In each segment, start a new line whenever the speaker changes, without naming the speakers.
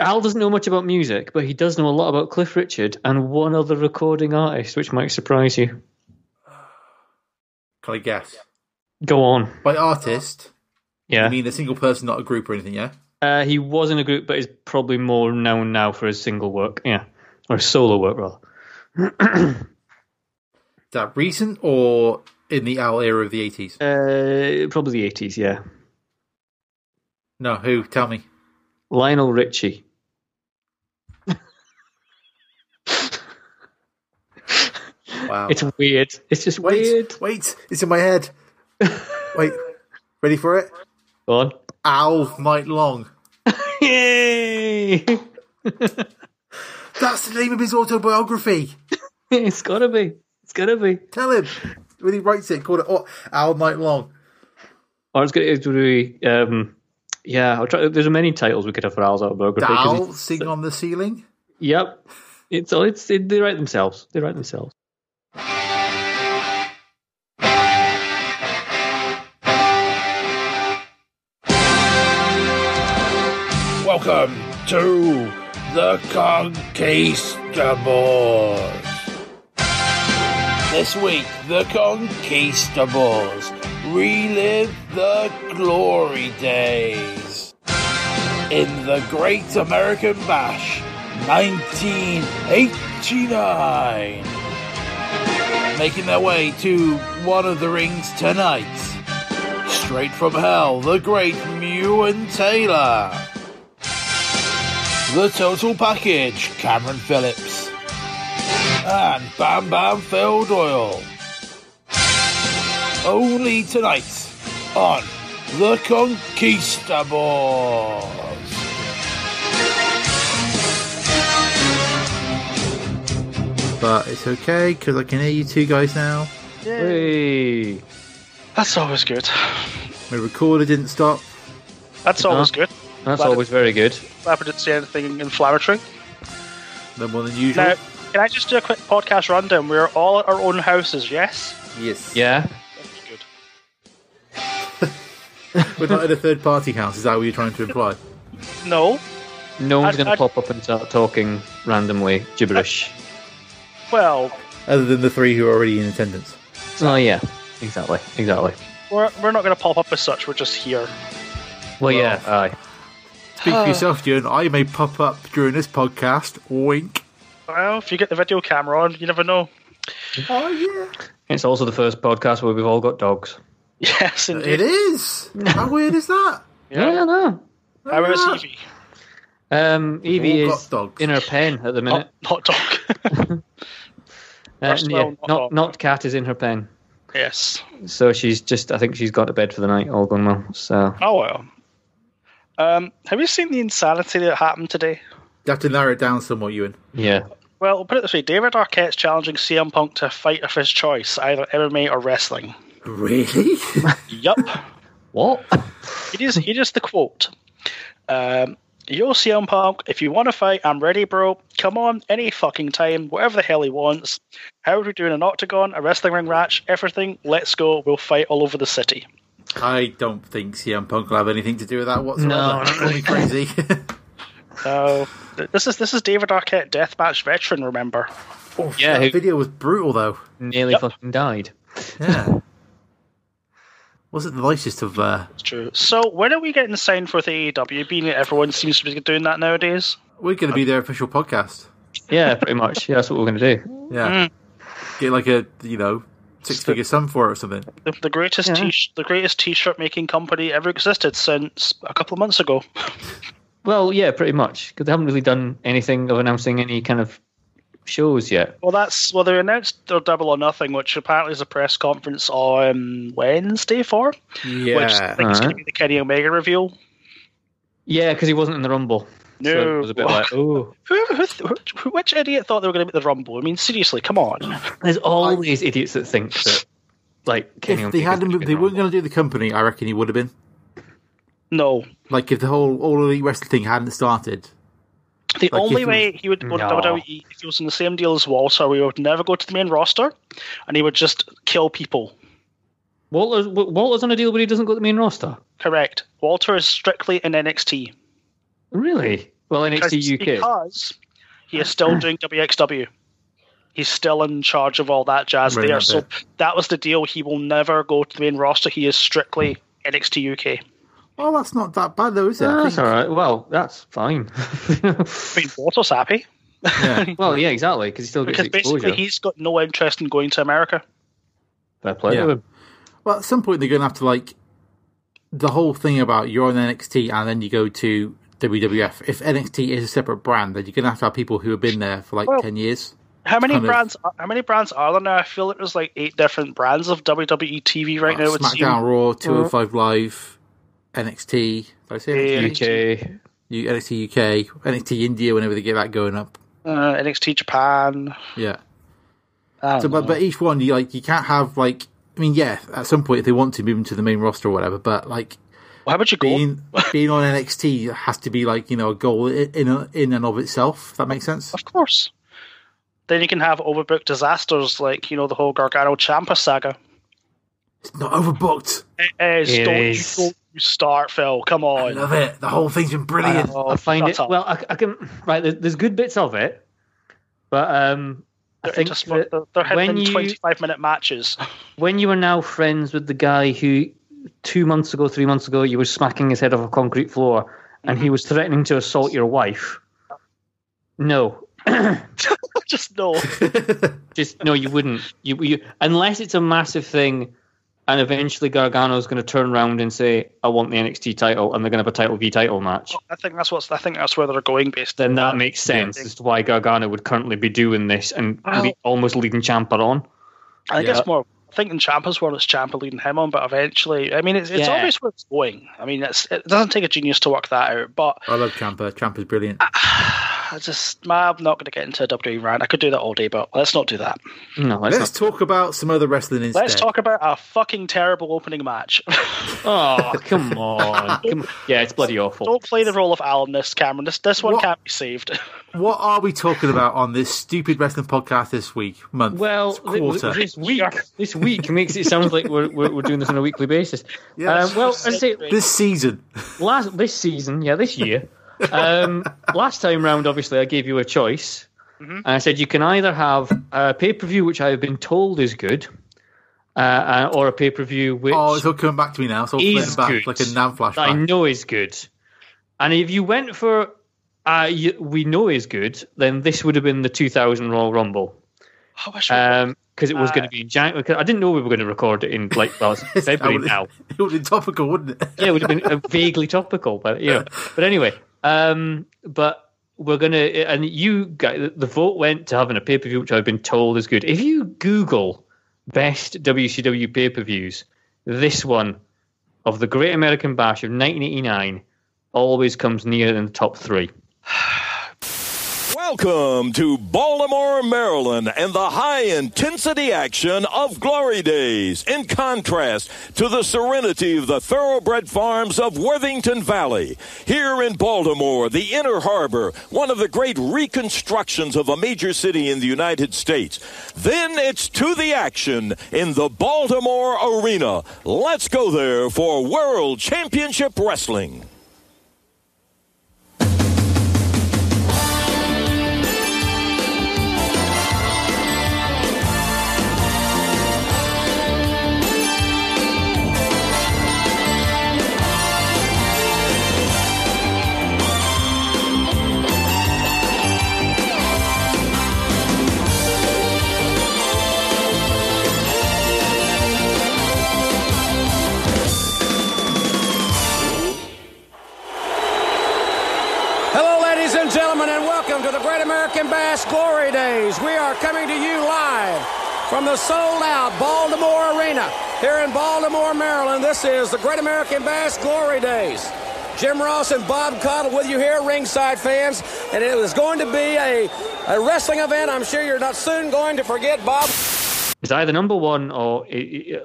Al doesn't know much about music, but he does know a lot about Cliff Richard and one other recording artist, which might surprise you.
Can I guess?
Go on.
By artist,
Yeah.
I mean a single person, not a group or anything, yeah?
Uh, he was in a group, but is probably more known now for his single work. Yeah. Or his solo work, rather.
Is that recent or in the Owl era of the 80s?
Uh, probably the 80s, yeah.
No, who? Tell me.
Lionel Richie.
Wow.
It's weird. It's just
wait,
weird.
wait, it's in my head. wait, ready for it?
Go on.
Owl Mike Long.
Yay!
That's the name of his autobiography.
it's gotta be. It's gotta be.
Tell him. When he writes it, called it oh, Owl Mike Long.
Or it's gonna it's gonna be. Um, yeah, I'll try, there's many titles we could have for Al's autobiography. 'cause
Owl Sing on the Ceiling.
he- yep. It's all. It's it, they write themselves. They write themselves.
Welcome to the Conquistadors. This week, the Conquistadors relive the glory days in the Great American Bash 1989. Making their way to one of the rings tonight. Straight from hell, the great Mewan Taylor. The Total Package, Cameron Phillips. And Bam Bam Phil Doyle. Only tonight on The Conquistadors.
But it's okay because I can hear you two guys now.
Hey.
That's always good.
My recorder didn't stop.
That's always good.
That's
Glad
always very good.
Glad we didn't say anything inflammatory.
No more than usual.
Now, can I just do a quick podcast rundown? We're all at our own houses, yes?
Yes.
Yeah.
That's good.
We're not at a third party house. Is that what you're trying to imply?
No.
No one's
I'd-
going to
I'd-
pop up and start talking randomly gibberish.
Well,
Other than the three who are already in attendance.
Oh yeah, exactly, exactly.
we're, we're not going to pop up as such. We're just here.
Well, yeah, aye.
Speak
Oh.
for yourself, June. I may pop up during this podcast. Wink.
Well, if you get the video camera on, you never know.
Oh yeah.
It's also the first podcast where we've all got dogs.
Yes,
It
indeed.
is. How weird is that?
Yeah, I know.
I was
Ah.
Evie,
Um, Evie
all got
is
dogs.
in her pen at the minute.
not, not dog.
Uh,
First of
yeah,
all, not
not
dog.
not cat is in her pen.
yes.
So she's just. I think she's gone to bed for the night. All gone well. So
Oh, well. Um, have you seen the insanity that happened today?
You have to narrow it down somewhat, Ewan.
yeah,
Well, put it this way David Arquette's challenging CM Punk to a fight of his choice, either MMA or wrestling.
Really?
Yup.
what?
It is. It is the quote. Um, Yo, CM Punk, if you want to fight, I'm ready, bro. Come on, any fucking time, whatever the hell he wants. How are we doing an octagon, a wrestling ring match, everything? Let's go. We'll fight all over the city.
I don't think CM Punk will have anything to do with that whatsoever.
No.
That's probably crazy.
So th- this is this is David Arquette, deathmatch veteran. Remember?
oh,
Yeah,
that
who-
video was brutal though.
Nearly fucking died.
Yeah. Wasn't the nicest of uh,
It's true. So when are we getting signed for the AEW? Being that everyone seems to be doing that nowadays.
We're going to be their official podcast.
Yeah, pretty much. Yeah, that's what we're gonna do.
Yeah. Get like a, you know, six figure sum for it or something.
The, the greatest t the greatest t-shirt making company ever existed since a couple of months ago.
Well, yeah, pretty much. Because they haven't really done anything of announcing any kind of shows yet.
Well, that's well. They announced their double or nothing, which apparently is a press conference on Wednesday for, which I think is going
uh-huh.
to be the Kenny Omega reveal.
Yeah, because he wasn't in the Rumble. so it
No,
was a bit like, oh,
who, who, who, which idiot thought they were going to be at the Rumble? I mean, seriously, come on.
There's all these idiots that think that, like, Kenny
if they hadn't, they weren't going to do the company, I reckon he would have been.
No,
Like if the whole All Elite Wrestling thing hadn't started.
the
Like,
only
if-
way he would go to
No.
WWE if he was in the same deal as Walter, he would never go to the main roster, and he would just kill people.
Walter's, Wa- Walter's on a deal, but he doesn't go to the main roster.
Correct. Walter is strictly in NXT.
Really? Well, NXT UK.
Because he is still doing WXW. He's still in charge of all that jazz
Right,
there.
that's
So
it.
that was the deal. He will never go to the main roster. He is strictly NXT UK.
Oh, that's not that bad though, is it?
Ah,
I
that's
think-
all right. Well, that's fine.
I mean, Waters happy
yeah.
well, yeah, exactly, because he still gets
because basically
exposure.
he's got no interest in going to America.
Fair play
Yeah.
to him.
Well, at some point they're going to have to like the whole thing about you're on NXT and then you go to WWF. If NXT is a separate brand, then you're going to have to have people who have been there for like
Well-
ten years.
How many
Kind of-
brands? How many brands are there now? I feel it was like eight different brands of WWE TV right now. It
Uh, SmackDown, Raw, 205 Live, NXT. Did I say
Mm-hmm. Yeah.
NXT?
UK.
U- NXT UK, NXT India. Whenever they get that going up,
uh, NXT Japan.
yeah.
I don't
So, but
know.
but each one, you like, you can't have like. I mean, yeah, at some point if they want to move into the main roster or whatever, but like
Well, how would you go?
being being on NXT has to be like you know a goal i- in a, in and of itself. If that makes sense.
Of course. Then you can have overbooked disasters like you know the whole Gargano Champa saga.
It's not overbooked.
It is.
It
don't,
is.
You, don't you start, Phil. Come
I
on.
love it. The whole thing's been brilliant.
Oh,
I find
shut
it
up.
well. I, I can right. There, there's good bits of it, but um, I
They're
think
just-
that
they're, they're
when
hitting
you-
25 minute matches.
when you are now friends with the guy who two months ago, three months ago, you were smacking his head off a concrete floor, and
Mm-hmm.
he was threatening to assault your wife. No,
just no.
just no, you wouldn't. You, you unless it's a massive thing, and eventually Gargano's going to turn around and say, "I want the NXT title," and they're going to have a title v title match.
I think that's what's. I think that's where they're going based.
Then that makes sense
Yeah.
as to why Gargano would currently be doing this and le- almost leading Champa on.
I think
Yeah.
it's more. I think in Champa's world, it's Champa leading him on, but eventually, I mean, it's, it's
Yeah.
obvious where it's going. I mean, it's, it doesn't take a genius to work that out. But
I love Champa. Champa's brilliant.
I just, I'm not going to get into a WWE rant. I could do that all day, but let's not do that.
No, that's
Let's talk about some other wrestling instead.
Let's talk about a fucking terrible opening match.
not. Oh, come on. Come on. Yeah, it's bloody awful.
Don't play the role of alumnus, Cameron. This this one
What?
can't be saved.
What are we talking about on this stupid wrestling podcast this week, month,
Well, thi-
quarter?
this week, this week makes it sound like we're, we're, we're doing this on a weekly basis.
Yes.
Uh, well, as I say,
this season?
last this season, yeah, this year. Um, last time round, obviously, I gave you a choice,
Mm-hmm.
and I said you can either have a pay per view, which I have been told is good, uh, uh, or a pay per view which
Oh, it's all coming back to me now. It's all
He's
flooding back
good.
like a NAM
I
flashback.
know is good. And if you went for uh, y we know is good, then this would have been the 2000 Royal Rumble
I wish we-
because Um, it was
Uh,
going to be in January. I didn't know we were going to record it in like well, it's
That
February
would've-
now.
It would have been topical, wouldn't it?
Yeah, it would have been uh, vaguely topical, but you know. But anyway, um, but we're gonna and you guys, the vote went to having a pay per view, which I've been told is good. If you Google best WCW pay per views, this one of the Great American Bash of 1989 always comes near in the top three.
Welcome to Baltimore, Maryland, and the high intensity action of Glory Days, in contrast to the serenity of the thoroughbred farms of Worthington Valley. Here in Baltimore, the Inner Harbor, one of the great reconstructions of a major city in the United States. Then it's to the action in the Baltimore Arena. Let's go there for World Championship Wrestling.
Hello, ladies and gentlemen, and welcome to the Great American Bash Glory Days. We are coming to you live from the sold out Baltimore Arena here in Baltimore, Maryland. This is the Great American Bash Glory Days. Jim Ross and Bob Cottle with you here, ringside fans, and it is going to be a, a wrestling event. I'm sure you're not soon going to forget Bob.
It's either number one or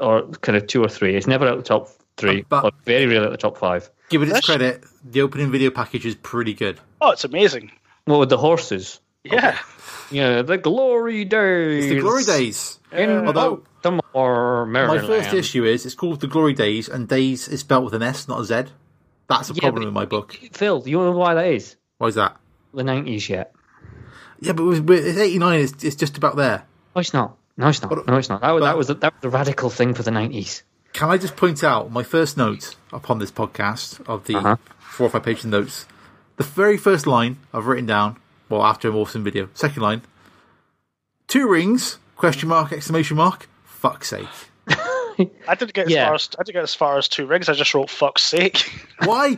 or kind of two or three. It's never at the top three,
But-
or very rarely at the top five.
Give it its credit. The opening video package is pretty good.
oh, it's amazing.
What with the horses?
Yeah,
Yeah, the glory days.
It's the Glory Days.
In
Although-
Baltimore,
My
Maryland.
first issue is it's called the Glory Days, and Days is spelled with an S, not a Z. That's a
Yeah,
problem
but-
in my book.
Phil, do you know why that is?
Why is that?
The nineties yet?
Yeah, but with, with, it's 89, it's, it's just about there.
No, it's not. No, it's not. No, it's not. That, was that was the, that was the radical thing for the nineties.
Can I just point out my first note upon this podcast of the
Uh-huh.
four or five page notes? The very first line I've written down, well, after an awesome video. Second line, two rings? Question mark? Exclamation mark? Fuck's sake!
I didn't get as
Yeah.
far as I didn't get as far as two rings. I just wrote "fuck's sake."
Why?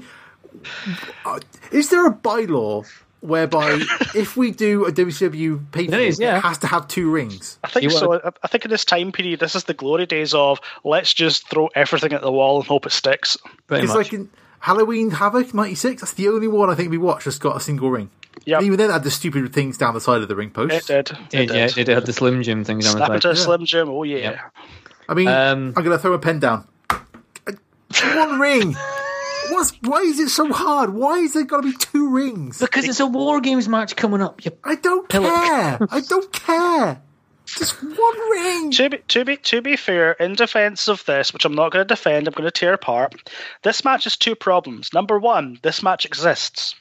Uh, Is there a bylaw whereby if we do a WCW pay per
There is,
view,
yeah.
it has to have two rings?
I think
You
so. I, I think in this time period, this is the glory days of let's just throw everything at the wall and hope it sticks.
Pretty
It's
much.
like in Halloween Havoc '96. That's the only one I think we watched that's got a single ring.
Yep.
And even then, it had the stupid things down the side of the ring post.
It did.
It did, yeah, it did have the Slim Jim things on
Snap
the
into a
side.
Slim Jim. Oh yeah.
I mean,
Um,
I'm going to throw a pen down. One ring. What's, why is it so hard? Why is there got to be two rings?
Because it's a War Games match coming up. You
I don't
Pillow.
care. I don't care. Just one ring.
To be, to be to be fair, in defense of this, which I'm not going to defend, I'm going to tear apart. This match has two problems. Number one, this match exists.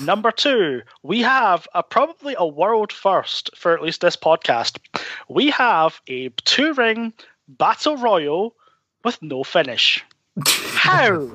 Number two, we have a probably a world first for at least this podcast. We have a two ring battle royal with no finish. How?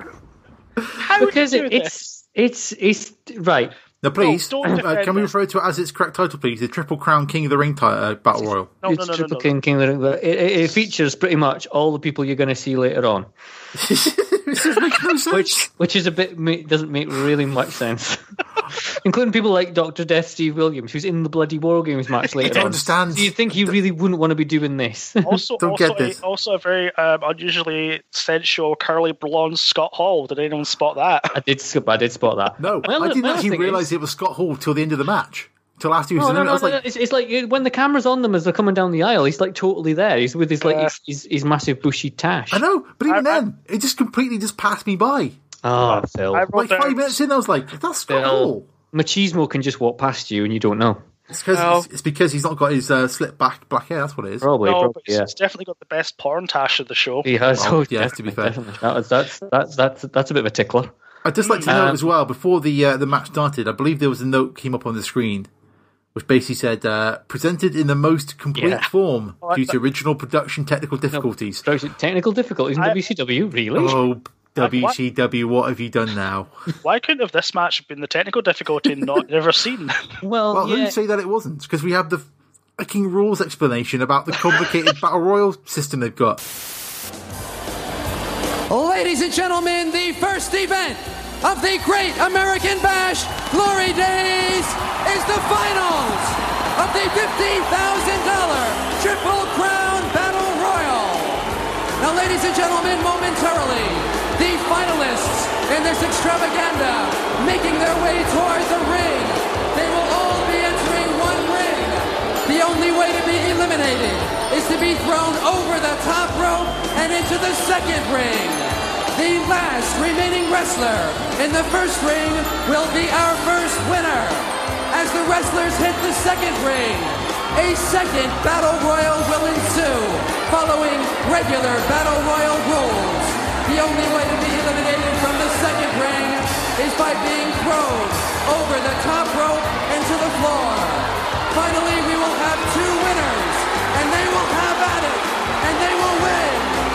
How
because
do you
it,
do this?
it's it's it's right.
Now, please,
don't
uh,
defend
can we
it.
refer to it as its correct title, please? The Triple Crown King of the Ring ti- uh, Battle Royal.
No, no,
it's
no, no,
Triple
no.
King, King of the Ring. It, it, it features pretty much all the people you're going to see later on,
this doesn't make no sense.
which which is a bit ma- doesn't make really much sense, including people like Doctor Death, Steve Williams, who's in the bloody War Games match later.
don't
on.
understand.
Do you think he really wouldn't want to be doing this?
Also,
Don't
also,
get this.
A, also a very um, unusually sensual, curly blonde Scott Hall. Did anyone spot that?
I did skip. I did spot that.
No,
My
I
other-
didn't
my other
actually
thing is-
realise it was Scott Hall till the end of the match. Till after he was
No,
in
no,
it, I
no,
was
no,
like,
It's, it's like uh, when the camera's on them as they're coming down the aisle, he's like totally there. He's with his like
Yeah.
his, his, his massive bushy tash.
I know, but even
I- I-
then, it just completely just passed me by.
Oh, Phil.
I wrote
Like
down-
five minutes in, I was like, that's Scott
Phil.
Hall.
Machismo can just walk past you and you don't know.
It's because
Well-
it's, it's because he's not got his uh, slick back black hair. That's what it is.
Probably,
no,
probably
but it's,
yeah.
it's definitely got the best porn tash of the show.
He has.
Well,
oh,
yes, to
definitely,
be fair.
definitely. That was, that's that's that's that's a bit of a tickler.
I'd just like to know
Um,
as well before the uh, the match started. I believe there was a note came up on the screen, which basically said uh, presented in the most complete
Yeah.
form
I-
due to original production technical difficulties.
Those Technical difficulties in
I-
WCW, really?
Oh.
Like, what?
WCW, what have you done now?
Why couldn't have this match been the technical difficulty and not never seen?
well,
Well,
yeah.
who'd say that it wasn't? Because we have the fucking rules explanation about the complicated battle royal system they've got.
Ladies and gentlemen, the first event of the Great American Bash Glory Days is the finals of the $50,000 Triple Crown Battle Royal. Now, ladies and gentlemen, momentarily, the finalists in this extravaganza making their way towards the ring. They will all be entering one ring. The only way to be eliminated is to be thrown over the top rope and into the second ring. The last remaining wrestler in the first ring will be our first winner. As the wrestlers hit the second ring, a second battle royal will ensue following regular battle royal rules. The only way to be eliminated from the second ring is by being thrown over the top rope into the floor. Finally, we will have two winners, and they will have at it, and they will win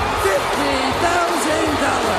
$50,000.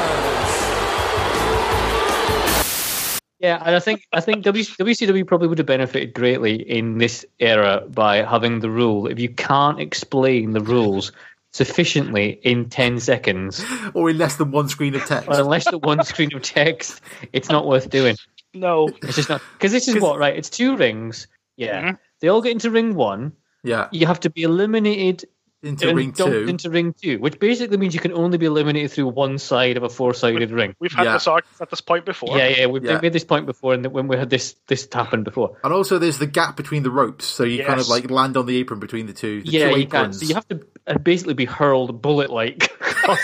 Yeah, and I think I think W- WCW probably would have benefited greatly in this era by having the rule: if you can't explain the rules sufficiently in ten seconds,
Or in less than one screen of text.
or unless the one screen of text, it's not worth doing.
no,
It's just not because this is what right. It's two rings. Yeah, they all get into ring one.
yeah.
You have to be eliminated
Into
and
ring
dumped
two.
into ring two, which basically means you can only be eliminated through one side of a four-sided ring.
we've had
Yeah.
this argument at this point before.
Yeah, yeah, we've
Yeah.
made this point before, and when we had this this happen before.
And also, there's the gap between the ropes, so you kind of
Yes.
like land on the apron between the two, the
yeah,
two
you can.
aprons,
So you have to uh, basically be hurled bullet like.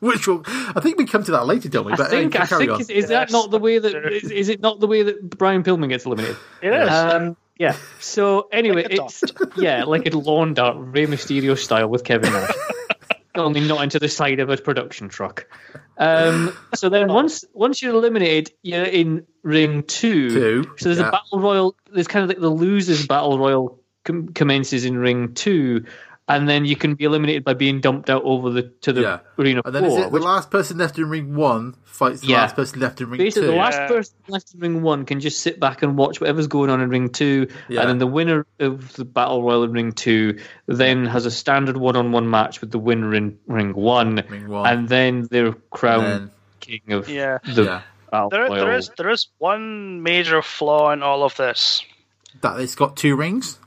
which will, I think we come to that later, don't we?
I
but
think,
uh,
I
carry
think
on.
is, is that
Yes.
not the way that is, is it not the way that Brian Pillman gets eliminated?
it is.
Um, yeah. So anyway,
Like a
it's yeah, like a lawn dart, Rey Mysterio style with Kevin Nash. only not into the side of a production truck. Um, so
Oh.
then once once you're eliminated, you're in ring two.
Two,
So there's
yeah.
a battle royal. There's kind of like the losers battle royal com- commences in ring two, and then you can be eliminated by being dumped out over the to the
Yeah.
arena
And then
floor.
is it the
which
last person left in ring one fights the
Yeah.
last person left in ring
Basically,
two?
the last
Yeah.
person left in ring one can just sit back and watch whatever's going on in ring two,
Yeah.
and then the winner of the battle royal in ring two then has a standard one-on-one match with the winner in ring one,
Ring one.
and then they're crowned
Then-
king of
Yeah.
the
yeah,
battle
There,
royal.
there is there is one major flaw in all of this.
that it's got two rings.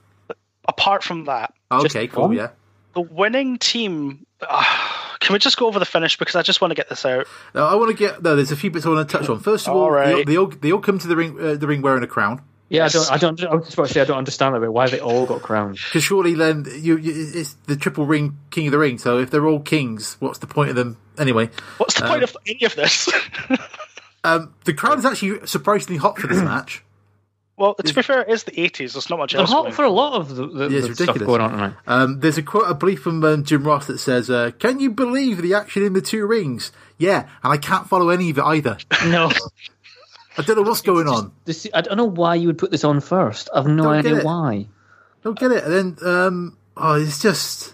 Apart from that,
Okay, cool.
one?
Yeah.
the winning team. Ah, can we just go over the finish because I just want to get this out?
Now I want to get. No, there's a few bits I want to touch on. First of all,
All
they,
right.
they all they all come to the ring uh, the ring wearing a crown.
Yeah, I don't, I don't. I was just about to say I don't understand that bit. Why they all got crowned?
Because surely then you, you it's the triple ring king of the ring. So if they're all kings, what's the point of them anyway?
What's
Uh,
the point of any of this?
Um, the crowd is actually surprisingly hot for this match.
well, to be fair, it is the eighties. There's not much
They're
else.
hot
going.
for a lot of the, the,
Yeah, it's
the stuff
ridiculous.
going on tonight.
Um, there's a quote I believe from um, Jim Ross that says, uh, "Can you believe the action in the two rings?" Yeah, and I can't follow any of it either.
No,
I don't know what's going on.
this, I don't know why you would put this on first. I've no
Don't get
idea
it.
why.
Don't get it. And then um, oh, it's just,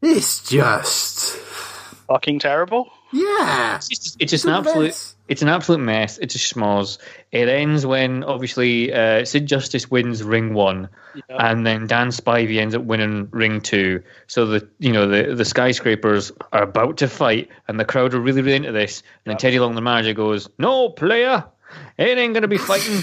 it's just
fucking terrible.
yeah.
It's just, it's just
It's
an
a
absolute.
mess.
It's an absolute mess. It's a schmoz. It ends when obviously uh, Sid Justice wins ring one, and then Dan Spivey ends up winning ring two. So the you know the the skyscrapers are about to fight, and the crowd are really really into this. And then Teddy Long, the manager, goes, "No player, it ain't gonna be fighting.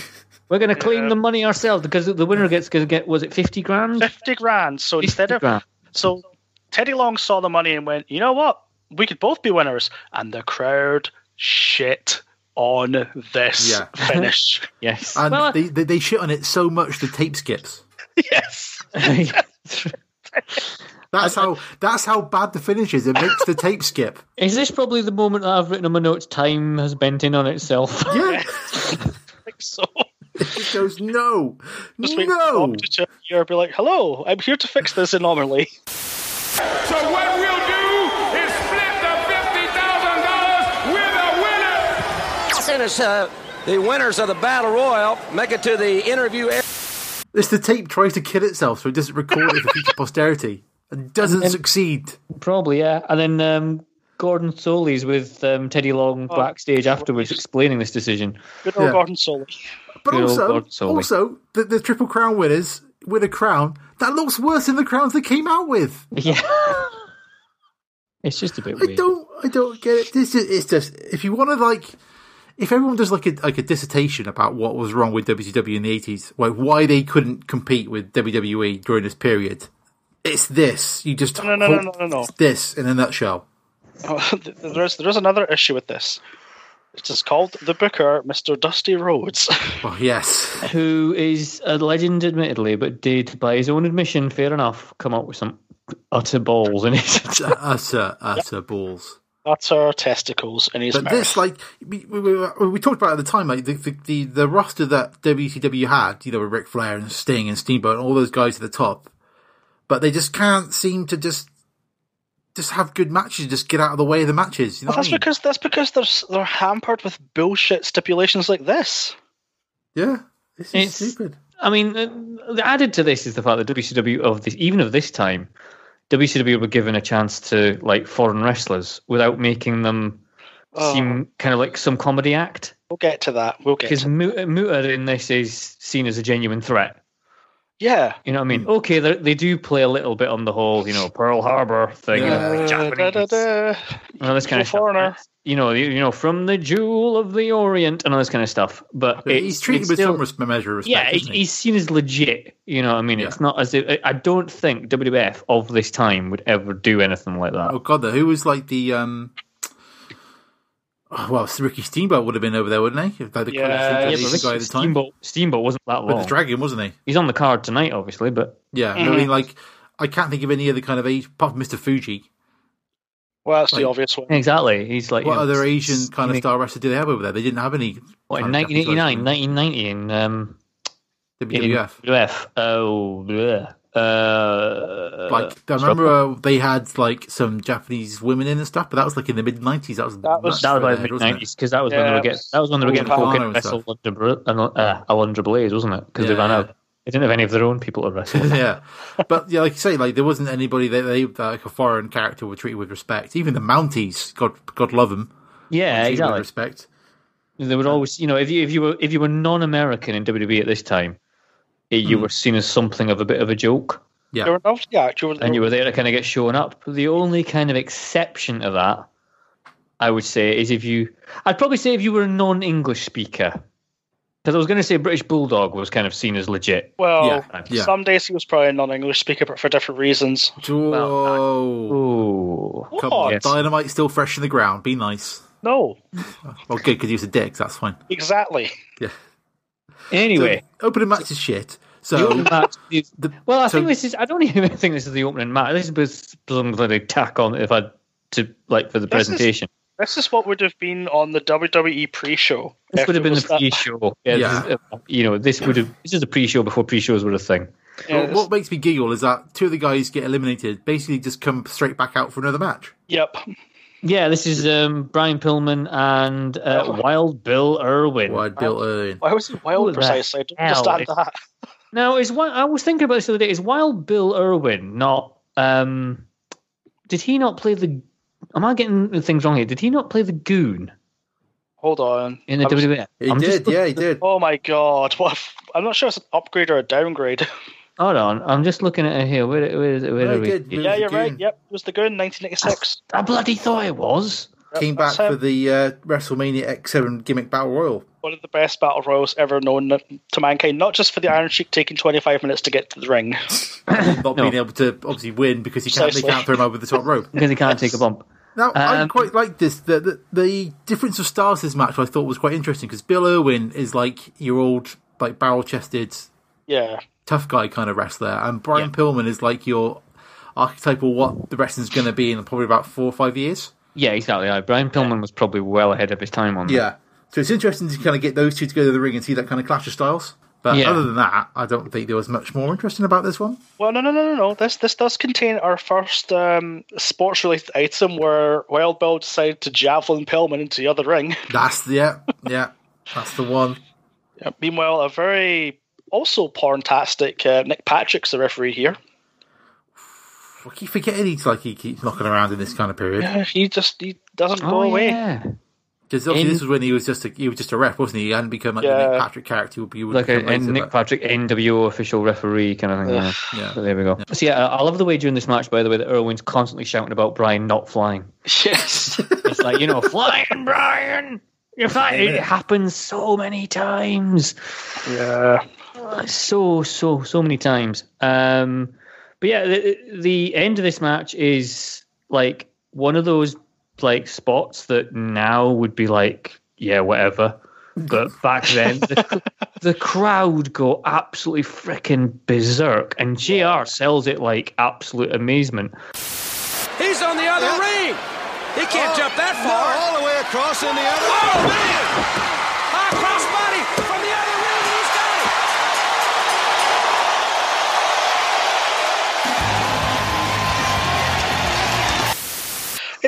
We're gonna claim the money ourselves because the winner gets gonna get was it fifty grand?
Fifty grand. So
50
instead of
grand.
so Teddy Long saw the money and went, you know what? We could both be winners. And the crowd shit on this
Yeah.
finish.
yes,
And
Well,
they, they they shit on it so much the tape skips.
yes.
That's how that's how bad the finish is. It makes the tape skip.
is this probably the moment that I've written on my notes? Time has bent in on itself.
Yeah.
Like so.
It goes no,
Just wait for
no.
Bob to turn here and be like, hello, I'm here to fix this anomaly.
So what we'll do is split the fifty thousand dollars with the winner.
Finish uh, the winners of the battle royal. Make it to the interview. area.
It's the tape tries to kill itself, so it doesn't record it for future posterity, and doesn't succeed.
Probably, yeah. And then um, Gordon Soley's with um, Teddy Long backstage afterwards explaining this decision.
Good old
Yeah.
Gordon Soley.
But
Good old
also,
God, Solly.
also the, the triple crown winners with a crown that looks worse than the crowns they came out with.
Yeah. it's just a bit
I
weird.
don't, I don't get it. This is, it's just if you want to like, if everyone does like a like a dissertation about what was wrong with WCW in the eighties, like why they couldn't compete with WWE during this period, it's this. You just
No, no, no, no, no, no.
It's this in a nutshell.
Uh, there, is, there is another issue with this. It is called the Booker, Mr. Dusty Rhodes.
Oh yes,
Who is a legend, admittedly, but did, by his own admission, fair enough, come up with some utter balls in it.
utter utter balls.
That's our testicles in his
But
mouth.
this, like, we, we, we, we talked about at the time, like, the, the, the, the roster that WCW had, you know, with Ric Flair and Sting and Steamboat and all those guys at the top, but they just can't seem to just just have good matches, just get out of the way of the matches. You know
Well, that's
what I mean?
because that's because they're s- they're hampered with bullshit stipulations like this.
Yeah. This is
It's-
stupid.
I mean, uh, added to this is the fact that WCW of this, even of this time, WCW were given a chance to like foreign wrestlers without making them seem kind of like some comedy act.
We'll get to that. We'll get.
Because
To,
Muta in this is seen as a genuine threat.
yeah.
You know what I mean? Okay, they they do play a little bit on the whole, you know, Pearl Harbor thing, you know, like
Da, da,
Japanese,
da.
and all this kind
Evil
of stuff.
foreigner.
You know, you, you know, from the jewel of the Orient, and all this kind of stuff. But
But
it's,
he's treated
it's
with
still,
some res- measure of respect.
yeah,
isn't he?
he's seen as legit. You know what I mean? It's not as if I- I don't think WWF of this time would ever do anything like that.
Oh, God, though. Who was, like, the. um oh, Well, Ricky Steamboat would have been over there, wouldn't he? If, Like, the the
Yeah,
Yeah,
yeah,
but
Asian guy at the time.
Steamboat, Steamboat wasn't that
But the
long.
dragon, wasn't he?
He's on the card tonight, obviously, but
Yeah, I
Mm-hmm.
mean, like I can't think of any other kind of age, apart from Mr. Fuji.
Well, that's the
Like-
obvious one.
exactly, he's like
What
you know,
other Asian
s-
kind of star wrestler do they have over there? They didn't have any.
What, in
kind of
1989,
Japanese
1990 in um,
wrestlers in
in
WWF.
WF. Oh, bleh. Uh,
Like, I remember uh, they had like some Japanese women in and stuff, but that was like in the mid nineties. That was
That was-
nuts
that was
for
by
their
the
head,
mid
wasn't it?
nineties because that was when they
Yeah,
were
it
getting
was
that was when they were
all
getting
Capano
fucking
and
wrestled
stuff.
under Bra- and, uh, Alundra Blaze, wasn't it? Because they
Yeah.
ran out. They didn't have any of their own people to wrestle.
yeah, but yeah, like you say, like there wasn't anybody that they that, like a foreign character were treated with respect. Even the Mounties, God, God love them,
yeah,
treated
exactly.
with respect.
They would always, you know, if you if you were if you were non-American in WWE at this time, eh, you were seen as something of a bit of a joke,
There were enough, yeah, there were-
and you were there to kind of get shown up. The only kind of exception to that, I would say, is if you. I'd probably say if you were a non-English speaker, because I was going to say British Bulldog was kind of seen as legit.
well,
Yeah, yeah.
some days he was probably a non-English speaker, but for different reasons.
Oh,
Oh,
come
What?
on, dynamite still fresh in the ground. Be nice.
No,
Well, good because he was a dick. so That's fine.
exactly.
anyway.
Opening match is shit.
The
So
opening match is-
the-
well, I
so-
think this is. I don't even think this is the opening match. This is something that they tack on if I to like for the
This is-
presentation.
This is what would have been on the WWE pre-show.
This
if
would have
it
been the
was that-
pre-show. Yeah,
Yeah.
This is, uh, you know, this would have. This is the pre-show before pre-shows were a thing.
yeah,
what-
this-
what makes me giggle is that two of the guys get eliminated, basically just come straight back out for another match.
Yep.
Yeah, this is um, Brian Pillman and uh,
Oh.
Wild Bill Irwin.
Wide Bill Irwin.
Why was it
Who
wild
the
precisely? I don't
hell
understand
is-
that.
Now is what I was thinking about this the other day. Is Wild Bill Irwin not? Um, did he not play the? Am I getting things wrong here? Did he not play the goon
Hold on.
in the E?
I was-
WWE?
He
I'm just
did, yeah, he did.
Oh my god! What? if- I'm not sure it's an upgrade or a downgrade.
Hold on, I'm just looking at it here. Where, where, is it? where
No,
are
he
we?
did. He was
yeah,
the
you're right.
goon.
Yep, it was the Goon, 1986.
I bloody thought it was.
Came back
That's him.
for the uh, WrestleMania X7 gimmick battle royal.
One of the best battle royals ever known to mankind. Not just for the Iron Sheik taking 25 minutes to get to the ring.
Not
No.
being able to obviously win because he can't, they
Precisely.
can't throw him over the top rope.
Because he can't take a bump.
Now, I
Um,
quite like this. The, the, the difference of stars this match I thought was quite interesting because Bill Irwin is like your old, like barrel chested,
Yeah.
tough guy kind of wrestler, and Brian Pillman is like your archetypal what the wrestling's going to be in probably about four or five years.
Yeah, exactly. right. Brian Pillman was probably well ahead of his time on that.
Yeah. So it's interesting to kind of get those two together in the ring and see that kind of clash of styles. But
Yeah.
other than that, I don't think there was much more interesting about this one.
Well, no, no, no, no, no. This this does contain our first um, sports related item where Wild Bill decided to javelin Pillman into the other ring.
That's the yeah, yeah, that's the one.
Meanwhile, a very also porntastic uh, Nick Patrick's the referee here.
I keep forgetting he's like he keeps knocking around in this kind of period
Yeah, he just he doesn't go
Oh,
away.
yeah.
because obviously
In-
this was when he was just a, he was just a ref, wasn't he? He hadn't become like the
Yeah.
Nick Patrick character. He would
Like a,
become
a
later,
Nick
but-
Patrick NWO official referee kind of thing. Yeah.
Yeah.
So there we go. So yeah, I I love the way during this match, by the way, that Irwin's constantly shouting about Brian not flying.
Yes.
It's like, you know, flying, Brian! You're flying! It happens so many times.
yeah.
so so so many times. Um, but yeah, the, the end of this match is like one of those like spots that now would be like yeah whatever, but back then the, the crowd go absolutely freaking berserk, and Jr. sells it like absolute amazement.
He's on the other ring. He can't jump that far.
all the way across in the other.
Oh, man! High crossbody from the other ring. He's got it.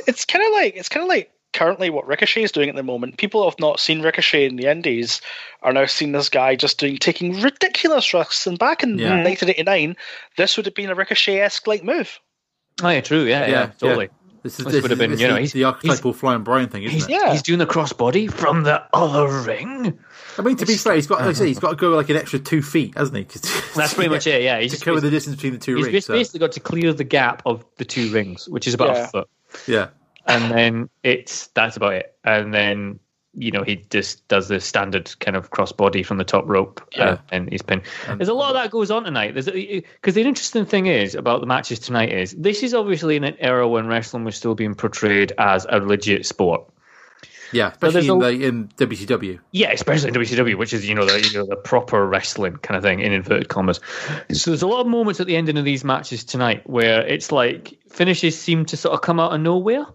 It's kind of like it's kind of like currently what Ricochet is doing at the moment. People who have not seen Ricochet in the Indies are now seeing this guy just doing taking ridiculous risks. And back in
Yeah.
1989, this would have been a Ricochet-esque like move.
Oh yeah, true. Yeah, yeah,
Yeah,
totally.
This is
This
this,
would have been,
this
you know,
is
he's-
the archetypal flying Brian thing,
He's,
isn't it?
Yeah.
he's doing the crossbody from the other ring.
I mean, to be fair, he's got like I say, he's got to go like an extra two feet, hasn't he? 'Cause-
That's pretty much it. Yeah, he's
to
just-
cover the distance between the two
He's
rings.
bas-
so,
basically got to clear the gap of the two rings, which is about
Yeah.
a foot,
yeah,
and then it's that's about it. And then you know he just does the standard kind of crossbody from the top rope,
Yeah.
uh, and he's pinned. There's a lot of that goes on tonight. There's because the interesting thing is about the matches tonight is this is obviously in an era when wrestling was still being portrayed as a legit sport.
yeah,
there's
especially in,
a-
the, in WCW.
Yeah, especially in WCW, which is you know the you know, the proper wrestling kind of thing in inverted commas. So there's a lot of moments at the ending of these matches tonight where it's like finishes seem to sort of come out of nowhere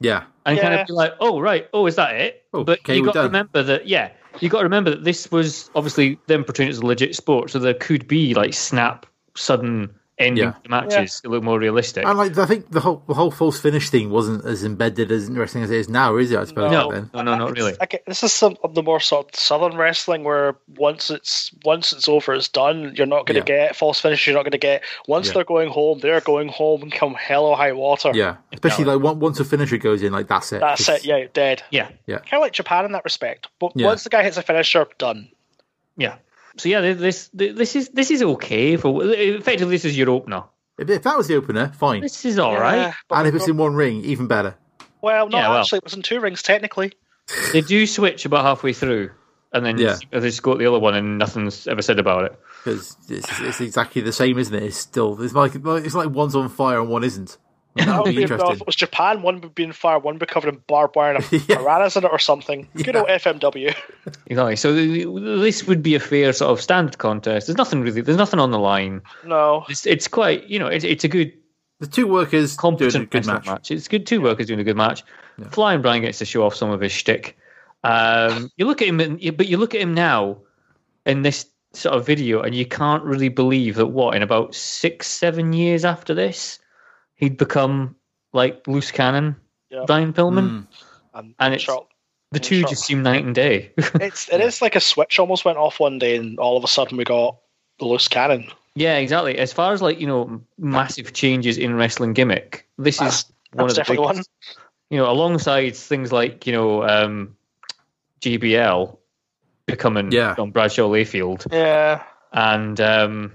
Yeah,
and kind
Yeah.
of be like, oh right, oh is that it?
Oh,
but
okay,
you
we're
got to
done.
remember that yeah, you got to remember that this was obviously them portraying it as a legit sport, so there could be like snap, sudden ending
Yeah.
the matches to look more realistic.
And like I think the whole the whole false finish thing wasn't as embedded as interesting as it is now, is it? I suppose.
no,
Then.
no, no, not really.
Okay, this is some of the more sort of southern wrestling where once it's once it's over, it's done. You're not going
Yeah.
to get false finishes. You're not going to get once
Yeah.
they're going home, they're going home. Come hell or high water.
Yeah, especially like one, once a finisher goes in, like that's it.
that's
It's-
it. Yeah, dead.
Yeah,
Kind of like Japan in that respect. But
Yeah.
once the guy hits a finisher, done.
yeah. So yeah, this this is this is okay for effectively this is your opener.
If, if that was the opener, fine.
This is all right.
Yeah, but
and if
we've
it's
got-
in one ring, even better.
well, not
Yeah, well.
actually. It was in two rings technically.
They do switch about halfway through, and then
Yeah.
they just go to the other one, and nothing's ever said about it.
Because it's, it's exactly the same, isn't it? It's still it's like like- it's like one's on fire and one isn't.
That
That
would
would be
be if it
interesting.
was Japan. One would be in fire. One would be covered in barbed wire and a
Yeah.
piranhas in it or something. Good
Yeah.
old FMW.
Exactly. So the- this would be a fair sort of standard contest. There's nothing really. There's nothing on the line.
no,
It's, it's quite. You know, it's it's a good
The two workers doing a
competent
good
wrestling
match.
match. It's good two workers doing a good match. Flying Brian gets to show off some of his shtick. Um, you look at him, and, but you look at him now in this sort of video, and you can't really believe that what in about six, seven years after this, he'd become like loose cannon,
Yeah.
Brian
Hmm.
Pillman.
I'm
And it's-
sure.
The two
Sure.
just seem night and day.
It's it is like a switch almost went off one day, and all of a sudden we got the loose cannon.
yeah, exactly. As far as like you know, massive changes in wrestling gimmick. This
That's-
is one
that's
of the
definitely
biggest.
one.
you know, alongside things like you know um, GBL becoming
Yeah.
John Bradshaw Layfield,
Yeah,
and um,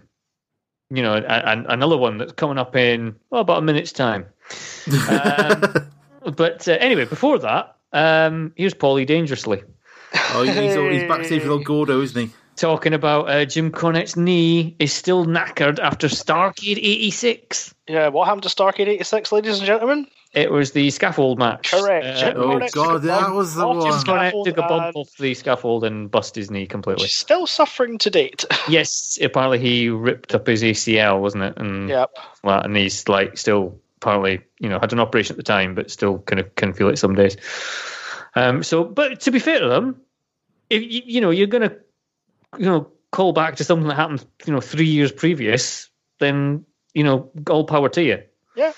you know, and, and another one that's coming up in well, about a minute's time. Um, but uh, anyway, before that, um, here's Paulie dangerously
Oh, he's, he's, all- he's backstage with old Gordo, isn't he?
talking about uh, Jim Cornette's knee is still knackered after Starcade '86.
yeah. What happened to Starcade '86, ladies and gentlemen?
It was the scaffold match.
Correct.
Uh,
Jim
oh,
Cornette
God,
took a
that
bump
was the
off his
one.
Jim Cornette
scaffold
took a bump
and
off the scaffold and bust his knee completely.
She's still suffering to date.
Yes, apparently he ripped up his ACL, wasn't it? And
yep.
well, and he's like still apparently, you know, had an operation at the time, but still kind of can feel it some days. Um. So, but to be fair to them, if you, you know you're gonna, you know, call back to something that happened, you know, three years previous, then you know, all power to you.
Yeah.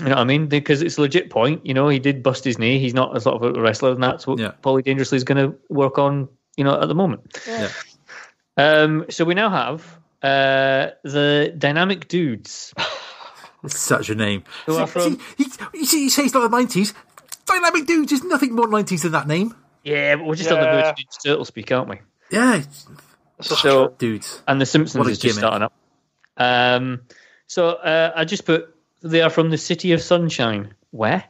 You know what I mean? Because it's a legit point. You know, he did bust his knee. He's not a sort of a wrestler, and that's what
Yeah.
Paulie Dangerously is going to work on. You know, at the moment. Um, so we now have uh, the dynamic dudes.
It's such a name.
Who are
See- see, he- you see, you say he's not the nineties. Dynamic dudes is nothing more nineties than that name.
Yeah, but we're just on the verge
Yeah.
of Ninja Turtle speak, aren't we?
Yeah,
This is true.
dudes.
And the Simpsons
What a
is just
gimmick.
starting up. Um, so uh, I just put they are from the city of sunshine. Where?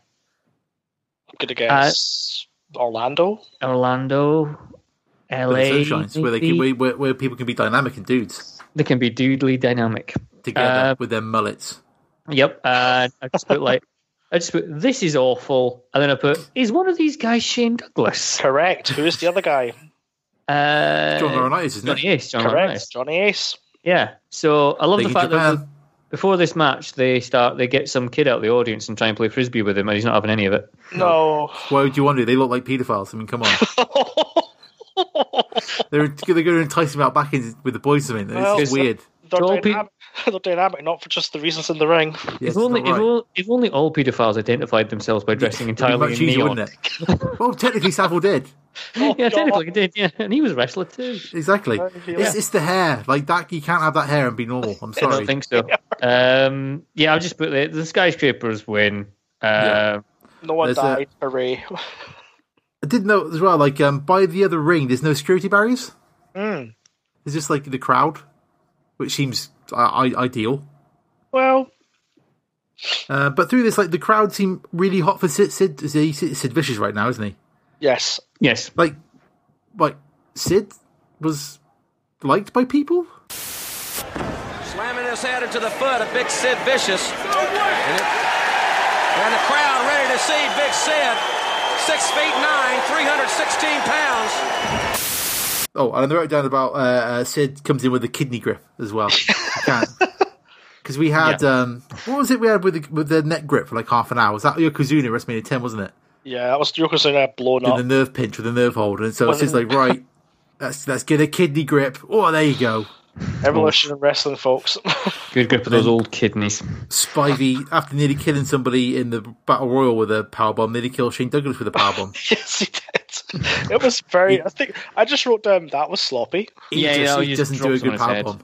I'm gonna guess
uh,
Orlando.
Orlando,
Where the
LA.
sun shines, where, they
maybe?
can, where, where, where people can be dynamic and dudes
They can be doodly dynamic.
together
Uh,
with their mullets.
Yep. And I just put like. I just put this is awful, and then I put is one of these guys Shane Douglas?
Correct. Who's the other guy?
Uh,
John Laurinaitis, isn't
Johnny
it?
Ace. John
Correct.
Laurinaitis.
Johnny Ace.
Yeah. So I love
Big
the
in
fact that
Japan.
before this match they start they get some kid out of the audience and try and play frisbee with him and he's not having any of it.
No.
Why would you want to? They look like paedophiles. I mean, come on. they're they're going to entice him out back in with the boys. I mean,
Well,
it's weird.
They're
Joel Pe-
dynamic. They're dynamic, not for just the reasons in the ring.
Yeah,
if
it's
only
not right.
if, all, if only all paedophiles identified themselves by dressing
It'd be
entirely
much
in
easier,
neon.
wouldn't it? well, technically, Savile did.
yeah,
God.
technically he did. Yeah, and he was a wrestler too.
Exactly.
Oh,
yeah.
It's, it's the hair. Like that, you can't have that hair and be normal. I'm
I
sorry.
don't think so. Um, yeah, I'll just put the, the skyscrapers win. Uh,
Yeah.
No one
There's a-
died. Hooray.
I did note as well. Like um, by the other ring, there's no security barriers.
Hmm.
Mm.
It's just like the crowd, which seems uh, I- ideal.
Well,
Uh, but through this, like the crowd seem really hot for Sid. Sid, Sid, Sid Vicious right now, isn't he?
yes.
Yes.
Like, like Sid was liked by people.
Slamming his head into the foot of Big Sid Vicious. And, it, and the crowd ready to see Big Sid. Six feet nine, 316 pounds.
Oh, and I wrote down about uh, uh, Sid comes in with a kidney grip as well. Because we had um, what was it we had with the, with the neck grip for like half an hour? Was that Yokozuna at WrestMania ten, wasn't it?
Yeah, that was Yokozuna blown
Did
up.
the nerve pinch with the nerve hold, and so it's just like right, let's let's get a kidney grip. Oh, there you go.
Evolution in wrestling, folks.
Good grip of those old kidneys.
Spivey, after nearly killing somebody in the battle royal with a powerbomb, nearly killed Shane Douglas with a powerbomb.
yes, he did. It was very. I think I just wrote down that was sloppy.
He
Yeah,
just,
you know,
he
you just
doesn't do a good
drop someone's head.
powerbomb.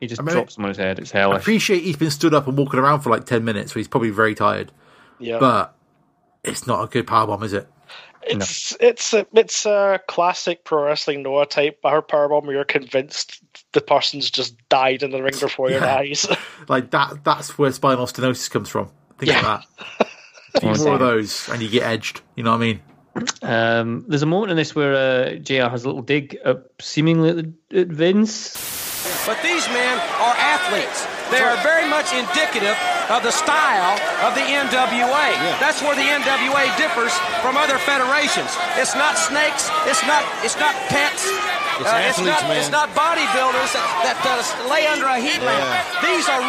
He just
I mean-
drops someone's head. It's
I
hellish.
appreciate he's been stood up and walking around for like 10 minutes, so he's probably very tired,
Yeah,
but it's not a good powerbomb, is it?
it's it's a, it's a classic pro wrestling Noah type power powerbomb where you're convinced the person's just died in the ring before your
Yeah.
eyes.
Like that that's where spinal stenosis comes from. Think
Yeah.
about that. Do more of those and you get edged. You know what I mean?
Um, there's a moment in this where uh, JR has a little dig at seemingly at, the, at Vince.
But these men are athletes. They are very much indicative of the style of the NWA. That's where the NWA differs from other federations. It's not snakes. It's not. It's not pets. It's, it's not. It's not bodybuilders that, that uh, lay under a heat lamp. These are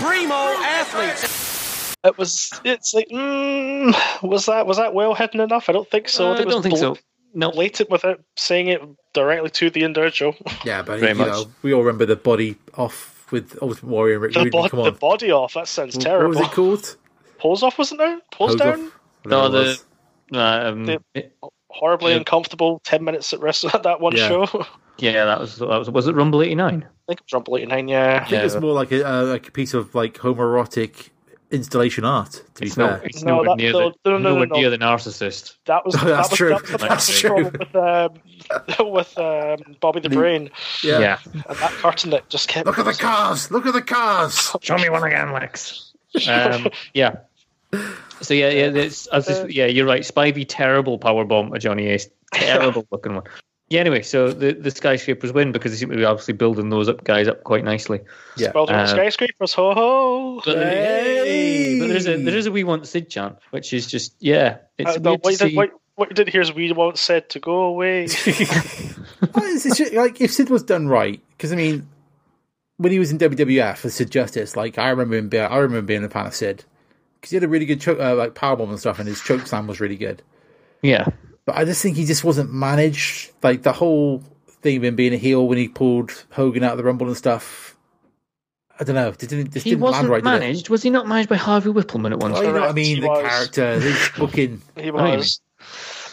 real primo athletes.
It was. It's like, mm, was that was that well hidden enough? I don't think so.
Uh, I
it was
don't think
bel-
so. No,
Blatant without saying it directly to the individual.
Yeah, but
Very
you
much.
know, we all remember the body off with Ultimate Warrior and Rick
The,
Rude.
bod-
Come
the
on.
body off. That sounds
what
terrible.
was it called?
Pose off, wasn't there? Pose,
Hose
down.
off? Whatever
No,
it
the-
was.
um,
The-
it-
Horribly
Yeah.
uncomfortable. Ten minutes at rest at that one
Yeah.
show. I
yeah, that was that was was it Rumble '89?
think it was Rumble eighty nine. Yeah.
I think it's more like a, uh, like a piece of like homoerotic installation art. To be
It's,
fair,
no, it's
No,
nowhere
that-
near
no,
the
no, no, no,
nowhere
no.
near the narcissist.
That was
That's
that was,
true.
That was the
That's
That's problem with um, with um, Bobby the Brain
Yeah.
and that curtain that just kept.
Look at the cars! Look at the cars!
Show me one again, Lex. Um, yeah. So yeah, yeah, that's, as this- yeah, you're right. Spivey, terrible power bomb at Johnny Ace, terrible looking one. Yeah. Anyway, so the the skyscrapers win because they seem to be obviously building those up guys up quite nicely.
Yeah.
Well, the
Uh,
skyscrapers, ho ho!
But, uh,
Hey!
but there is a there is a we want Sid chant, which is just yeah, it's
Uh, no,
weird
what,
to
you did,
see.
what, what you did here is we once said to go away.
Well, it's- it's just, like if Sid was done right, because I mean, when he was in WWF as Sid Justice, like I remember him, being, I remember being a fan of Sid because he had a really good choke, uh, like powerbomb and stuff, and his choke slam was really good.
Yeah,
But I just think he just wasn't managed. Like the whole thing of him being a heel when he pulled Hogan out of the Rumble and stuff. I don't know. It didn't just
he
didn't land
wasn't
right. Did it?
managed. Was he not managed by Harvey Whippleman at one
Well,
time?
you know what I
Correct,
mean.
he
The
was.
character, the booking.
he
do you
was.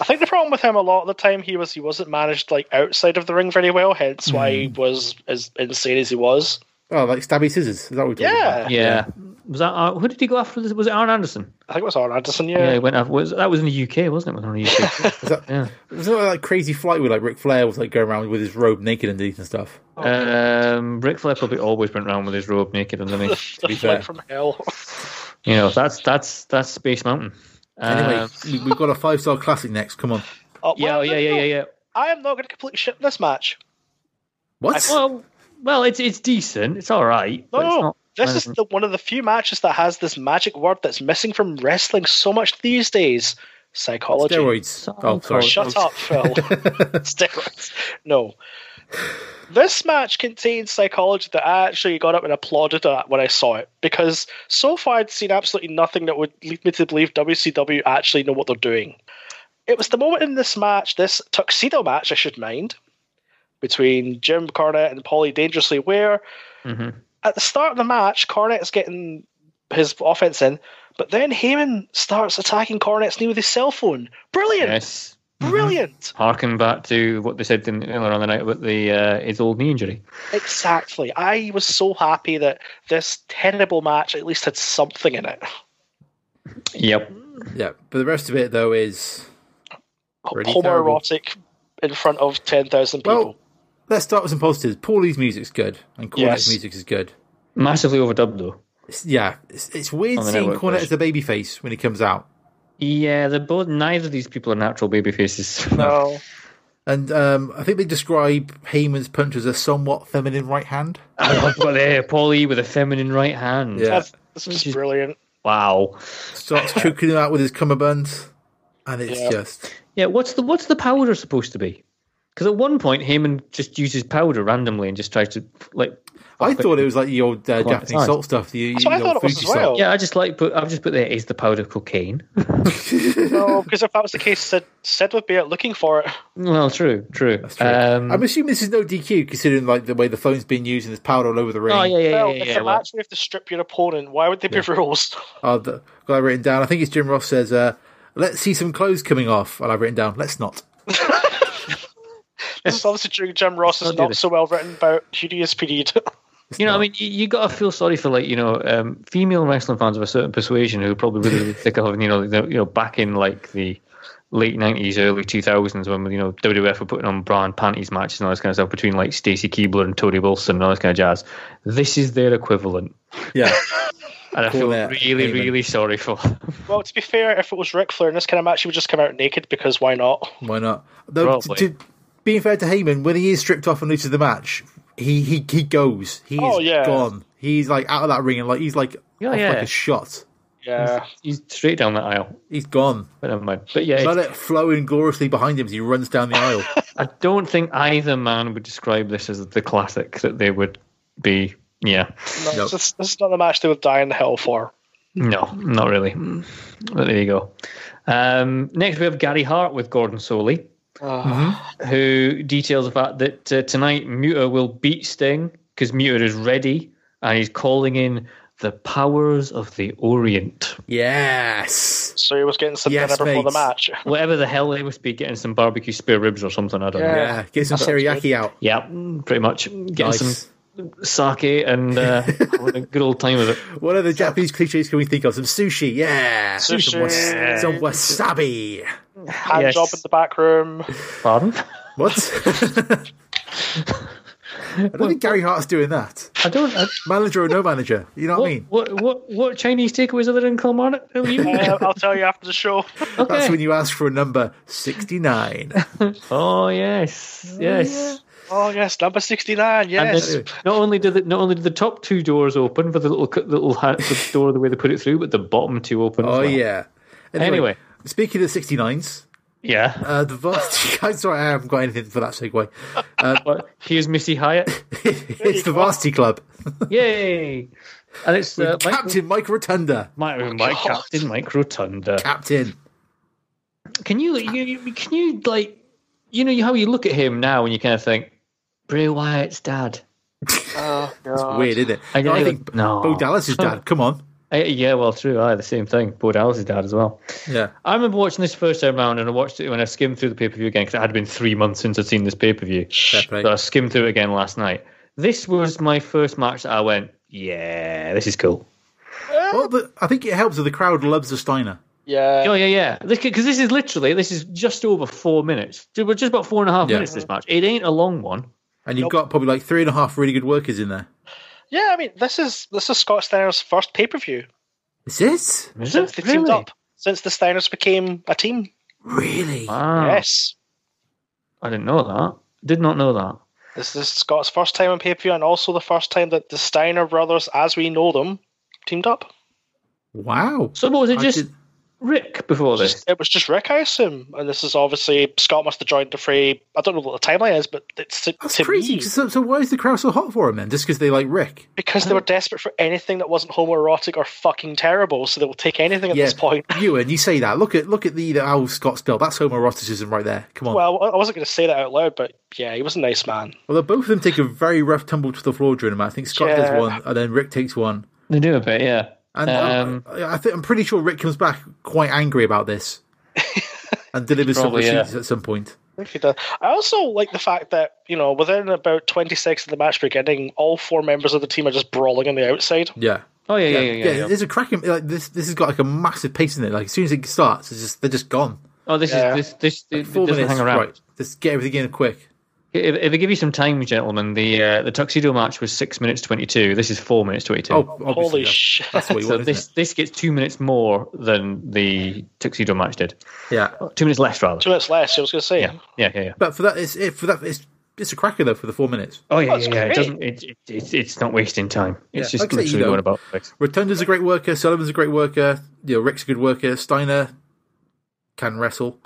I think the problem with him a lot of the time he was he wasn't managed like outside of the ring very well. Hence why he
Mm.
was as insane as he was.
Oh, like stabby scissors. Is that what we're talking about?
Yeah.
Yeah,
Was that uh, who did he go after? Was it Aaron Anderson?
I think it was Arn Anderson.
Yeah, he
Yeah,
went after. Was, that was in the UK, wasn't it? Was on the UK.
Was that,
Yeah.
was that like crazy flight where like Ric Flair was like going around with his robe naked underneath and stuff?
Um, Ric Flair probably always went round with his robe naked underneath.
the
fair.
flight from hell.
you know, that's that's that's Space Mountain.
Anyway,
Um,
we- we've got a five star classic next. Come on.
Oh,
yeah, oh,
well,
yeah, yeah, yeah, yeah.
I am not going to completely ship this match.
What?
Well, well, it's it's decent. It's all right. but it's
No,
not-
this is the, one of the few matches that has this magic word that's missing from wrestling so much these days: psychology.
Steroids. Oh, sorry.
Shut up, Phil. Steroids. No. This match contains psychology that I actually got up and applauded at when I saw it because so far I'd seen absolutely nothing that would lead me to believe WCW actually know what they're doing. It was the moment in this match, this tuxedo match, I should mind, between Jim Cornette and Paulie Dangerously, where
Mhm.
at the start of the match, Cornette's getting his offense in, but then Heyman starts attacking Cornette's knee with his cell phone. Brilliant!
yes.
Mm-hmm. Brilliant!
Harken back to what they said in, earlier on the night about the uh, his old knee injury.
Exactly. I was so happy that this tenable match at least had something in it.
Yep.
Yeah, but the rest of it though is Pretty
Homoerotic in front of 10,000 people.
well. Let's start with some positives. Paulie's music's good, and Cornette's
Yes.
music is good.
Massively overdubbed though.
It's, yeah, it's, it's weird
On the
seeing
network
Cornette as
version.
a babyface when he comes out.
Yeah, they're both. Neither of these people are natural baby faces.
no.
And um, I think they describe Heyman's punch as a somewhat feminine right hand.
I love what they- Paulie with a feminine right hand.
That's, that's just brilliant.
Wow.
Starts choking him out with his cummerbund, and it's
Yeah.
just
Yeah, what's the what's the powder supposed to be? Because at one point, Heyman just uses powder randomly and just tries to like
I thought it was like the old uh,
Quite
Japanese
nice.
salt stuff. The,
That's what I
the
thought
old
it was
Fuji
as
salt.
well.
Yeah, I just like put. I've just put there is the powder cocaine.
No, because if that was the case, Sid, Sid would be out looking for it.
Well, true, true.
true.
Um,
I'm assuming this is no DQ, considering like the way the phone's being used and there's powder all over the ring.
oh yeah, yeah, yeah,
well,
yeah.
if
yeah,
the
well,
match we have to strip your opponent, why would there be rules?
Uh, the, got that written down. I think it's Jim Ross says, uh, "Let's see some clothes coming off." And I've written down, "Let's not."
This is obviously during Jim Ross
Don't
is
do
not
this.
so well written about hideous period.
you know, I mean, you, you got to feel sorry for like you know um, female wrestling fans of a certain persuasion who probably really really sick of you know the, you know back in like the late nineties, early two thousands when you know WWF were putting on bra and panties matches and all this kind of stuff between like Stacy Keebler and Tony Wilson and all this kind of jazz. This is their equivalent,
Yeah,
and I
Call
feel
that
really,
even.
really sorry for. them.
well, to be fair, if it was Ric Flair in this kind of match, he would just come out naked because why not?
why not? Though, to,
Probably.
to- being fair to Heyman, when he is stripped off and loses the match, he he he goes. He's
Oh, yeah.
gone. He's like out of that ring and like he's like
Yeah,
off
yeah.
like a shot.
Yeah.
He's straight down that aisle,
He's gone.
but never mind. But yeah,
Let
it's-
it flow in gloriously behind him as he runs down the aisle.
I don't think either man would describe this as the classic that they would be. Yeah.
No,
Nope.
this, this is not a match they would die in the hell for.
No, not really. But there you go. Um, next, we have Gary Hart with Gordon Soley, who details the fact that uh, tonight Muta will beat Sting because Muta is ready and he's calling in the powers of the Orient.
yes.
So he was getting some
Yes,
dinner before the
mates.
match.
Whatever the hell they must be getting some barbecue spare ribs or something. I don't know.
Yeah, Uh, get some teriyaki out.
Yeah, mm, pretty much getting
Nice.
some sake and uh, having a good old time of it.
What other Japanese cliches can we think of? Some sushi, yeah. Some,
Sushi.
was- some wasabi.
Hand
Yes.
job in the back room.
Pardon?
What? I don't think Gary Hart's doing that.
I don't. I,
Manager or no manager, you know what, I
what,
mean?
what what what Chinese takeaways are there in Kilmarnock? Who are you?
Uh, I'll tell you after the show.
That's
Okay.
when you ask for a number sixty-nine.
Oh yes, yes.
Oh yes, number sixty nine.
And
Yes,
then not only did the, not only did the top two doors open for the little cu- little ha- the door the way they put it through, but the bottom two open. as
oh
well.
yeah.
Anyway.
speaking of sixty-nines,
yeah.
uh, the vast. I'm sorry, I haven't got anything for that segue.
But here's Missy Hyatt.
It's the Varsity Club.
Yay! And it's uh, Mike,
Captain Mike Rotunda.
Mike, Mike Captain Mike Rotunda.
Captain.
Can you, you you- can you like you know how you look at him now and you kind of think Bray Wyatt's dad.
Weird, isn't it?
I
No, I
know.
think
No.
Bo Dallas is dad. Come on.
Uh, yeah, well, true. Aye, the same thing. Bo Dallas' dad as well.
Yeah.
I remember watching this first time round, and I watched it when I skimmed through the pay per view again because it had been three months since I'd seen this pay per view.
Fair
So
play.
I skimmed through it again last night. This was my first match that I went, yeah, this is cool.
Well, the, I think it helps that the crowd loves the Steiner.
yeah.
Oh yeah, yeah. This because this is literally this is just over four minutes. Dude, We're just about four and a half
Yeah.
minutes this match. It ain't a long one.
And you've got probably like three and a half really good workers in there.
Yeah, I mean, this is this is Scott Steiner's first pay per view
Is it?
Is
since
it?
they teamed up. Since the Steiners became a team.
Really?
Wow.
Yes,
I didn't know that. Did not know that.
this is Scott's first time on pay per view, and also the first time that the Steiner brothers, as we know them, teamed up.
Wow.
So what was it?
I
Just
did-
Rick before this.
It was just Rick, I assume, and this is obviously Scott must have joined the fray. I don't know what the timeline is, but it's to,
That's
to
crazy.
me
So, so why is the crowd so hot for him then? Just because they like Rick?
because they were desperate for anything that wasn't homoerotic or fucking terrible, so they will take anything at this point.
you and you say that. Look at look at the, the owl Scott's belt. That's homoeroticism right there. Come on. Well,
Well, I- I wasn't going to say that out loud, but yeah, he was a nice man.
Although both of them take a very rough tumble to the floor during the match. I think Scott does
Yeah.
one, and then Rick takes one.
They do a bit, yeah.
And uh,
Um,
I, I, I think I'm pretty sure Rick comes back quite angry about this, and delivers some
Probably, yeah.
receipts at some point.
If he does- I also like the fact that you know within about twenty seconds of the match beginning, all four members of the team are just brawling on the outside.
Yeah.
Oh yeah, yeah, yeah. yeah, yeah.
There's a cracking like this. This has got like a massive pace in it. Like as soon as it starts, it's just they're just gone.
Oh, this
Yeah.
is this this it
Four
doesn't
minutes,
hang around.
right? Just get everything in quick.
If, if I give you some time, gentlemen, the uh, the tuxedo match was six minutes twenty two. This is four minutes twenty two.
Oh, obviously,
Holy
yeah.
shit!
That's what you
so
want,
this
isn't
this gets two minutes more than the tuxedo match did.
it? Yeah.
Two minutes less, rather.
Two minutes less. I was going to say.
Yeah, yeah, yeah. yeah.
But for that, it's it, for that, it's it's a cracker though for the four minutes.
Oh yeah,
it's
yeah. yeah. It
great.
doesn't. It, it, it's it's not wasting time. It's
Yeah.
just
I'd say, you
literally
know-
going about. the place.
Rotunda's a great worker. Sullivan's a great worker. You know, Rick's a good worker. Steiner can wrestle.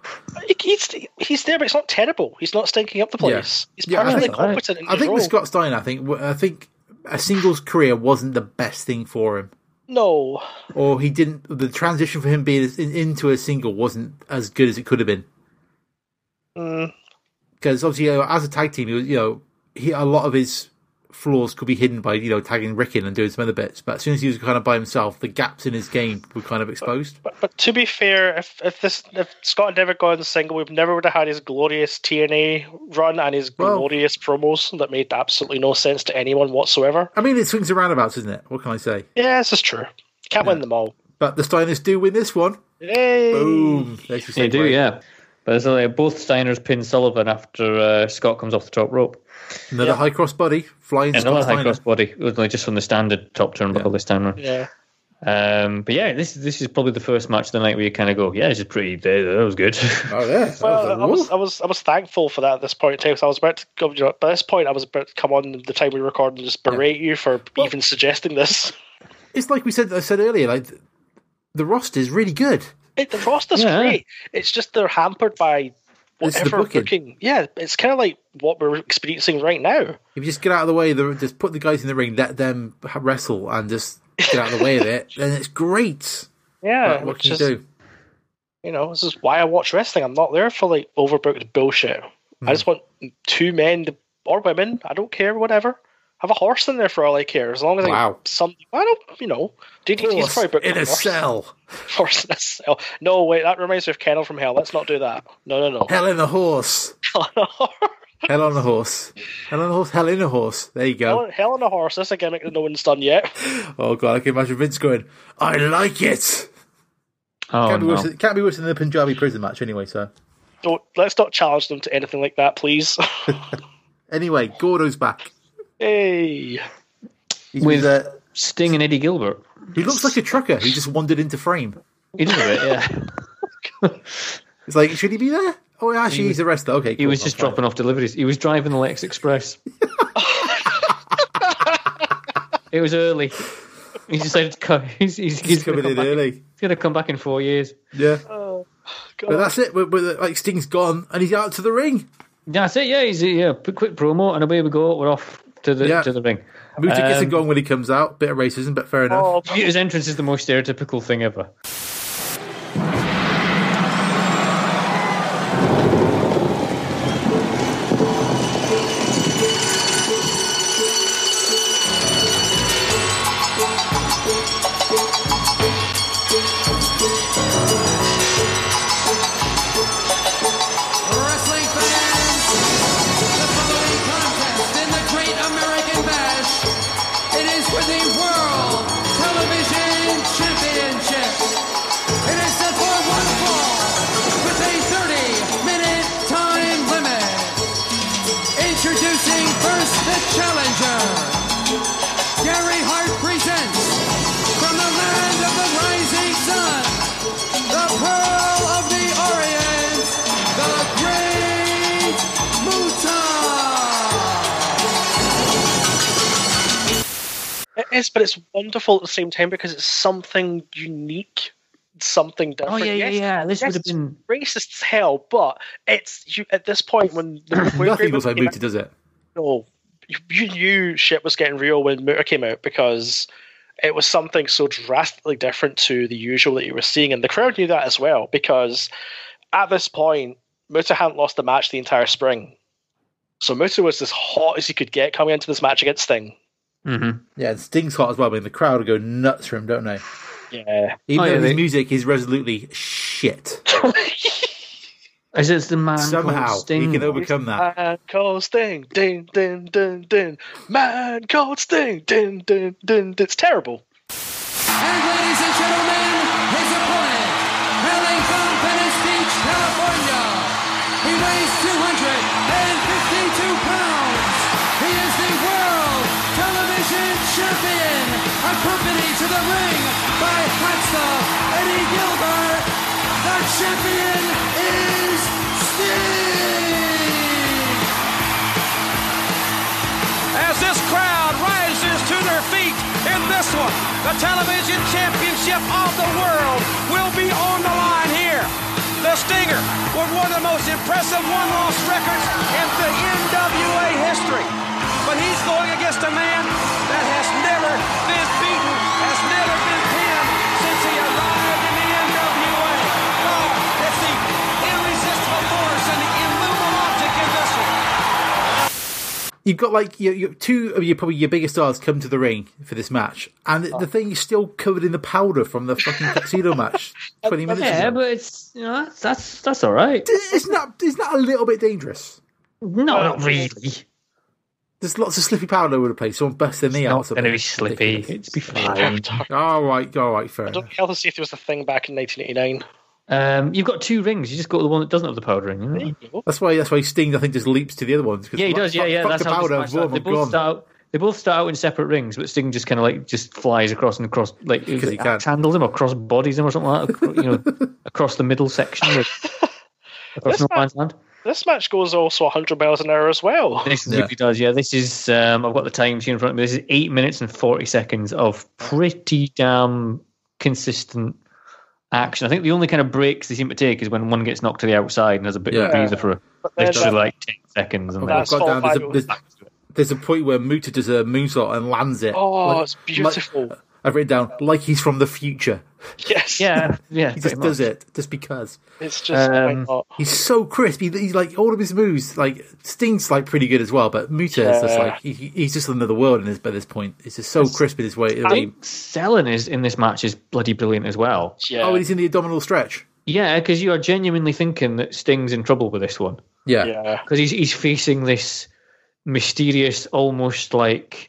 He's he's there, but it's not terrible. He's not stinking up the place. He's
Yeah, I
perfectly
think-
competent in
I
his
think
role.
with Scott Steiner, I think I think a singles career wasn't the best thing for him,
No.
or he didn't. The transition for him being in, into a single wasn't as good as it could have been. Because obviously, you know, as a tag team, he was, you know, he a lot of his flaws could be hidden by you know tagging Rick in and doing some other bits. But as soon as he was kind of by himself, the gaps in his game were kind of exposed.
But, but to be fair, if if this if Scott had never gone single, we've never would have had his glorious TNA run and his
Well-
glorious promos that made absolutely no sense to anyone whatsoever.
I mean, it swings and roundabouts, isn't it? What can I say?
Yeah, this is true. Can't win them all.
But the Steiners do win this one.
Yay.
Boom. There's your
They do,
segue.
yeah. But so they both Steiners pin Sullivan after uh, Scott comes off the top rope.
Another high cross body, flying
Another
Scott
high cross
Steiner.
body, only just from the standard top turnbuckle this time round.
Yeah.
Um, but yeah, this this is probably the first match of the night where you kind of go, yeah, this is pretty. uh, That that was good.
Oh yeah, that was
Well,
a-
Uh, I was,
Ooh.
I was, I was thankful for that at this point in time. 'cause I was about to go. You know, by this point, I was about to come on the time we record and just berate you for even suggesting this.
It's like we said. I said earlier, like th- the roster is really good.
It, the roster's
Yeah.
great. It's just they're hampered by
It's the
whatever
booking.
booking. Yeah, it's kind of like what we're experiencing right now.
If you just get out of the way, the, just put the guys in the ring, let them h- wrestle, and just get out of the way of it, then it's great.
Yeah,
But what
which
can you
is
do?
you know this is why I watch wrestling. I'm not there for like overbooked bullshit.
Hmm.
I just want two men to, or women. I don't care. Whatever. Have a horse in there for all I care. As long as I
Wow.
some. I don't. You know. DDT's probably booked
in
with
a
horse.
cell,
horse in a cell. No, wait, that reminds me of Kennel from Hell. Let's not do that. No, no, no.
hell in a horse, hell on a horse, hell on a horse, hell in a horse. There you
Oh.
Hell,
go.
on- Hell on a horse. That's a gimmick that no one's done yet.
Oh god, I can imagine Vince going, "I like it."
oh,
Can't be, worse
no.
than, can't be worse than the Punjabi prison match anyway. So
Don't, let's not challenge them to anything like that, please.
anyway, Gordo's back.
hey.
He's
With-
with, uh,
Sting and Eddie Gilbert.
he looks like a trucker. He just wandered into frame.
He did a bit, yeah.
It's like, should he be there? Oh, yeah, actually, he's a wrestler. Okay,
He was just dropping off deliveries. He was driving the Lex Express. it was early. He decided to come. He's, he's, he's,
He's
gonna
coming
come
in
back-
early.
He's going to come back in four years.
Yeah,
God.
but that's it. We're, we're, like Sting's gone, and he's out to the ring.
That's it. Yeah, he's yeah. p- Quick promo, and away we go. We're off to the
Yeah.
to the ring.
Muta gets
Um,
it going when he comes out. Bit of racism, but fair enough.
Oh,
His entrance is the most stereotypical thing ever.
Wrestling fans, the following contest in the Great American Bash, it is for the World Television Championship. It is set for one fall with a 30-minute time limit. Introducing first the challenger. Gary Hart presents from the land of the rising sun, the pearl of the Orient, the great Muta.
it is, but it's wonderful at the same time because it's something unique, something
Oh
different.
yeah, yeah,
Yes,
yeah. This
yes,
would have been
it's racist as hell, but it's you at this point when the when
Nothing
Raven
looks like
came out-
Muta, does it?
no, you- you knew shit was getting real when Muta came out because it was something so drastically different to the usual that you were seeing, and the crowd knew that as well because at this point Muta hadn't lost the match the entire spring, so Muta was as hot as he could get coming into this match against Sting.
Yeah, and Sting's hot as well. I mean, the crowd go nuts for him, don't they?
Yeah,
Even
Oh, yeah,
though
they-
his music is resolutely shit.
as it's the man called
Somehow
Sting.
he can overcome that.
man called Sting, ding ding ding ding, man called Sting, ding ding ding. It's terrible.
And ladies and gentlemen, his opponent, hailing from Venice Beach, California. He weighs 252 pounds. He is the world television champion, accompanied to the ring by Hotsta Eddie Gilbert. The champion is Sting.
As this crowd rises to their feet in this one, the television championship of the world will be on the line here. The Stinger with one of the most impressive one-loss records in the NWA history. But he's going against a man that
you've got like your, your two of your probably your biggest stars come to the ring for this match, and the, the thing is still covered in the powder from the fucking tuxedo match twenty minutes
Yeah,
ago.
but it's you know that's that's, that's all right.
isn't that isn't that a little bit dangerous?
No, not really.
There's lots of slippy powder over the place. Someone busts their knee out. or
Not going to be
something.
slippy.
Ridiculous.
It's be fine.
All right, all right, fair
Don't
enough.
hell see if there was a thing back in 1989.
Um, you've got two rings. You just go to the one that doesn't have the powder ring. isn't it?
That's why that's why Sting I think just leaps to the other ones. 'cause
Yeah, he
fuck-
does. Yeah,
fuck-
yeah.
Fuck
That's
the
how
powder.
this match starts.
boom,
they
I'm
both
gone.
start out. They both start out in separate rings, but Sting just kind of like just flies across and across, like
'Cause he can.
handles him or cross bodies him or something like that. acro- You know, across the middle section, of, across no man's land.
This match goes also 100 miles an hour as well.
This
Yeah.
really does. Yeah, this is. Um, I've got the time machine in front of me. This is eight minutes and forty seconds of pretty damn consistent action. I think the only kind of breaks they seem to take is when one gets knocked to the outside and there's a bit
Yeah.
of breather for
then
literally
that-
like ten seconds. And
Oh,
then
That's
God damn,
all
there's, a, there's, there's a point where Muta does a moonsault and lands it.
Oh,
Like-
it's beautiful.
I've written down like he's from the future.
Yes.
uh, yeah, yeah.
He just does it just because
It's just
Um,
why not?
he's so crisp. He, he's like all of his moves. Like Sting's like pretty good as well, but Muta is just
Yeah.
like he, he- he's just another world in this. By this point, it's just so crisp in his way.
I think Selling is in this match is bloody brilliant as well.
Yeah.
Oh, and he's in the abdominal stretch.
Yeah, because you are genuinely thinking that Sting's in trouble with this one
Yeah,
yeah.
because he's he's facing this mysterious, almost like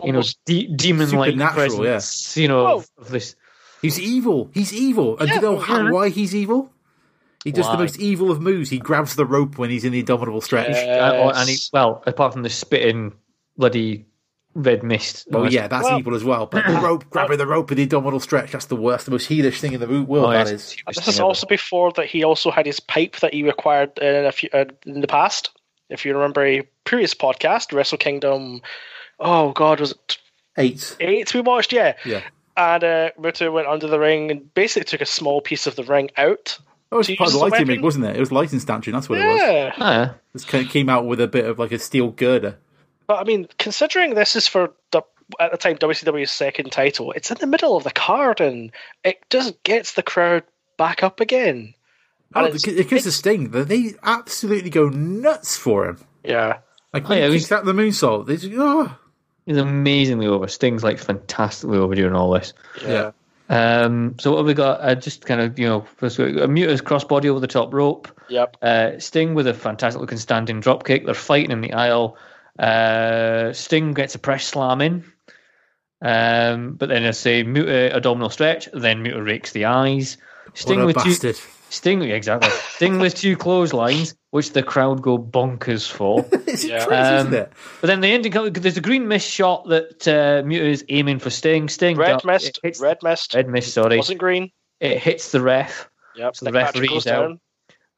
you know,
Almost
de- demon-like
supernatural, yeah.
presence. You
Oh.
know, of, of this.
he's evil. He's evil. And do you know how, why he's evil? He does the
Why?
most evil of moves. He grabs the rope when he's in the abdominal stretch.
Uh, or- and he,
Yes.
well, apart from the spitting bloody red mist.
Oh
Well,
yeah, that's evil as well. But the rope, grabbing the rope in the abdominal stretch—that's the worst, the most heelish thing in the world.
Oh, yeah,
that
it's
is.
the
This
stupidest
is
thing
also before that he also had his pipe that he required in, a few, uh, in the past. If you remember a previous podcast, Wrestle Kingdom, oh god, was it
Eight.
eight we watched? Yeah.
Yeah.
And uh, Muta went under the ring and basically took a small piece of the ring out.
That was
To
part of the
use the
lighting rig,
weapon?
wasn't it? It was lighting stanchion. That's what it was.
Yeah.
ever. Yeah.
This kind of came out with a bit of like a steel girder.
But I mean, considering this is for the at the time WCW's second title, it's in the middle of the card and it just gets the crowd back up again.
Oh,
And it's-
because because the Sting, they- they absolutely go nuts for him.
Yeah.
Like
Oh,
when
yeah,
he
we-
kicks out the moonsault, they just, oh.
He's amazingly over. Sting's like fantastically over during all this.
yeah.
Um, so what have we got? Uh, just kind of you know, first we got a Muta's crossbody over the top rope.
Yep.
Uh, Sting with a fantastic looking standing dropkick. They're fighting in the aisle. Uh, Sting gets a press slam in. Um, but then I say Muta abdominal stretch. Then Muta rakes the eyes. Sting
What a
with two,
bastard.
Sting yeah, exactly. Sting with two clotheslines, which the crowd go bonkers for.
It's crazy,
Um,
isn't it?
But then the ending comes. There's a green mist shot that uh, Muta is aiming for Sting. Sting
Red
dart-
mist.
uh, it hits-
Red mist.
red mist. Sorry,
wasn't green.
it hits the ref.
Yep.
So the referee
match
is
goes
out.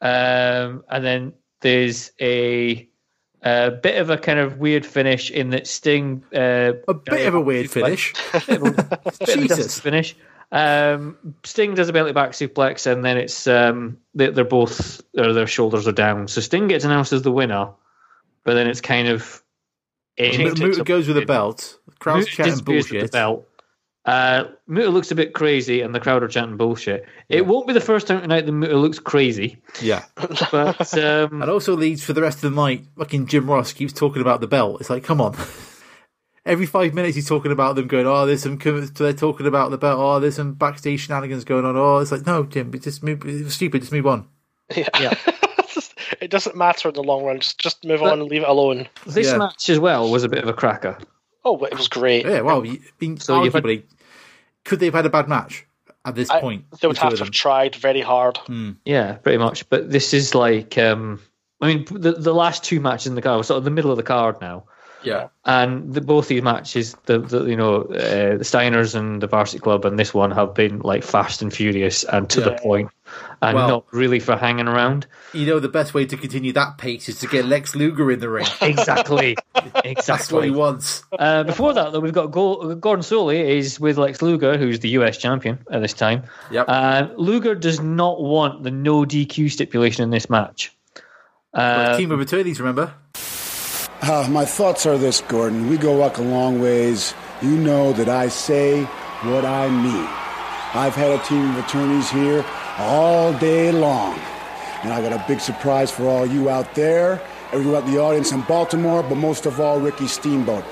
Um, and then there's a, a bit of a kind of weird finish in that Sting uh,
A bit of a weird finish. Jesus.
finish. Um, Sting does a belly back suplex, and then it's um, they, they're both or their shoulders are down. So Sting gets announced as the winner, but then it's kind of
M- Muta goes with a belt. Crowd's
Muta
chatting
disappears with the
bullshit.
belt. Uh, Muta looks a bit crazy, and the crowd are chanting bullshit. It won't be the first time tonight that Muta looks crazy,
Yeah.
but um,
That also leads for the rest of the night. Fucking Jim Ross keeps talking about the belt. It's like, come on. Every five minutes, he's talking about them going, oh, there's some, com- they're talking about the belt, oh, there's some backstage shenanigans going on. Oh, it's like, no, Jim, just move, it's stupid, just move on.
it doesn't matter in the long run. Just just move on and leave it alone.
This
Yeah.
match as well was a bit of a cracker.
Oh, but it was great.
Yeah, well, you, being
So you've had-
arguably, could they have had a bad match at this
I-
point?
They would
the two
have
of
to
them?
have tried very hard.
Hmm.
Yeah, pretty much. But this is like, um, I mean, the the last two matches in the card were sort of the middle of the card now,
yeah.
and the, both these matches, the, the you know uh, the Steiners and the Varsity Club and this one have been like fast and furious and to the
Yeah.
point, and
Well-
not really for hanging around.
You know, the best way to continue that pace is to get Lex Luger in the ring.
Exactly,
That's what he
exactly.
wants.
Uh, before that, though, we've got Gol- Gordon Soley is with Lex Luger, who's the US champion at this time.
Yep.
Uh, Luger does not want the no DQ stipulation in this match.
But
Uh,
team of attorneys, remember?
Uh, my thoughts are this, Gordon. We go walk a long ways. You know that I say what I mean. I've had a team of attorneys here all day long. And I got a big surprise for all you out there. everyone at the audience in Baltimore, but most of all, Ricky Steamboat.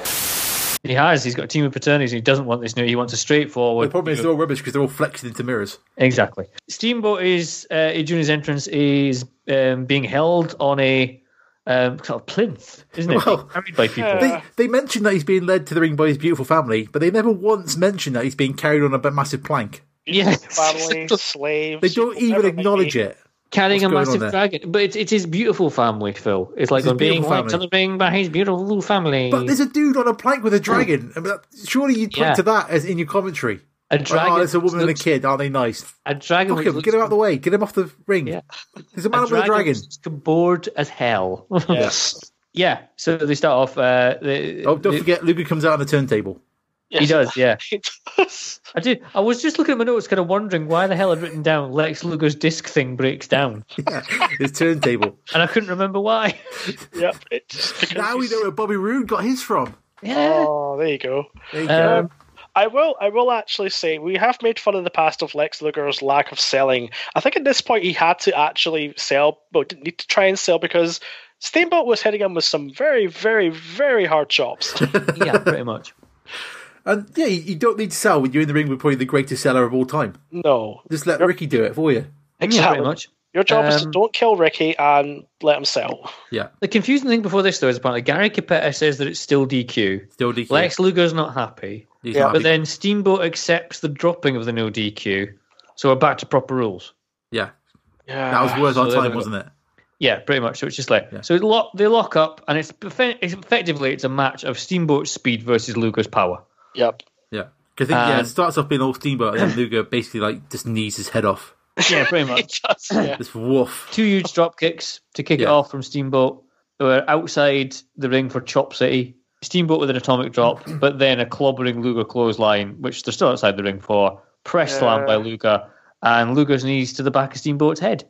He has. He's got a team of fraternities. And he doesn't want this new. He wants a straightforward.
The problem is they're all rubbish because they're all flexed into mirrors.
Exactly. Steamboat is uh, during his entrance is um, being held on a um, sort of plinth, isn't it?
Well,
carried by people.
Uh,
They they mention that he's being led to the ring by his beautiful family, but they never once mention that he's being carried on a b- massive plank.
yes.
Family, slaves.
They don't even acknowledge it.
Carrying a
What's
massive
going on there?
dragon, but it's it's his beautiful family, Phil. It's like
his
I'm being
beautiful
led to the
family.
ring by his beautiful family.
But there's a dude on a plank with a dragon. I mean, that- surely you'd point
Yeah.
to that as in your commentary.
a
Like,
dragon.
oh, there's a woman and a
looks-
kid. Aren't they nice?
A dragon.
Fuck
which
him.
looks
Get him out of the way. Get him off the ring.
Yeah.
There's a man with a dragon.
which looks bored as hell.
Yes.
yeah. So they start off. Uh, the,
Oh, don't
the-
forget, Luger comes out on the turntable.
He does. Yeah.
It does.
I did. I was just looking at my notes, kind of wondering why the hell I'd written down Lex Luger's disc thing breaks down,
Yeah, his turntable.
and I couldn't remember why.
Yep. It just because
now we
he's-
know where Bobby Roode got his from.
Yeah.
Oh, there you go.
There you go.
Um,
I will. I will actually say we have made fun in the past of Lex Luger's lack of selling. I think at this point he had to actually sell, but didn't need to try and sell because Steamboat was hitting him with some very, very, very hard chops.
yeah. Pretty much.
And yeah, you, you don't need to sell when you're in the ring with probably the greatest seller of all time.
no,
Just let Ricky do it for you.
Yeah,
exactly.
pretty much.
Your job is to
Um,
don't kill Ricky and let him sell.
Yeah,
The confusing thing before this though is apparently Gary Capetta says that it's still DQ.
still DQ.
Lex Luger's not happy,
He's
Yeah,
but
not happy.
then Steamboat accepts the dropping of the no DQ, so we're back to proper rules.
yeah,
Yeah,
that was worth our
so there we
time,
go.
wasn't it?
Yeah, pretty much. So it's just like
Yeah.
so it lock, they lock up, and it's, effe- it's effectively it's a match of Steamboat's speed versus Luger's power.
yep.
Yeah, because yeah,
Um,
it starts off being all steamboat, and then Luger basically like just knees his head off.
Yeah, pretty much.
It does. Yeah.
This woof.
two huge drop kicks to kick it
Yeah.
off from Steamboat. They were outside the ring for Chop City. Steamboat with an atomic drop, but then a clobbering Luger clothesline, which they're still outside the ring for. Press slam by Luger, and Luger's knees to the back of Steamboat's head.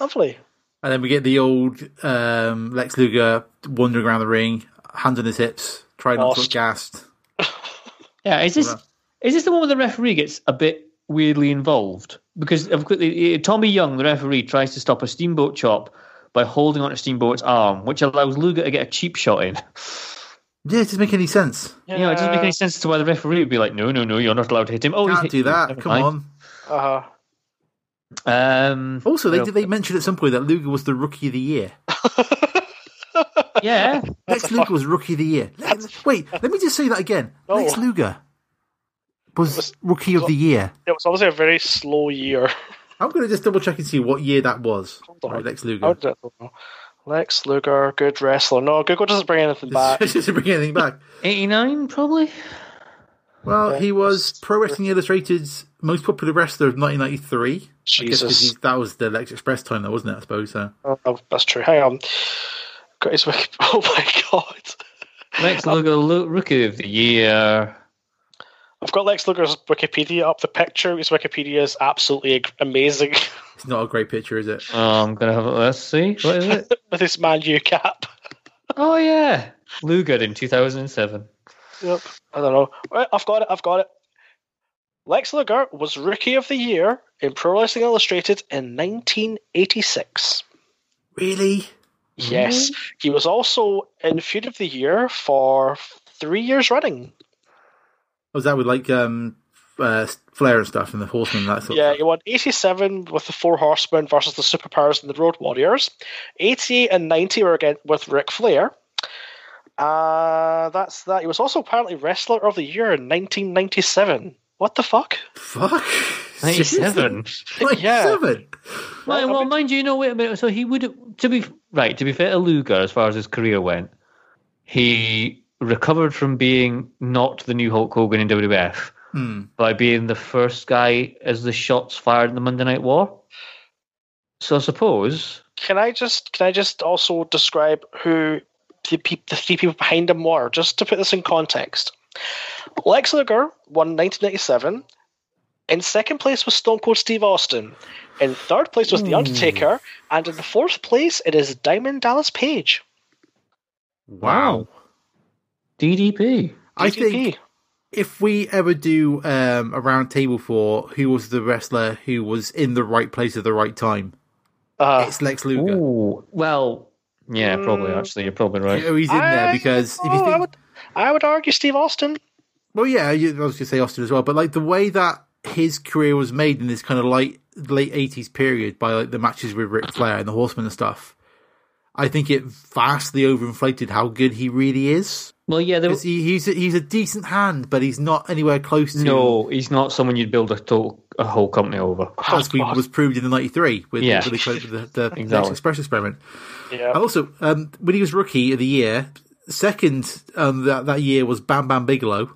Lovely.
And then we get the old um, Lex Luger wandering around the ring, hands on his hips, trying not to look
Lost.
gassed.
Yeah, is this is this the one where the referee gets a bit weirdly involved? Because of course, eh, Tommy Young, the referee, tries to stop a Steamboat chop by holding onto Steamboat's arm, which allows Luger to get a cheap shot in.
Yeah, it doesn't make any sense.
Yeah.
You know, it doesn't make any sense as to why the referee would be like, no, no, no, you're not allowed to hit him. Oh, he's
Can't
hit
do
you.
that.
Never
Come
mind.
on.
Uh-huh.
Um,
Also, they
Well-
did they mentioned at some point that Luger was the rookie of the year.
yeah,
Lex Luger was rookie of the year. Lex- Wait, let me just say that again.
Oh.
Lex Luger was rookie of the year.
It was obviously a very slow year.
I'm going to just double check and see what year that was.
on.
Right, Lex
I
Luger.
don't know. Lex Luger, good wrestler. No, Google doesn't bring anything back.
Just to bring anything back.
89 probably.
Well, he was Pro Wrestling Illustrated's most popular wrestler of 1993. I guess 'cause
Jesus.
he- that was the Lex Express time, though, wasn't it? I suppose so.
Oh, that's true. Hang on. Got his wiki. Oh my god.
Lex Luger, Lu- Rookie of the Year.
I've got Lex Luger's Wikipedia up. The picture his Wikipedia is absolutely ag- amazing
It's not a great picture, is it?
Oh, I'm gonna have a let's see. What is it?
with his Man U cap.
oh yeah, Luger in 2007.
Yep. I don't know. Right, I've got it. I've got it. Lex Luger was Rookie of the Year in Pro Wrestling Illustrated in 1986.
Really?
Yes. He was also in Feud of the Year for three years running.
Was that with like um, uh, Flair and stuff and the Horsemen and that sort
Yeah,
of
he won 87 with the Four Horsemen versus the Superpowers and the Road Warriors. 88 and 90 were again with Ric Flair. Uh, that's that. He was also apparently Wrestler of the Year in 1997. What the fuck?
stuff? Fuck.
97.
Yeah.
97?
Well,
Well, I
well,
mean-
mind you, no, wait a minute. So he would to be right. To be fair to Luger, as far as his career went, he recovered from being not the new Hulk Hogan in WWF
Hmm.
by being the first guy as the shots fired in the Monday Night War. So I suppose
Can I just can I just also describe who the, peop the three people behind him were, just to put this in context? Lex Luger won 1997. In second place was Stone Cold Steve Austin. In third place
Hmm.
was The Undertaker, and in the fourth place it is Diamond Dallas Page.
Wow.
DDP.
I
DDP.
think if we ever do um, a round table for who was the wrestler who was in the right place at the right time,
Uh,
it's Lex Luger.
Ooh, well, Yeah, probably.
Hmm.
Actually, you're probably right.
Oh, he's in there
I-
because if you
oh,
think,
I would, I would argue Steve Austin.
well, yeah, you, I was going to say Austin as well, but like the way that his career was made in this kind of like late eighties period by like the matches with Ric Flair and the Horsemen and stuff, I think it vastly overinflated how good he really is.
Well, yeah, there,
'Cause He, he's a, he's a decent hand, but he's not anywhere close to
no, he's not someone you'd build a total a whole company over.
as we was proved in the '93 with,
Yeah.
with the, with the, the
Exactly.
Express experiment.
Yeah.
Also, um, when he was rookie of the year, second um, that that year was Bam Bam Bigelow,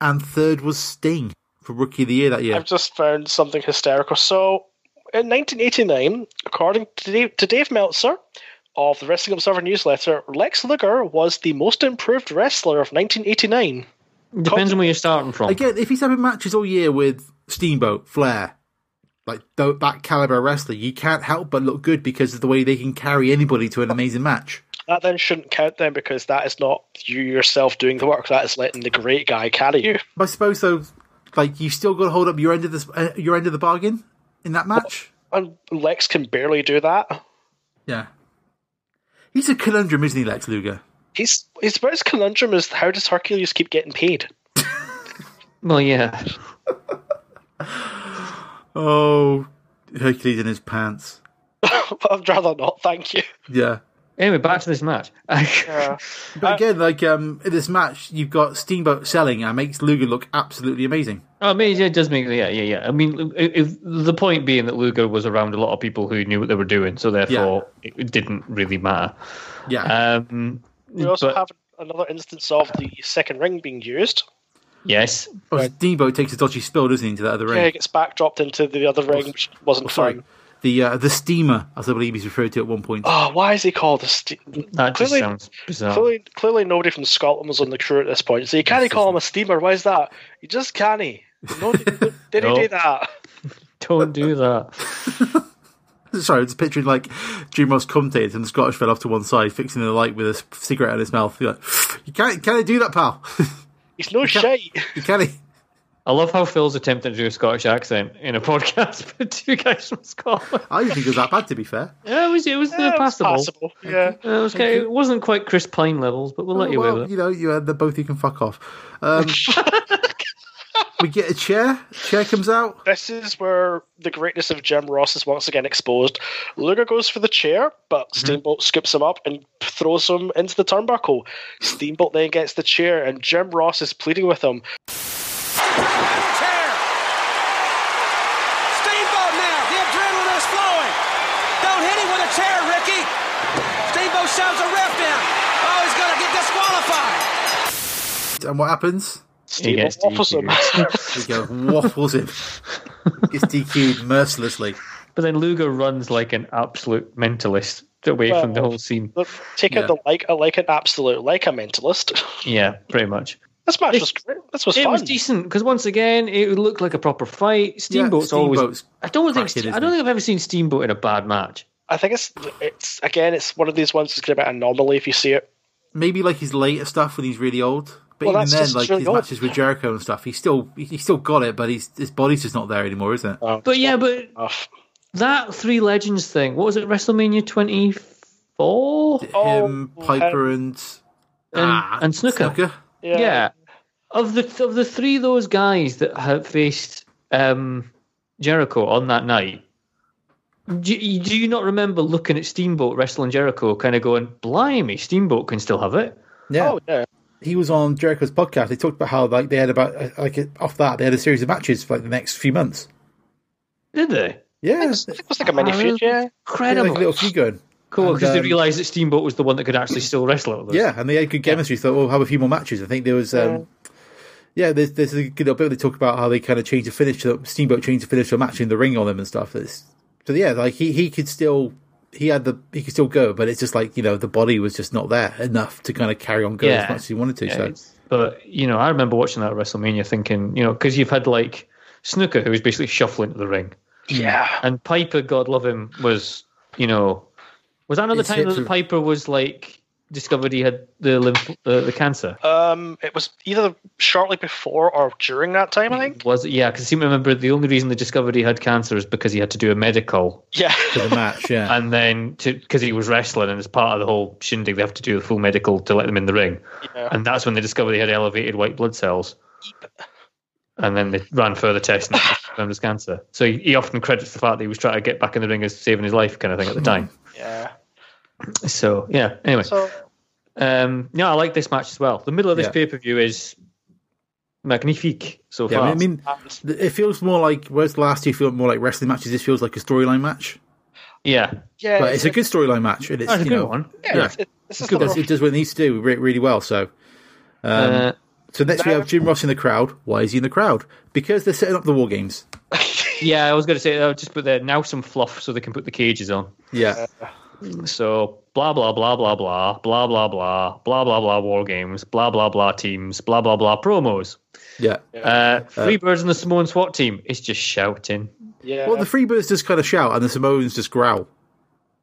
and third was Sting for rookie of the year that year.
I've just found something hysterical. So, in 1989, according to Dave, to Dave Meltzer of the Wrestling Observer newsletter, Lex Luger was the most improved wrestler of 1989.
Depends on where you're starting from.
Again, if he's having matches all year with Steamboat, Flair, like tho- that caliber wrestler, you can't help but look good because of the way they can carry anybody to an amazing match.
That then shouldn't count then because that is not you yourself doing the work. That is letting the great guy carry you.
But I suppose though, like you still got to hold up your end of this uh, your end of the bargain in that match.
And Lex can barely do that.
Yeah, he's a conundrum, isn't he, Lex Luger?
He's his biggest conundrum is how does Hercules keep getting paid?
Well, yeah,
Oh, Hercules in his pants.
I'd rather not, thank you.
Yeah.
Anyway, back to this match. uh,
But again, like um, in this match, you've got Steamboat selling and makes Luger look absolutely amazing.
I mean, yeah, it does make yeah, yeah, yeah. I mean, if, the point being that Luger was around a lot of people who knew what they were doing, so therefore it didn't really matter.
Yeah.
Um,
We also
but-
have another instance of the second ring being used.
yes,
Well, Steamboat takes a dodgy spill, doesn't he, into that other
Yeah, he
ring?
gets backdropped into the other ring, which wasn't
Sorry.
fun.
The uh, the steamer, as I believe he's referred to at one point.
Oh, why is he called a ste
that just
Clearly-
sounds bizarre.
Clearly, clearly, nobody from Scotland was on the crew at this point, so you can't call him a steamer. Why is that? You just can't. No, did he
No.
do that?
Don't do that.
Sorry, I was picturing like Jim Ross Comte and the Scottish fell off to one side, fixing the light with a s- cigarette in his mouth. You're like, you can't, can't do that, pal.
He's no shite.
you can't.
I love how Phil's attempting to do a Scottish accent in a podcast with two guys from Scotland.
I didn't think it was that bad, to be fair.
Yeah, it was it was
Yeah,
uh,
it was
passable.
passable, Yeah.
Uh, it, was okay. it wasn't quite Chris Pine levels, but we'll
Oh,
let you
well,
with it.
you know, you uh, the both you can fuck off. Um, we get a chair. Chair comes out.
This is where the greatness of Jim Ross is once again exposed. Luger goes for the chair, but Steamboat scoops him up and throws him into the turnbuckle. Steamboat then gets the chair, and Jim Ross is pleading with him.
Chair. Steamboat now. The adrenaline is flowing. Don't hit him with a chair, Ricky. Steamboat shoves a ref down. Oh, he's going to get disqualified.
And what happens?
Steamboat
gets
waffles him.
He goes waffles him. Gets DQ'd mercilessly.
But then Luger runs like an absolute mentalist away from the whole scene.
Look, Take out
Yeah.
the like, I like an absolute, like a mentalist.
Yeah, pretty much.
This match was great. This was
It
fun.
was decent because once again, it looked like a proper fight. Steamboat's, always.
Steamboat's
I don't think.
cracking,
Ste- I
isn't
don't
he?
think I've ever seen Steamboat in a bad match.
I think it's it's again it's one of these ones that's going to be an anomaly if you see it.
Maybe like his later stuff when he's really old. But
Well,
even
that's
then,
just
like
really
his
old.
matches with Jericho and stuff, he's still he- he's still got it, but he's, his body's just not there anymore, is it?
But yeah, but
Enough.
that three legends thing. What was it? WrestleMania twenty four and,
Him,
oh,
Piper, and ah,
and Snooker. Yeah. Of the of the three of those guys that have faced um, Jericho on that night, do, you- do you not remember looking at Steamboat wrestling Jericho, kind of going, "Blimey, Steamboat can still have it."
Yeah.
Oh yeah.
he was on Jericho's podcast. They talked about how like they had about uh, like off that they had a series of matches for like the next few months.
Did they?
Yeah,
It was like a mini feud, yeah.
Yeah,
Incredible.
like a little feud going.
cool,
and,
because they
um,
realised that Steamboat was the one that could actually still wrestle. at those.
Yeah, and they had good chemistry. Thought we'll have a few more matches. I think there was, um, yeah, there's, there's a good little bit where they talk about how they kind of changed the finish. that Steamboat changed the finish to a match in the ring on them and stuff. It's, so yeah, like he he could still he had the he could still go, but it's just like you know the body was just not there enough to kind of carry on going
Yeah.
as much as he wanted to.
Yeah,
so
it's- But you know, I remember watching that at WrestleMania, thinking, you know, because you've had like Snooker, who was basically shuffling to the ring,
Yeah.
and Piper, God love him, was you know, was that another
His
time
hips
that
were-
Piper was like discovered he had the lymph, the, the cancer?
Um, it was either shortly before or during that time, I think.
Was it? Yeah, because I seem to remember the only reason they discovered he had cancer is because he had to do a medical,
Yeah.
for the match. Yeah,
and then because he was wrestling, and as part of the whole shindig, they have to do the full medical to let them in the ring,
Yeah.
and that's when they discovered he had elevated white blood cells, and then they ran further tests and confirmed his cancer. So he, he often credits the fact that he was trying to get back in the ring as saving his life, kind of
Hmm.
thing at the time.
yeah.
So yeah, anyway.
So
Um, no, I like this match as well. The middle of this
Yeah.
pay per view is magnifique so
yeah.
far.
I mean, I mean, it feels more like whereas the last two feel more like wrestling matches. This feels like a storyline match,
yeah,
yeah,
but it's a good storyline match, and it's,
Oh, it's a
you
good
know,
one.
Yeah,
it- this is
It, does,
the
it does what it needs to do re- really well. So, um,
Uh,
so next we have Jim Ross in the crowd. Why is he in the crowd? Because they're setting up the war games.
yeah, I was going to say I'll just put there now some fluff so they can put the cages on.
Yeah,
So blah blah blah blah blah blah blah blah blah blah blah war games blah blah blah teams blah blah blah promos.
yeah.
Uh, Freebirds and the Samoan SWAT team is just shouting.
yeah. Oh,
Well, the Freebirds just kind of shout, and the Samoans just growl.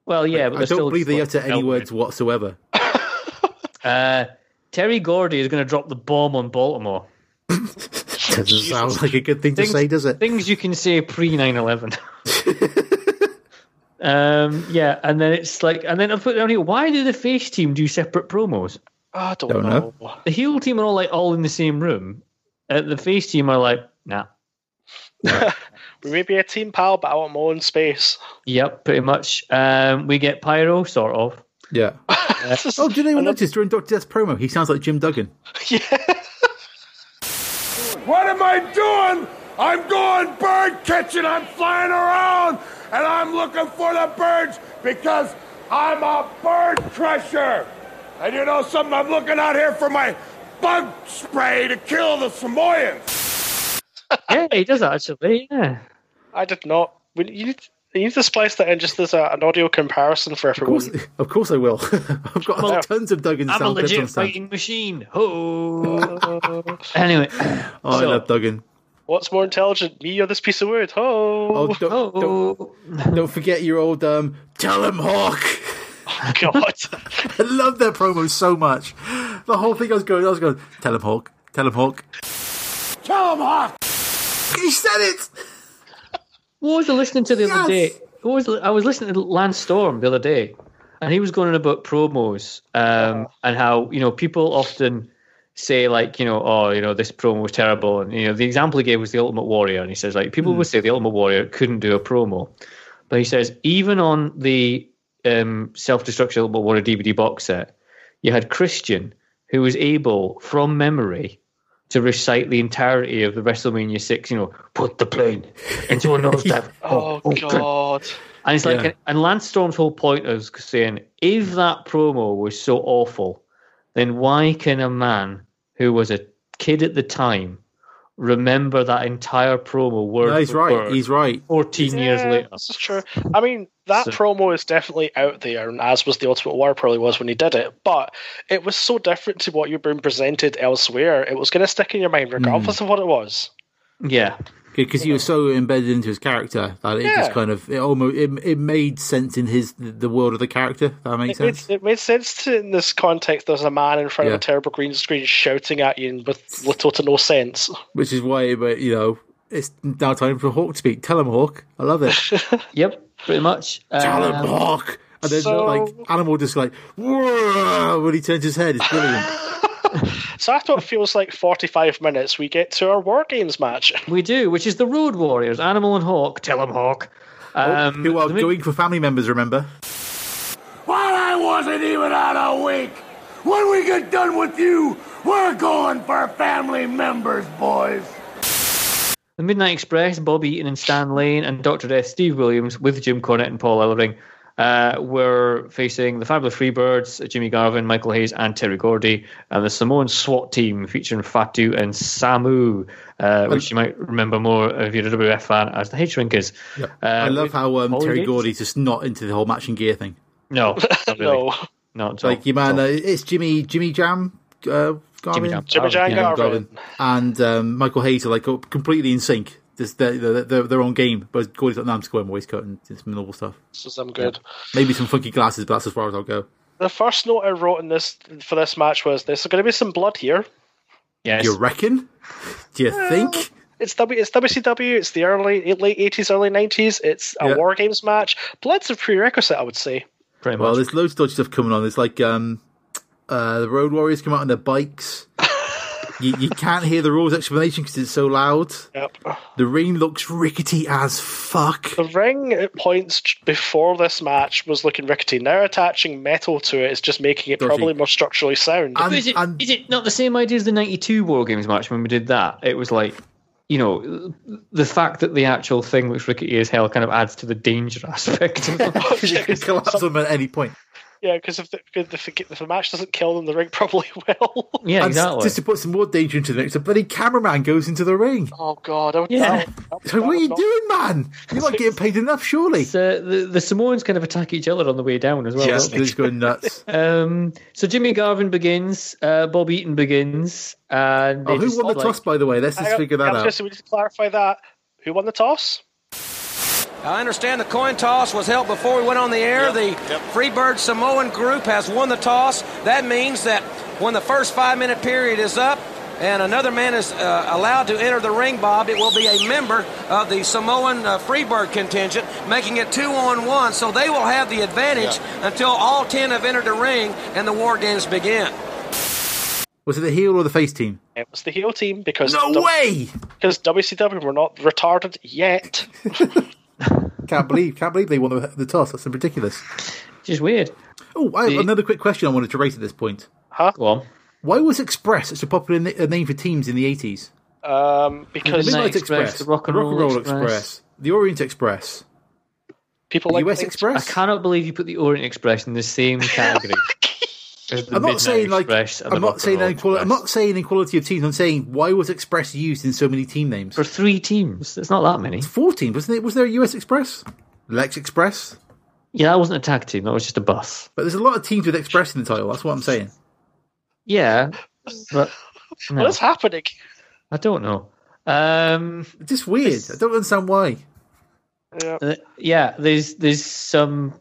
Well, yeah, but
I
they're
don't
still
believe they
just
utter any
shouting.
words whatsoever.
Uh, Terry Gordy is going to drop the bomb on Baltimore.
Doesn't sound like a good thing to say, does it?
Things you can say pre 9 11. Um, yeah, and then it's like, and then I put down here, why do the face team do separate promos?
I don't,
Don't know.
know.
The heel team are all like all in the same room. Uh, the face team are like, nah,
We may be a team pal, but I want my own space.
yep, pretty much. Um, we get pyro, sort of.
Yeah.
This is-
Oh, did anyone notice during Doctor Death's promo? He sounds like Jim Duggan.
What am I doing? I'm going bird catching. I'm flying around and I'm looking for the birds because I'm a bird crusher. And you know something? I'm looking out here for my bug spray to kill the Samoyans.
Yeah, he does actually. Yeah,
I did not. We, you, need, you need to splice that in just as a, an audio comparison for
Of course,
everyone.
of course I will. I've got
Well,
tons of Duggan
I'm a
sound clips on
legit
stand.
fighting machine.
Uh,
Ho! anyway,
Oh, I
So-
love Duggan.
What's more intelligent, me or this piece of wood? Oh,
Oh, don't, don't,
oh,
don't forget your old um, Tell him Hawk.
God.
I love that promo so much. The whole thing I was going, I was going, Tell him Hawk, Tell him Hawk.
Tell them, Hawk.
He said it.
What was I listening to the other day?
Yes.
What was I was listening to Lance Storm the other day, and he was going on about promos
Uh-huh.
um, and how you know people often say like you know oh you know this promo was terrible and you know the example he gave was the Ultimate Warrior and he says like
Hmm.
people would say the Ultimate Warrior couldn't do a promo, but he says even on the um, Self Destruction Ultimate Warrior DVD box set, you had Christian who was able from memory to recite the entirety of the WrestleMania six. You know, put the plane into a nosedive.
Oh, God.
And it's like,
Yeah.
and Lance Storm's whole point is saying, if that promo was so awful, then why can a man who was a kid at the time remember that entire promo word
No, he's
for
right.
word
He's right.
14 years
Yeah,
later?
This is true. I mean, that
So-
promo is definitely out there, and as was the Ultimate War probably was when he did it, but it was so different to what you've been presented elsewhere. It was going to stick in your mind regardless of what it was.
Yeah.
because he was so embedded into his character that it just
Yeah.
kind of it almost it, it made sense in his the world of the character. If that makes
It made,
sense.
it made sense to, in this context, there's a man in front
Yeah.
of a terrible green screen shouting at you and with little to no sense.
Which is why, but you know, it's now time for Hawk to speak. Tell him, Hawk. I love it.
Yep. Pretty much.
Tell
Um,
him, Hawk. And then
so-
like animal just like "Whoa," when he turns his head, it's brilliant.
So after what feels like 45 minutes, we get to our War Games match.
we do, which is the Road Warriors, Animal and Hawk. Tell 'em Hawk. Um,
Who are
the main-
going for family members? Remember?
While I wasn't even out a week, when we get done with you, we're going for family members, boys.
The Midnight Express, Bobby Eaton and Stan Lane, and Dr. Death, Steve Williams, with Jim Cornette and Paul Ellering, uh, were facing the Fabulous Freebirds, Jimmy Garvin, Michael Hayes, and Terry Gordy, and the Samoan SWAT team featuring Fatu and Samu, uh, which you might remember more if you're a WF fan as the H Shrinkers. Uh,
I love how um,
Holy
Terry
Gates?
Gordy's just not into the whole matching gear thing.
No, not really.
No.
Not at all.
Like your man, uh, it's Jimmy Jimmy Jam. Uh, Garvin?
Jam. Oh,
Jimmy Jan
Yeah,
Garvin.
Garvin. and um, Michael Hayes are like completely in sync. Just they're, they're, they're, they're on game, but Gordy's like, no, I'm just going waistcoat and some normal stuff.
This is some good.
Maybe some funky glasses, but that's as far as I'll go.
the first note I wrote in this for this match was there's going to be some blood here.
Yes.
You reckon? Do you think?
It's W. It's WCW. It's the early late eighties, early nineties. It's a
Yeah.
war games match. Blood's a prerequisite, I would say.
Pretty much.
Well, there's loads of dodgy stuff coming on. There's like um, uh, the Road Warriors come out on their bikes. you, you can't hear the rules explanation because it's so loud.
Yep.
The ring looks rickety as fuck.
The ring at points j- before this match was looking rickety. Now attaching metal to it is just making it
Dodgy.
probably more structurally sound.
And,
is, it,
and
is it not the same idea as the 92 War Games match when we did that? It was like, you know, the fact that the actual thing looks rickety as hell kind of adds to the danger aspect.
you can collapse them at any point.
yeah, because if the, if, the, if the match doesn't kill them, the ring probably will.
yeah,
And s-
exactly.
just to put some more danger into the mix, a bloody cameraman goes into the ring.
oh god, I would.
Yeah.
I would- I would-
So what are
I
you
would not-
doing, man? You're not getting paid enough, surely.
So the, the Samoans kind of attack each other on the way down as well.
Yes.
don't they?
He's going nuts.
Um, so Jimmy Garvin begins, uh, Bob Eaton begins, and they
Oh, who
just,
won the
like-
toss, by the way? Let's
Hang
just
on,
figure that
I'm
out.
just- we need to clarify that. Who won the toss?
I understand the coin toss was held before we went on the air. the Freebird Samoan group has won the toss. That means that when the first five minute period is up and another man is uh, allowed to enter the ring, Bob, it will be a member of the Samoan uh, Freebird contingent, making it two on one. So they will have the advantage until all ten have entered the ring and the War Games begin.
Was it the heel or the face team?
It was the heel team because
No
W-
way!
because WCW were not retarded yet.
Can't believe, can't believe they won the, the toss. That's ridiculous.
Just weird.
Oh, I, another quick question I wanted to raise at this point.
Go on.
Why was Express such a popular na- a name for teams in the 80s?
Um, because
Midnight
Midnight
Express,
Express,
the Rock and Roll Express.
the Orient Express,
people
the
like
US
things-
I
Express.
cannot believe you put the Orient Express in the same category. as the
I'm
Midnight
not saying like
Express and the
I'm
Rock
not
and
saying
Roll
inequality. I'm
Express.
not saying inequality of teams. I'm saying why was Express used in so many team names?
for three teams. It's not that many.
Four teams, wasn't it? Was there a US Express, Lex Express?
Yeah, that wasn't a tag team. That was just a bus.
But there's a lot of teams with Express in the title. That's what I'm saying.
Yeah, but
What is happening?
I don't know. Um,
It's just weird. I don't understand why.
th- uh, yeah, there's there's some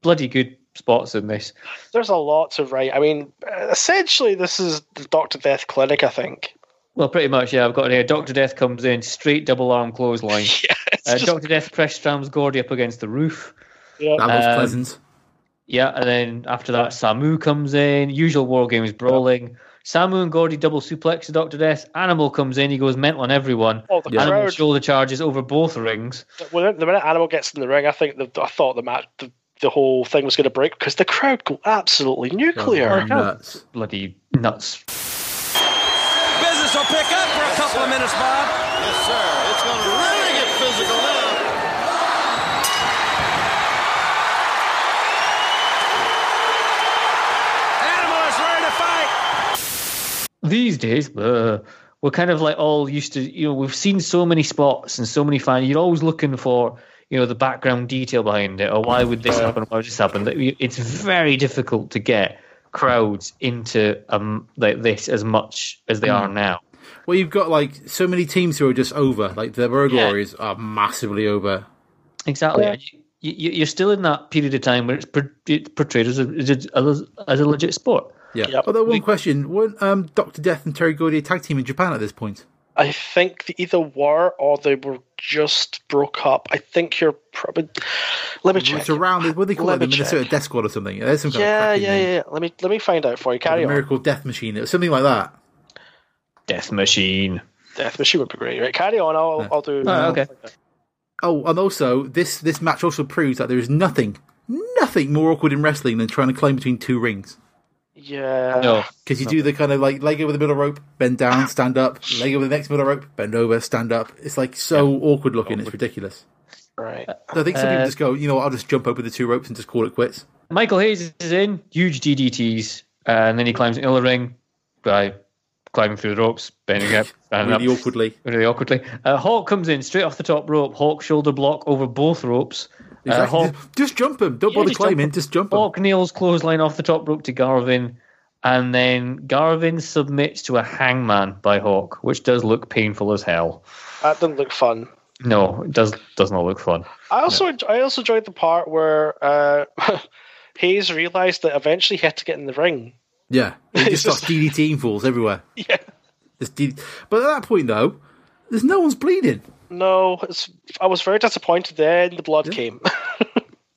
bloody good spots in this.
There's a lot to write. I mean, essentially, this is the Doctor Death Clinic. I think.
Well, pretty much. Yeah, I've got it here. Doctor Death comes in straight double arm clothesline.
It's
uh,
just-
Doctor Death press slams Gordy up against the roof.
That was
Um,
pleasant.
Yeah, and then after that, Samu comes in. Usual war games brawling. Samu and Gordy double suplex to Doctor Death. Animal comes in. He goes mental on everyone.
Oh, the
Animal
crowd.
shoulder charges over both rings.
Well, the minute Animal gets in the ring, I think the, I thought the match, the, the whole thing was going to break because the crowd go absolutely nuclear.
Oh, nuts.
Bloody nuts.
Business will pick up for a couple of minutes, Bob.
Yes, sir. It's going to really get physical now.
Animal is ready to fight.
these days uh, we're kind of like all used to you know we've seen so many spots and so many fans you're always looking for you know the background detail behind it or why would this happen why would this happen That you- it's very difficult to get crowds into um like this as much as they are now
Well, you've got like so many teams who are just over. Like the Road
Yeah.
Warriors are massively over.
exactly And you, you, you're still in that period of time where it's, pro- it's portrayed as a, as a as a legit sport
Yeah. Although one question: weren't um, Doctor Death and Terry Gordy a tag team in Japan at this point?
I think they either were or they were just broke up. I think you're probably. Let me check.
It's around what do they call
Let
it, the
me check.
Minnesota Death Squad or something. There's some kind of
Yeah,
cracking
yeah,
name.
yeah. Let me let me find out for you. Carry
The
on.
Miracle Death Machine, it was something like that.
death machine
Death Machine would be great. Right, carry on. I'll I'll do.
Oh, okay
Oh, and also this this match also proves that there is nothing, nothing more awkward in wrestling than trying to climb between two rings
Yeah.
no
because you do the kind of like leg over the middle rope, bend down, stand up, leg over the next middle rope, bend over, stand up. It's like so awkward looking. It's ridiculous.
Right.
So I think some
Uh,
people just go, you know, what, I'll just jump over the two ropes and just call it quits.
Michael Hayes is in, huge DDTs, uh, and then he climbs into the ring by climbing through the ropes, bending up, standing
Really
up,
awkwardly.
really awkwardly. Uh, Hawk comes in straight off the top rope, Hawk shoulder block over both ropes. Uh,
Exactly.
Hawk,
Just- just jump him. Don't
Yeah,
bother
just jump
climbing.
'em.
Just jump him.
Hawk nails clothesline off the top rope to Garvin, and then Garvin submits to a hangman by Hawk, which does look painful as hell.
That didn't look fun.
No, it does does not look fun.
I also I also enjoyed the part where uh, Hayes realised that eventually he had to get in the ring.
Yeah, he just
It's
starts
just-
DDTing fools everywhere.
Yeah.
Just D- but at that point though, there's no one's bleeding.
No, it's, I was very disappointed then the blood came.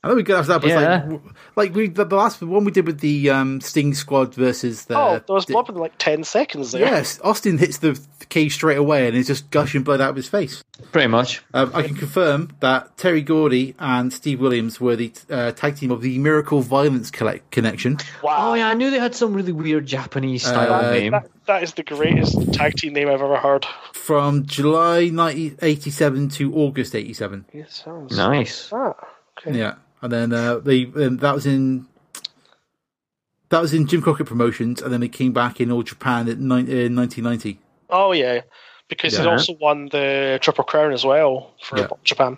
I know we got after that, but
Yeah.
it's like, w- like we the, the last one we did with the um, Sting Squad versus the.
oh, there was
the-
blood in like 10 seconds there.
Yes, Austin hits the cage straight away and is just gushing blood out of his face.
Pretty much.
Um, I can confirm that Terry Gordy and Steve Williams were the uh, tag team of the Miracle Violence collect- Connection.
Wow.
Oh yeah, I knew they had some really weird Japanese style
Uh,
name.
That, that is the greatest tag team name I've ever heard.
From July 1987 to August 87.
It sounds.
Nice.
Ah,
Yeah, and then uh, they um, that was in that was in Jim Crockett Promotions, and then they came back in All Japan at nine uh, in 1990.
Oh, yeah. Because he'd
Yeah.
also won the Triple Crown as well for
Yeah.
Japan.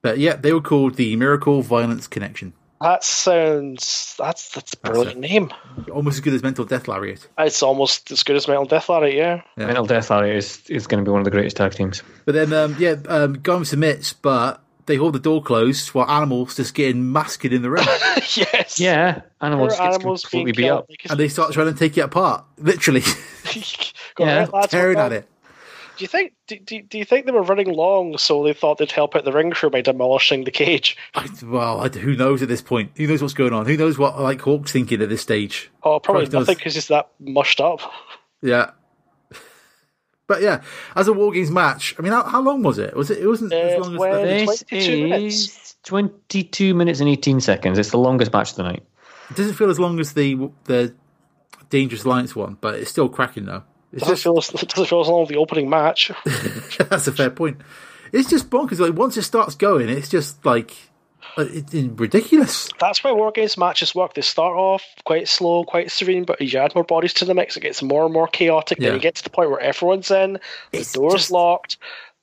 But yeah, they were called the Miracle Violence Connection,
That sounds. That's, that's a brilliant name.
almost as good as Mental Death Lariat.
It's almost as good as Metal Death Lariat, yeah.
Mental Death Alley is is going to be one of the greatest tag teams.
But then um, yeah, um, Gom submits, but they hold the door closed while animals just getting massacred in the ring,
yes.
Yeah, animals
Poor
gets
animals being
completely beat
killed,
up.
like,
and they start trying to take it apart, literally
Got
Yeah,
it, lads,
tearing
well
at
done.
it.
Do you think do, do, do you think they were running long, so they thought they'd help out the ring crew by demolishing the cage?
I, well, I, who knows at this point? Who knows what's going on? Who knows what like Hawk's thinking at this stage?
Oh, probably
Probably does.
nothing because he's that mushed up.
Yeah. But yeah, as a War Games match, I mean, how, how long was it? Was it? It wasn't as
Uh,
long as
well-
the,
This
22 minutes.
is twenty two minutes and eighteen seconds. It's the longest match of the night.
it doesn't feel as long as the the Dangerous Alliance one, but it's still cracking though. It's
Doesn't
just,
feel as, doesn't feel as long as the opening match.
that's a fair point. It's just bonkers. Like once it starts going, it's just like uh, it, it's ridiculous.
That's why war games matches work. They start off quite slow, quite serene, but as you add more bodies to the mix, it gets more and more chaotic.
Yeah.
Then you get to the point where everyone's in, the door's
just-
locked,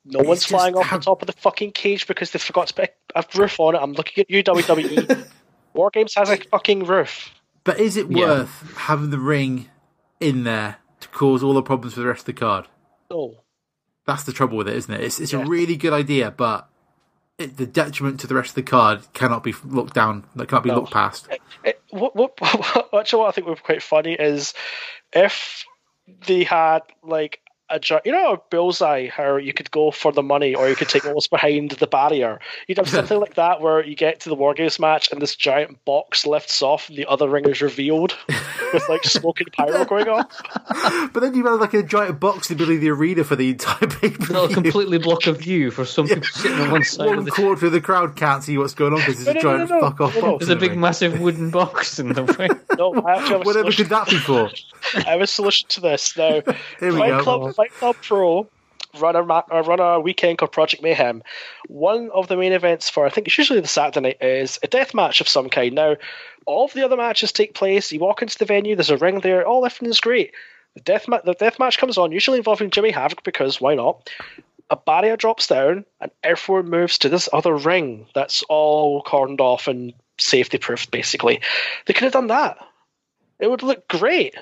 no one's
just
flying off
how-
the top of the fucking cage because they forgot to put a roof on it. I'm looking at you, WWE. war games has a fucking roof.
But is it
Yeah.
worth having the ring in there to cause all the problems for the rest of the card?
No.
That's the trouble with it, isn't it? It's it's a really good idea, but it, the detriment to the rest of the card cannot be looked down. That cannot be looked past.
it- what, what, actually, what I think would be quite funny is if they had like a gi- you know a bullseye how you could go for the money or you could take what's behind the barrier. You'd have something like that where you get to the war games match and this giant box lifts off and the other ring is revealed with like smoke and pyro going on.
But then you had like a giant box in the middle of the arena for the entire paper.
It'll completely block a view for some people sitting on one side of
One
the.
quarter of the crowd can't see what's going on because there's a
No, no, no,
giant
no, no.
fuck off
No, no.
box.
There's a
in the
big,
ring.
massive wooden box in the way.
No, I actually have a
Whatever
solution.
could that be for?
I have a solution to this now.
Here we
Fight
go.
Club, Fight Club Pro run a ma- uh, run a weekend called Project Mayhem. One of the main events for I think it's usually the Saturday night is a death match of some kind. Now, all of the other matches take place. You walk into the venue, there's a ring there. All everything is great. The death ma- the death match comes on, usually involving Jimmy Havoc because why not? A barrier drops down and everyone moves to this other ring that's all cordoned off and safety proofed. Basically, they could have done that. It would look great.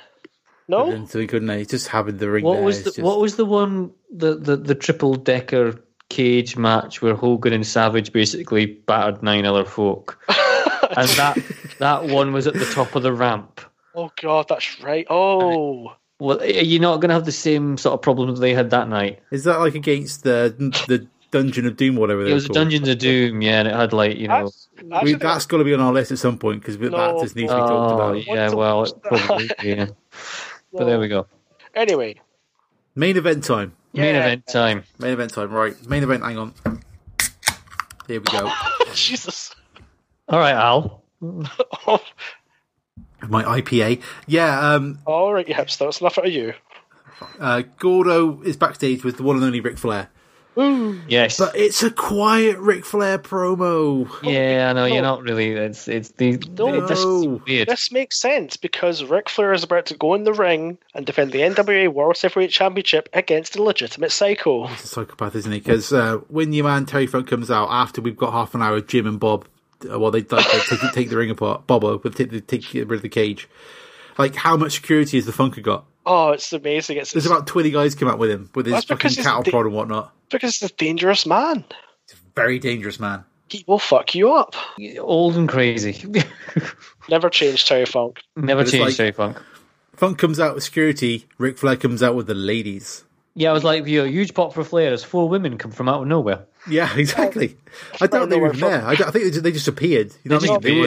No,
So he couldn't. He just having the ring.
What
there
was
is
the
just-
What was the one the the, the triple decker cage match where Hogan and Savage basically battered nine other folk, and that that one was at the top of the ramp.
Oh god, that's right. Oh,
Well, are you not going to have the same sort of problems they had that night?
Is that like against the the Dungeon of Doom, or whatever?
It was
called?
Dungeons of Doom, yeah, and it had like you know.
that's,
We,
actually,
that's got to be on our list at some point because that
No.
just needs to be talked
Oh
about.
yeah,
What the-
well, it probably yeah. But there we go.
anyway,
Main event time.
Main
Yeah.
event time.
Main event time. Right. Main event. Hang on. Here we go.
Jesus.
All right, Al.
Oh,
My IPA. Yeah. Um.
all right, you hipster. That's enough out of you.
Uh, Gordo is backstage with the one and only Ric Flair.
Yes.
But it's a quiet Ric Flair promo.
yeah, no, you're not really. It's it's the this is
No.
weird.
This makes sense because Ric Flair is about to go in the ring and defend the NWA World Heavyweight Championship against a legitimate psycho.
It's a psychopath, isn't he? Because uh, when your man Terry Funk comes out after we've got half an hour, Jim and Bob, uh, well, they, they, they take, take the ring apart. Bobo, but take, the- take get rid of the cage. Like, how much security has the Funker got?
Oh, it's amazing. It's,
There's
it's
about 20 guys come out with him, with his
That's because
fucking
he's
cattle
the-
prod and whatnot.
because it's a dangerous man.
Very dangerous man.
He will fuck you up.
Old and crazy.
Never change Terry Funk.
Never
it's
changed
like-
Terry Funk.
Funk comes out with security. Ric Flair comes out with the ladies.
Yeah, I was like, you know, huge pop for Flair as four women come from out of nowhere.
Yeah, exactly. I doubt they were
Funk-
there. I, don't- I think they just, they just appeared. You know
They
what I
just
mean? They,
appeared.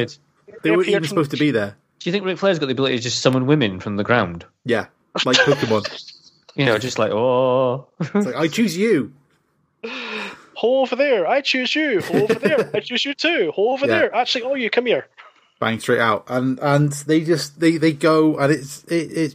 weren't, they weren't
appeared
even
from-
supposed to be there.
Do you think Ric Flair's got the ability to just summon women from the ground?
Yeah, like Pokemon.
You know, just like, oh.
It's like I choose you.
Hole over there. I choose you. Hole over there. I choose you too. Hole over
Yeah.
there. Actually, oh, you come here.
bang straight out and and they just they they go and it's it, it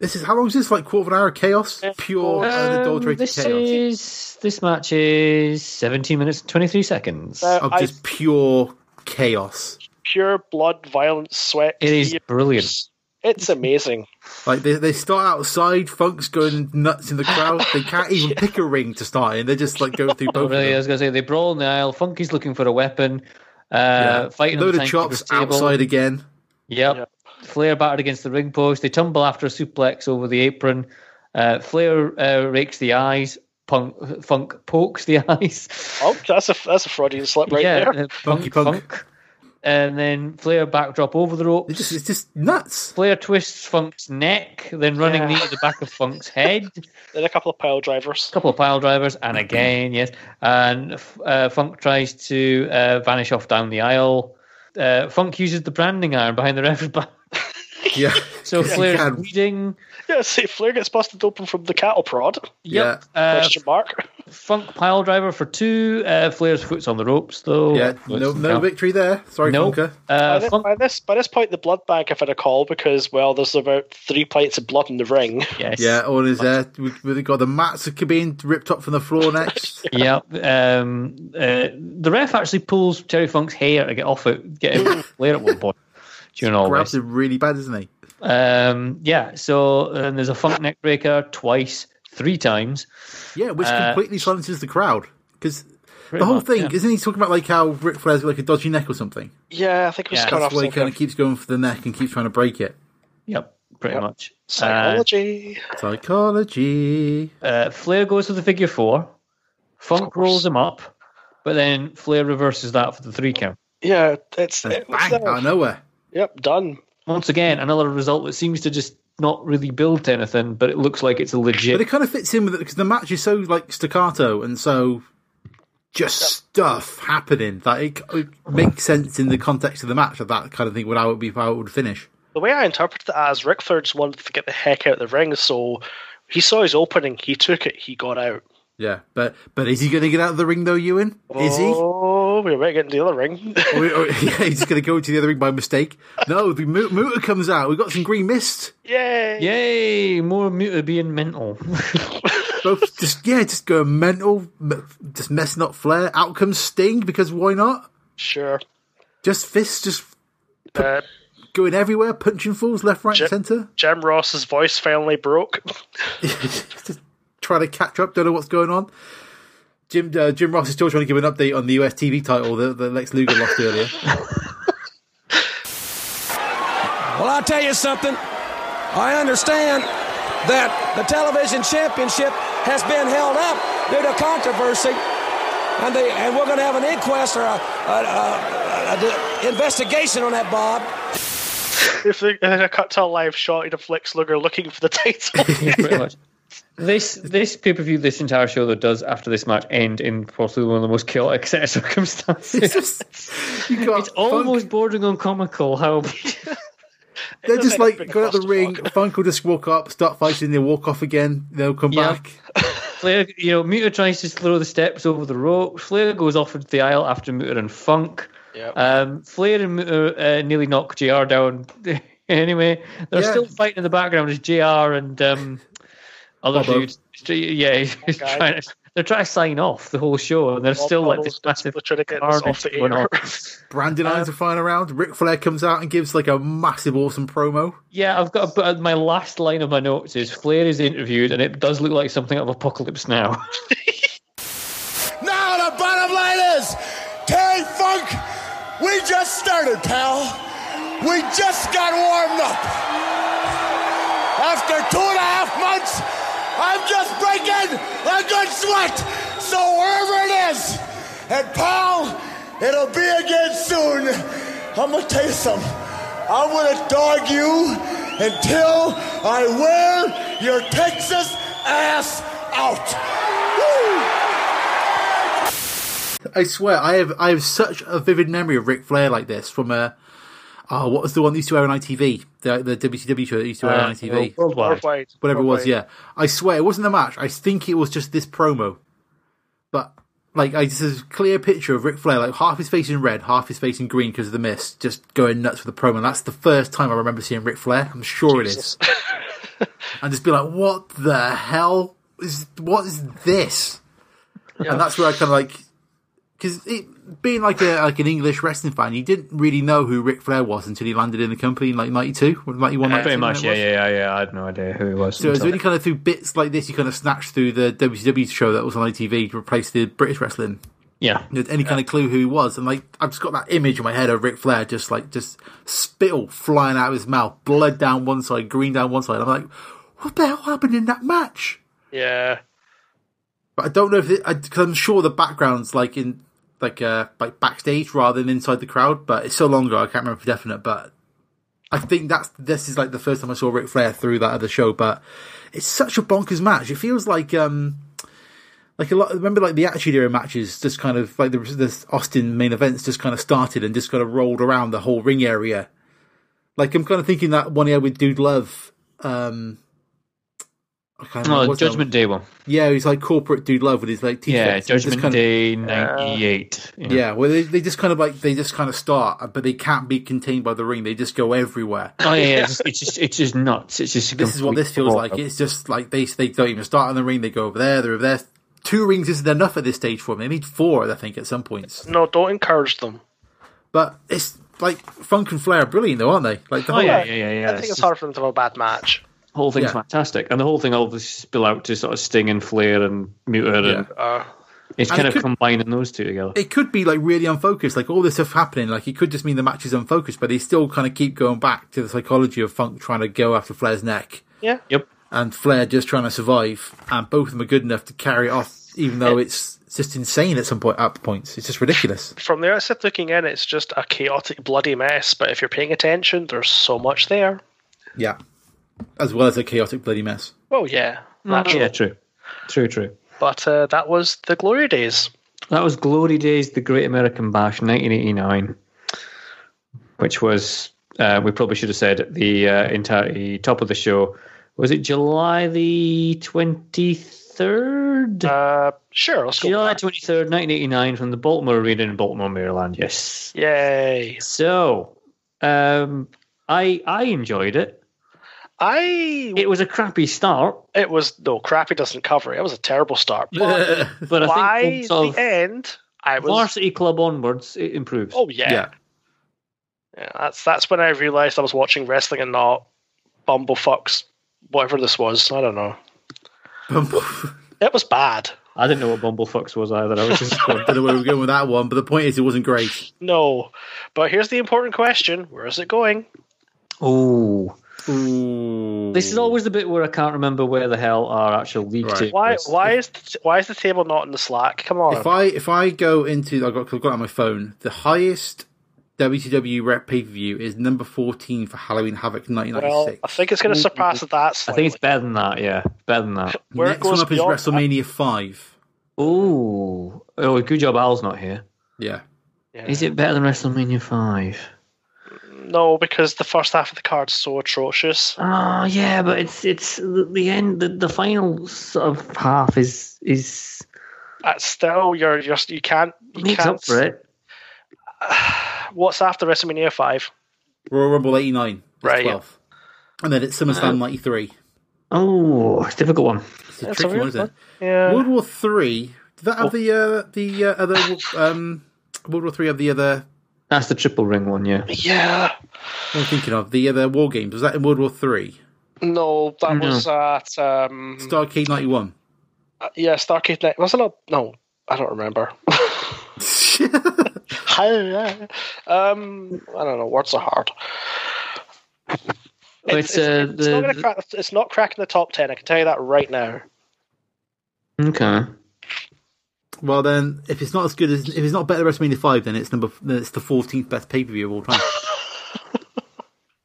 this is how long is this like quarter of an hour of chaos pure
Um,
unadulterated
this
chaos
is this match is 17 minutes and 23 seconds.
Uh,
of
I-
just pure chaos
pure blood, violence, sweat.
it is
tears.
brilliant.
It's amazing.
like they, they start outside funk's going nuts in the crowd they can't even pick a ring to start in they're just like going through both
Really, uh, I
of
was going to say they brawl in the aisle. Funky's looking for a weapon. Uh,
them
Fighting on
load
the
of
timekeeper's
chops
table.
outside again
Yep.
Yep.
Flair battered against the ring post. They tumble after a suplex over the apron. Uh, Flair uh, rakes the eyes. Punk, Funk pokes the eyes.
Oh, that's a that's a Freudian slip right
yeah,
there.
uh,
Funky Punk.
And then Flair backdrop over the rope.
it's just it's just nuts
Flair twists Funk's neck, then running
Yeah.
knee to the back of Funk's head. A
Then a couple of pile drivers.
couple of pile drivers, and again, yes. And uh, Funk tries to uh, vanish off down the aisle. Uh, Funk uses the branding iron behind the referee back.
yeah
So
Yeah,
Flair's
can.
bleeding.
Yeah, see, Flair gets busted open from the cattle prod.
Yep.
Yeah.
Uh,
Question mark.
Funk pile driver for two. Uh, Flair's foot's on the ropes, though.
yeah
Which
no
doesn't
no
count.
victory there sorry
Nope.
Funker.
By,
Uh,
thi-
Funk,
by this by this point, the blood bank have had a call because well, there's about three pints of blood in the ring.
yes.
yeah all is there we, we've got the mats being ripped up from the floor next
Yeah. Um, uh, the ref actually pulls Terry Funk's hair to get off it, get him off Flair at one point. During all
grabs
this.
him really bad isn't he
Um, yeah, so and there's a funk neck breaker twice, three times.
Yeah, which
Uh,
completely silences the crowd because the
Pretty
whole
much,
thing
yeah.
isn't he talking about like how Ric Flair's got like a dodgy neck or something?
Yeah, I think it was
Yeah.
cut off
That's why he
like
kind
a
of keeps going for the neck and keeps trying to break it.
Yep, pretty
Yep.
much. Uh,
psychology.
Psychology.
uh, Flair goes for the figure four. Funk rolls him up, but then Flair reverses that for the three count.
yeah, it's,
And
it's
bang
uh,
out of nowhere.
yep done.
Once again, another result that seems to just not really build to anything, but it looks like it's a legit.
But it kind of fits in with it because the match is so like staccato and so just stuff happening that it, it makes sense in the context of the match of that kind of thing. Would how it would be how it would finish?
The way I interpreted it as Rick Flair just wanted to get the heck out of the ring, so he saw his opening, he took it, he got out.
Yeah, but but is he going to get out of the ring though, Ewan? Is he?
Oh, we might get into the other ring.
Or- or- oh, yeah, he's going to go to the other ring by mistake. No, the Mu- Muta comes out. We've got some green mist.
Yay!
Yay! More Muta being mental.
Both just yeah, just go mental, m- just messing up Flair. Out comes Sting because why not?
Sure.
Just fists, just
Uh,
going everywhere, punching fools left, right,
Jim-
and centre.
Jim Ross's voice finally broke.
just trying to catch up. Don't know what's going on. Jim uh, Jim Ross is still trying to give an update on the US TV title that, that Lex Luger lost earlier.
Well, I'll tell you something. I understand that the television championship has been held up due to controversy, and they and we're going to have an inquest or a, a, a, a- a- investigation on that, Bob.
if they, and then I cut to a live shot in a Flex Luger looking for the title.
pretty much. This this pay per view, this entire show that does after this match end in possibly one of the most chaotic set of circumstances.
It's just you got
It's almost
Funk-
bordering on comical how
They're just
like
like
a big
go out the
clusterfuck.
ring. Funk will just walk up, start fighting, they walk off again. They'll come
Yeah.
back.
Flair, you know, Muta tries to throw the steps over the rope. Flair goes off into the aisle after Muta and Funk.
Yep.
Um, Flair and Muta uh, nearly knock JR down anyway. They're
Yeah.
still fighting in the background as JR and um, other
Bobo.
dudes. Yeah, he's
guy.
trying to, they're trying to sign off the whole show and they're
Bob
still like
Bubbles
this massive.
is trying to get this
carnage
off the
going
air.
on.
Brandon Irons are flying around. Ric Flair comes out and gives like a massive, awesome promo.
Yeah, I've got but uh, my last line of my notes is Flair is interviewed and it does look like something out of Apocalypse Now.
Now the bottom line is, Terry Funk, we just started, pal. We just got warmed up. After two and a half months, I'm just breaking a good sweat. So wherever it is, and pal,
It'll be again soon. I'm gonna tell you something. I'm gonna dog you until I wear your Texas ass out. Woo!
I swear, I have I have such a vivid memory of Ric Flair like this from a. Oh, what was the one that used to air on ITV? The, the WCW show that used to air on ITV?
Worldwide.
Worldwide.
Whatever it was,
Worldwide.
yeah. I swear, it wasn't the match. I think it was just this promo. But, like, I just this clear picture of Ric Flair, like, half his face in red, half his face in green because of the mist, just going nuts for the promo. And that's the first time I remember seeing Ric Flair. I'm sure it is. and just be like, what the hell? is What is this? And that's where I kind of like because being like a like an English wrestling fan, you didn't really know who Ric Flair was until he landed in the company in like '92 or '91.
Pretty much, yeah, yeah, yeah, yeah. I had no idea who it was.
So it was
until-
really kind of through bits like this you kind of snatched through the WCW show that was on ITV to replace the British wrestling.
yeah.
You had any kind of clue who he was, and like I've just got that image in my head of Ric Flair just like just spittle flying out of his mouth, blood down one side, green down one side. I'm like, what the hell happened in that match?
Yeah.
But I don't know if it, I, cause I'm sure the background's like in like uh like backstage rather than inside the crowd. But it's so long ago, I can't remember for definite. But I think that's this is like the first time I saw Ric Flair through that other show. But it's such a bonkers match. It feels like um like a lot. Remember like the Attitude Era matches, just kind of like the this Austin main events just kind of started and just kind of rolled around the whole ring area. Like I'm kind of thinking that one year with Dude Love. Um, I can't remember
Oh,
what's that
Judgment Day one.
yeah, he's like corporate dude love with his like t-shirts.
Yeah,
It's just
Judgment
kind of- uh,
Day '98. yeah.
yeah, well, they, they just kind of like they just kind of start, but they can't be contained by the ring. They just go everywhere.
Oh yeah, it's, just, it's just it's just nuts. It's just
This is what this feels like. It's just like they they don't even start on the ring. They go over there. They're over there. Two rings isn't enough at this stage for them. They need four, I think, at some points.
No, don't encourage them.
But it's like Funk and Flair are brilliant, though, aren't they? Like the
Oh
whole
yeah, yeah, yeah, yeah.
I think
It's
it's hard for them to have a bad match.
the whole thing's
yeah.
fantastic, and the whole thing all this spill out to sort of Sting and Flair and Muter, and
Uh,
it's
And
kind
it
of
could-
combining those two together.
it could be like really unfocused, like all this stuff happening. Like it could just mean the match is unfocused, but they still kind of keep going back to the psychology of Funk trying to go after Flair's neck.
yep.
and Flair just trying to survive, and both of them are good enough to carry it off, even though it's it's just insane at some point. At points, it's just ridiculous.
from the outside looking in, it's just a chaotic, bloody mess. But if you're paying attention, there's so much there.
Yeah, as well as a chaotic bloody mess.
Well, yeah, naturally.
Mm-hmm. Yeah, true, true, true.
But uh, that was the glory days.
That was Glory Days, the Great American Bash, 1989, which was uh, we probably should have said the uh, entirety top of the show. Was it July the twenty third?
Uh, sure, let's go. with
July
that.
twenty third, nineteen eighty nine, from the Baltimore Arena in Baltimore, Maryland. Yes.
Yay!
So, um, I I enjoyed it.
I
It was a crappy start,
it was no crappy doesn't cover it. It was a terrible start. But
but I
by
think from
the
sort of
end, I was
varsity club onwards, it improves.
oh yeah. yeah,
Yeah.
That's that's when I realized I was watching wrestling and not bumblefucks, whatever this was. I don't know.
I
It was bad.
I didn't know what Bumblefox was either. I was just
don't know where we're going with that one, but the point is, it wasn't great.
No, but here's the important question: Where is it going?
oh. This is always the bit where I can't remember where the hell our actual league
Right.
table
Why
is.
why is the, why is the table not in the Slack? Come on.
If I if I go into I've got, I've got it on my phone the highest WCW rep pay per view is number fourteen for Halloween Havoc nineteen
well,
ninety
I
six.
think it's going to surpass that.
I
Slightly.
think it's better than that. Yeah, better than that.
where it
Next one
goes
up is
beyond
WrestleMania five.
Ooh. Oh, good job Al's not here.
Yeah,
that-
Is it better than WrestleMania 5?
No, because the first half of the card's so atrocious.
Oh yeah, but it's it's the the end the, the final sort of half is is
Uh, still, you're just you can't. You
makes
can't
up for it.
What's after WrestleMania five?
Royal Rumble eighty nine.
Right, yeah.
twelve, and then it's SummerSlam ninety three.
Oh, it's a difficult one.
It's a
That's a
tricky
weird
one, isn't it?
Yeah.
World War Three. Did that have the uh, the uh, other um, World War Three of the other?
That's the triple ring one, yeah.
Yeah.
What am I thinking of? The other War Games. Was that in World War Three?
No, that was at um.
Starcade ninety one.
Yeah, Starcade Night. Was it not? No, I don't remember. um, I don't know. Words are hard.
It's, uh,
it's not gonna
the-
crack. It's not cracking the top ten. I can tell you that right now.
Okay.
Well, then, if it's not as good as if it's not better than WrestleMania five, then it's number then it's the fourteenth best pay per view of all time.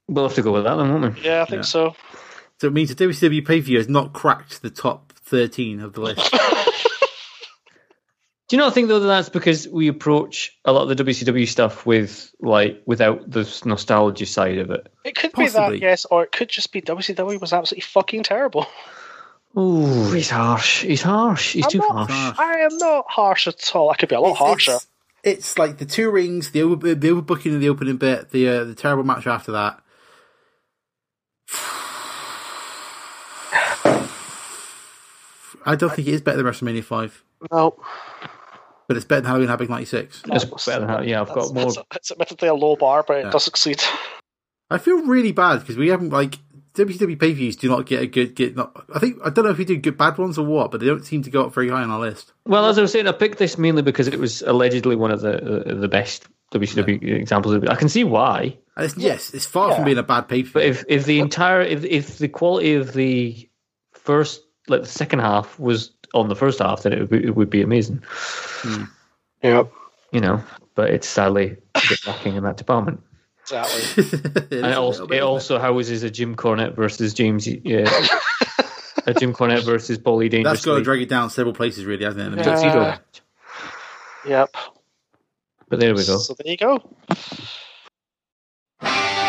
we'll have to go with that then, won't we?
Yeah, I think so.
So it means the WCW pay per view has not cracked the top thirteen of the list.
Do you not think though that that's because we approach a lot of the WCW stuff with like without the nostalgia side of it?
It could
Possibly.
be that, yes, or it could just be WCW was absolutely fucking terrible.
Ooh, he's harsh. He's harsh. He's
I'm
too
not-
harsh.
I am not harsh at all. I could be
Oh,
a lot harsher.
It's, it's like the two rings, the over, the overbooking of the opening bit, the uh, the terrible match after that. I don't think it is better than WrestleMania five,
No,
but it's better than Halloween Havoc '96.
That's better than how, yeah, I've got more.
It's, it's admittedly a low bar, but it does succeed.
I feel really bad because we haven't like WWE pay per views do not get a good get. Not, I think I don't know if we do good bad ones or what, but they don't seem to go up very high on our list.
Well, as I was saying, I picked this mainly because it was allegedly one of the uh, the best WCW examples. Of it. I can see why,
And it's, yes, it's far from being a bad pay per
but
view.
if if the entire if if the quality of the first like the second half was on the first half, then it would be, it would be amazing,
yeah,
you know. But it's sadly a bit lacking in that department.
Exactly.
And it also, it also houses a Jim Cornette versus James. Yeah, a Jim Cornette versus Paulie
That's got to
Dangerously
drag it down several places, really, hasn't it?
tuxedo. match.
yep.
But there we go.
So there you go.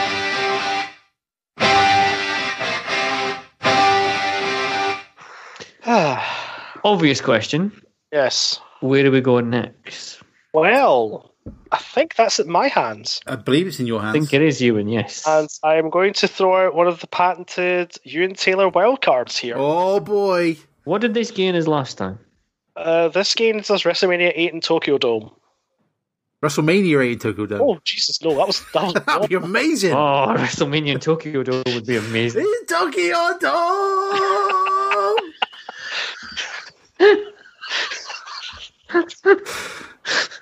Obvious question:
Yes.
Where do we go next?
Well, I think that's at my hands.
I believe it's in your hands.
I think it is Ewan. Yes.
And I am going to throw out one of the patented Ewan Taylor wildcards here.
Oh boy!
What did this gain as last time?
Uh, this game does WrestleMania 8 in Tokyo Dome.
WrestleMania eight in Tokyo Dome.
Oh, Jesus, no, that was. That was
That'd be amazing.
Oh, WrestleMania in Tokyo Dome would be amazing.
In Tokyo Dome.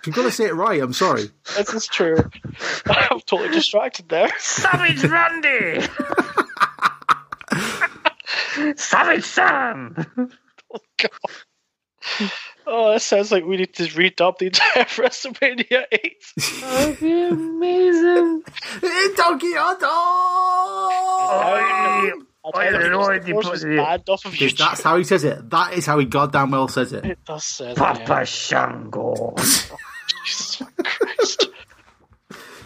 You've got to say it right. I'm sorry.
this is true. I'm totally distracted there.
Savage Randy! Savage Sam!
Oh, that sounds like we need to redub the entire WrestleMania 8.
That'd be amazing.
In Tokyo Oh, Dome.
I don't know if was banned off of
If
YouTube.
That's how he says it. That is how he goddamn well says it.
It does say that, yeah.
Papa Shango.
Jesus Christ.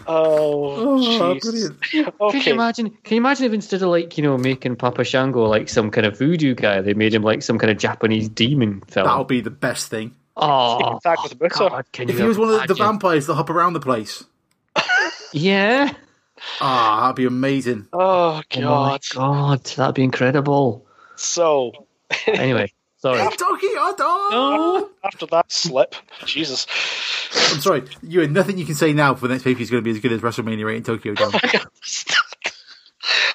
Oh,
Oh,
jeez.
brilliant.
Can you
Okay.
imagine? Can you imagine if instead of like you know making Papa Shango like some kind of voodoo guy, they made him like some kind of Japanese demon
That'll
fella?
be the best thing.
Oh,
Attack with a book,
God, can
If
you
he was one of the
imagine?
vampires that hop around the place.
yeah.
Ah, that'd be amazing.
Oh,
Oh my
God.
God, that'd be incredible.
So,
Anyway, sorry.
Tokyo Dome.
after that slip, Jesus.
I'm sorry, Ewan. Nothing you can say now for the next pay per view is going to be as good as WrestleMania 8 in Tokyo Dome.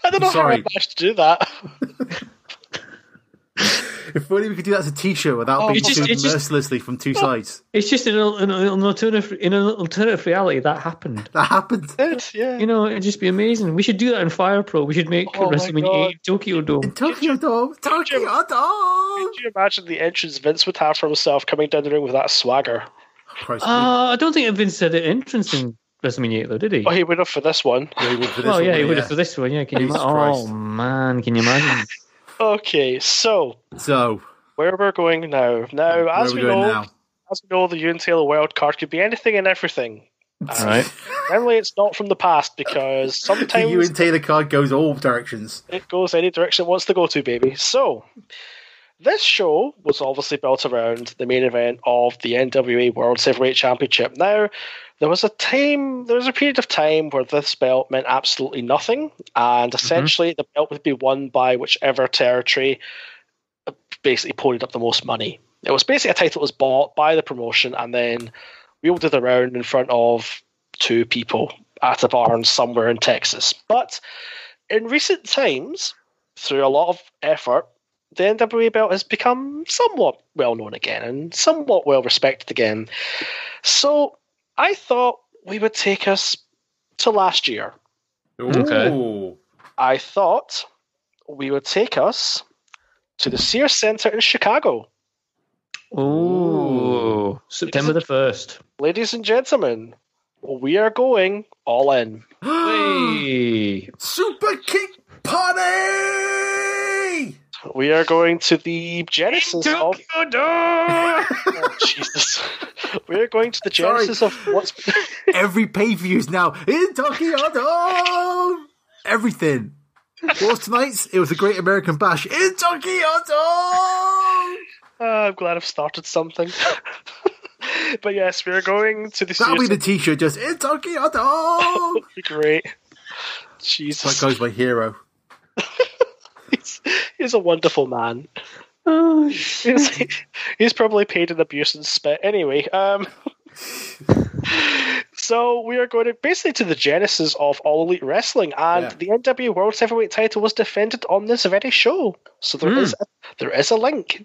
I don't know how I
Sorry.
managed to do that.
if only we could do that as a T-shirt without being
it's Oh. just-
sued
it's just-
mercilessly from two sides.
It's just in an, an alternative in an alternative reality that happened.
That happened.
Did, yeah.
You know, it'd just be amazing. We should do that in Fire Pro. We should make
Oh my
WrestleMania
God.
8 Tokyo
In
Dome.
Tokyo Dome. Tokyo Dome.
Could you imagine the entrance Vince would have for himself coming down the ring with that swagger?
Christ,
Uh, I don't think Vince had an entrance in WrestleMania 8 though, did he?
Oh, he would have for this one.
we- we would for this
well,
one,
yeah, he would
yeah.
have for this one. Yeah, can you
uh, Jesus
imagine? Oh
Christ.
man, can you imagine?
Okay, so
So
where we're going now? Now,
where
as
are we
we,
going
know,
now?
as we know, the Ewan Taylor wild card could be anything and everything.
All right.
Generally, it's not from the past because
The
sometimes
Ewan Taylor card goes all directions.
it goes any direction it wants to go to, baby. So, this show was obviously built around the main event of the NWA World Heavyweight Championship. Now, there was a time, there was a period of time where this belt meant absolutely nothing, and essentially the belt would be won by whichever territory basically ponied up the most money. It was basically a title that was bought by the promotion and then wielded around in front of two people at a barn somewhere in Texas. But in recent times, through a lot of effort, the NWA belt has become somewhat well known again and somewhat well respected again. So I thought we would take us to last year.
Okay.
Ooh.
I thought we would take us to the Sears Center in Chicago.
Oh, September the 1st.
Ladies and gentlemen, we are going all in.
Hey.
Super King Party!
We are going to the Genesis of Oh, Jesus. we are going to the Genesis of what's
Every pay per view is now in Tokyo Dome! Everything. What was tonight's? It was a great American bash in Tokyo Dome!
Uh, I'm glad I've started something. but yes, we are going to the
That'll be
series-
the t shirt just in Tokyo Dome!
That'd be great.
That
Jesus,
guy's my hero.
he's a wonderful man.
Oh,
He's, he's probably paid an abuse and spit. Anyway, um, so we are going to basically to the genesis of All Elite Wrestling, and
Yeah.
the NW World Heavyweight Title was defended on this very show. So there is
Hmm.
a, there is a link.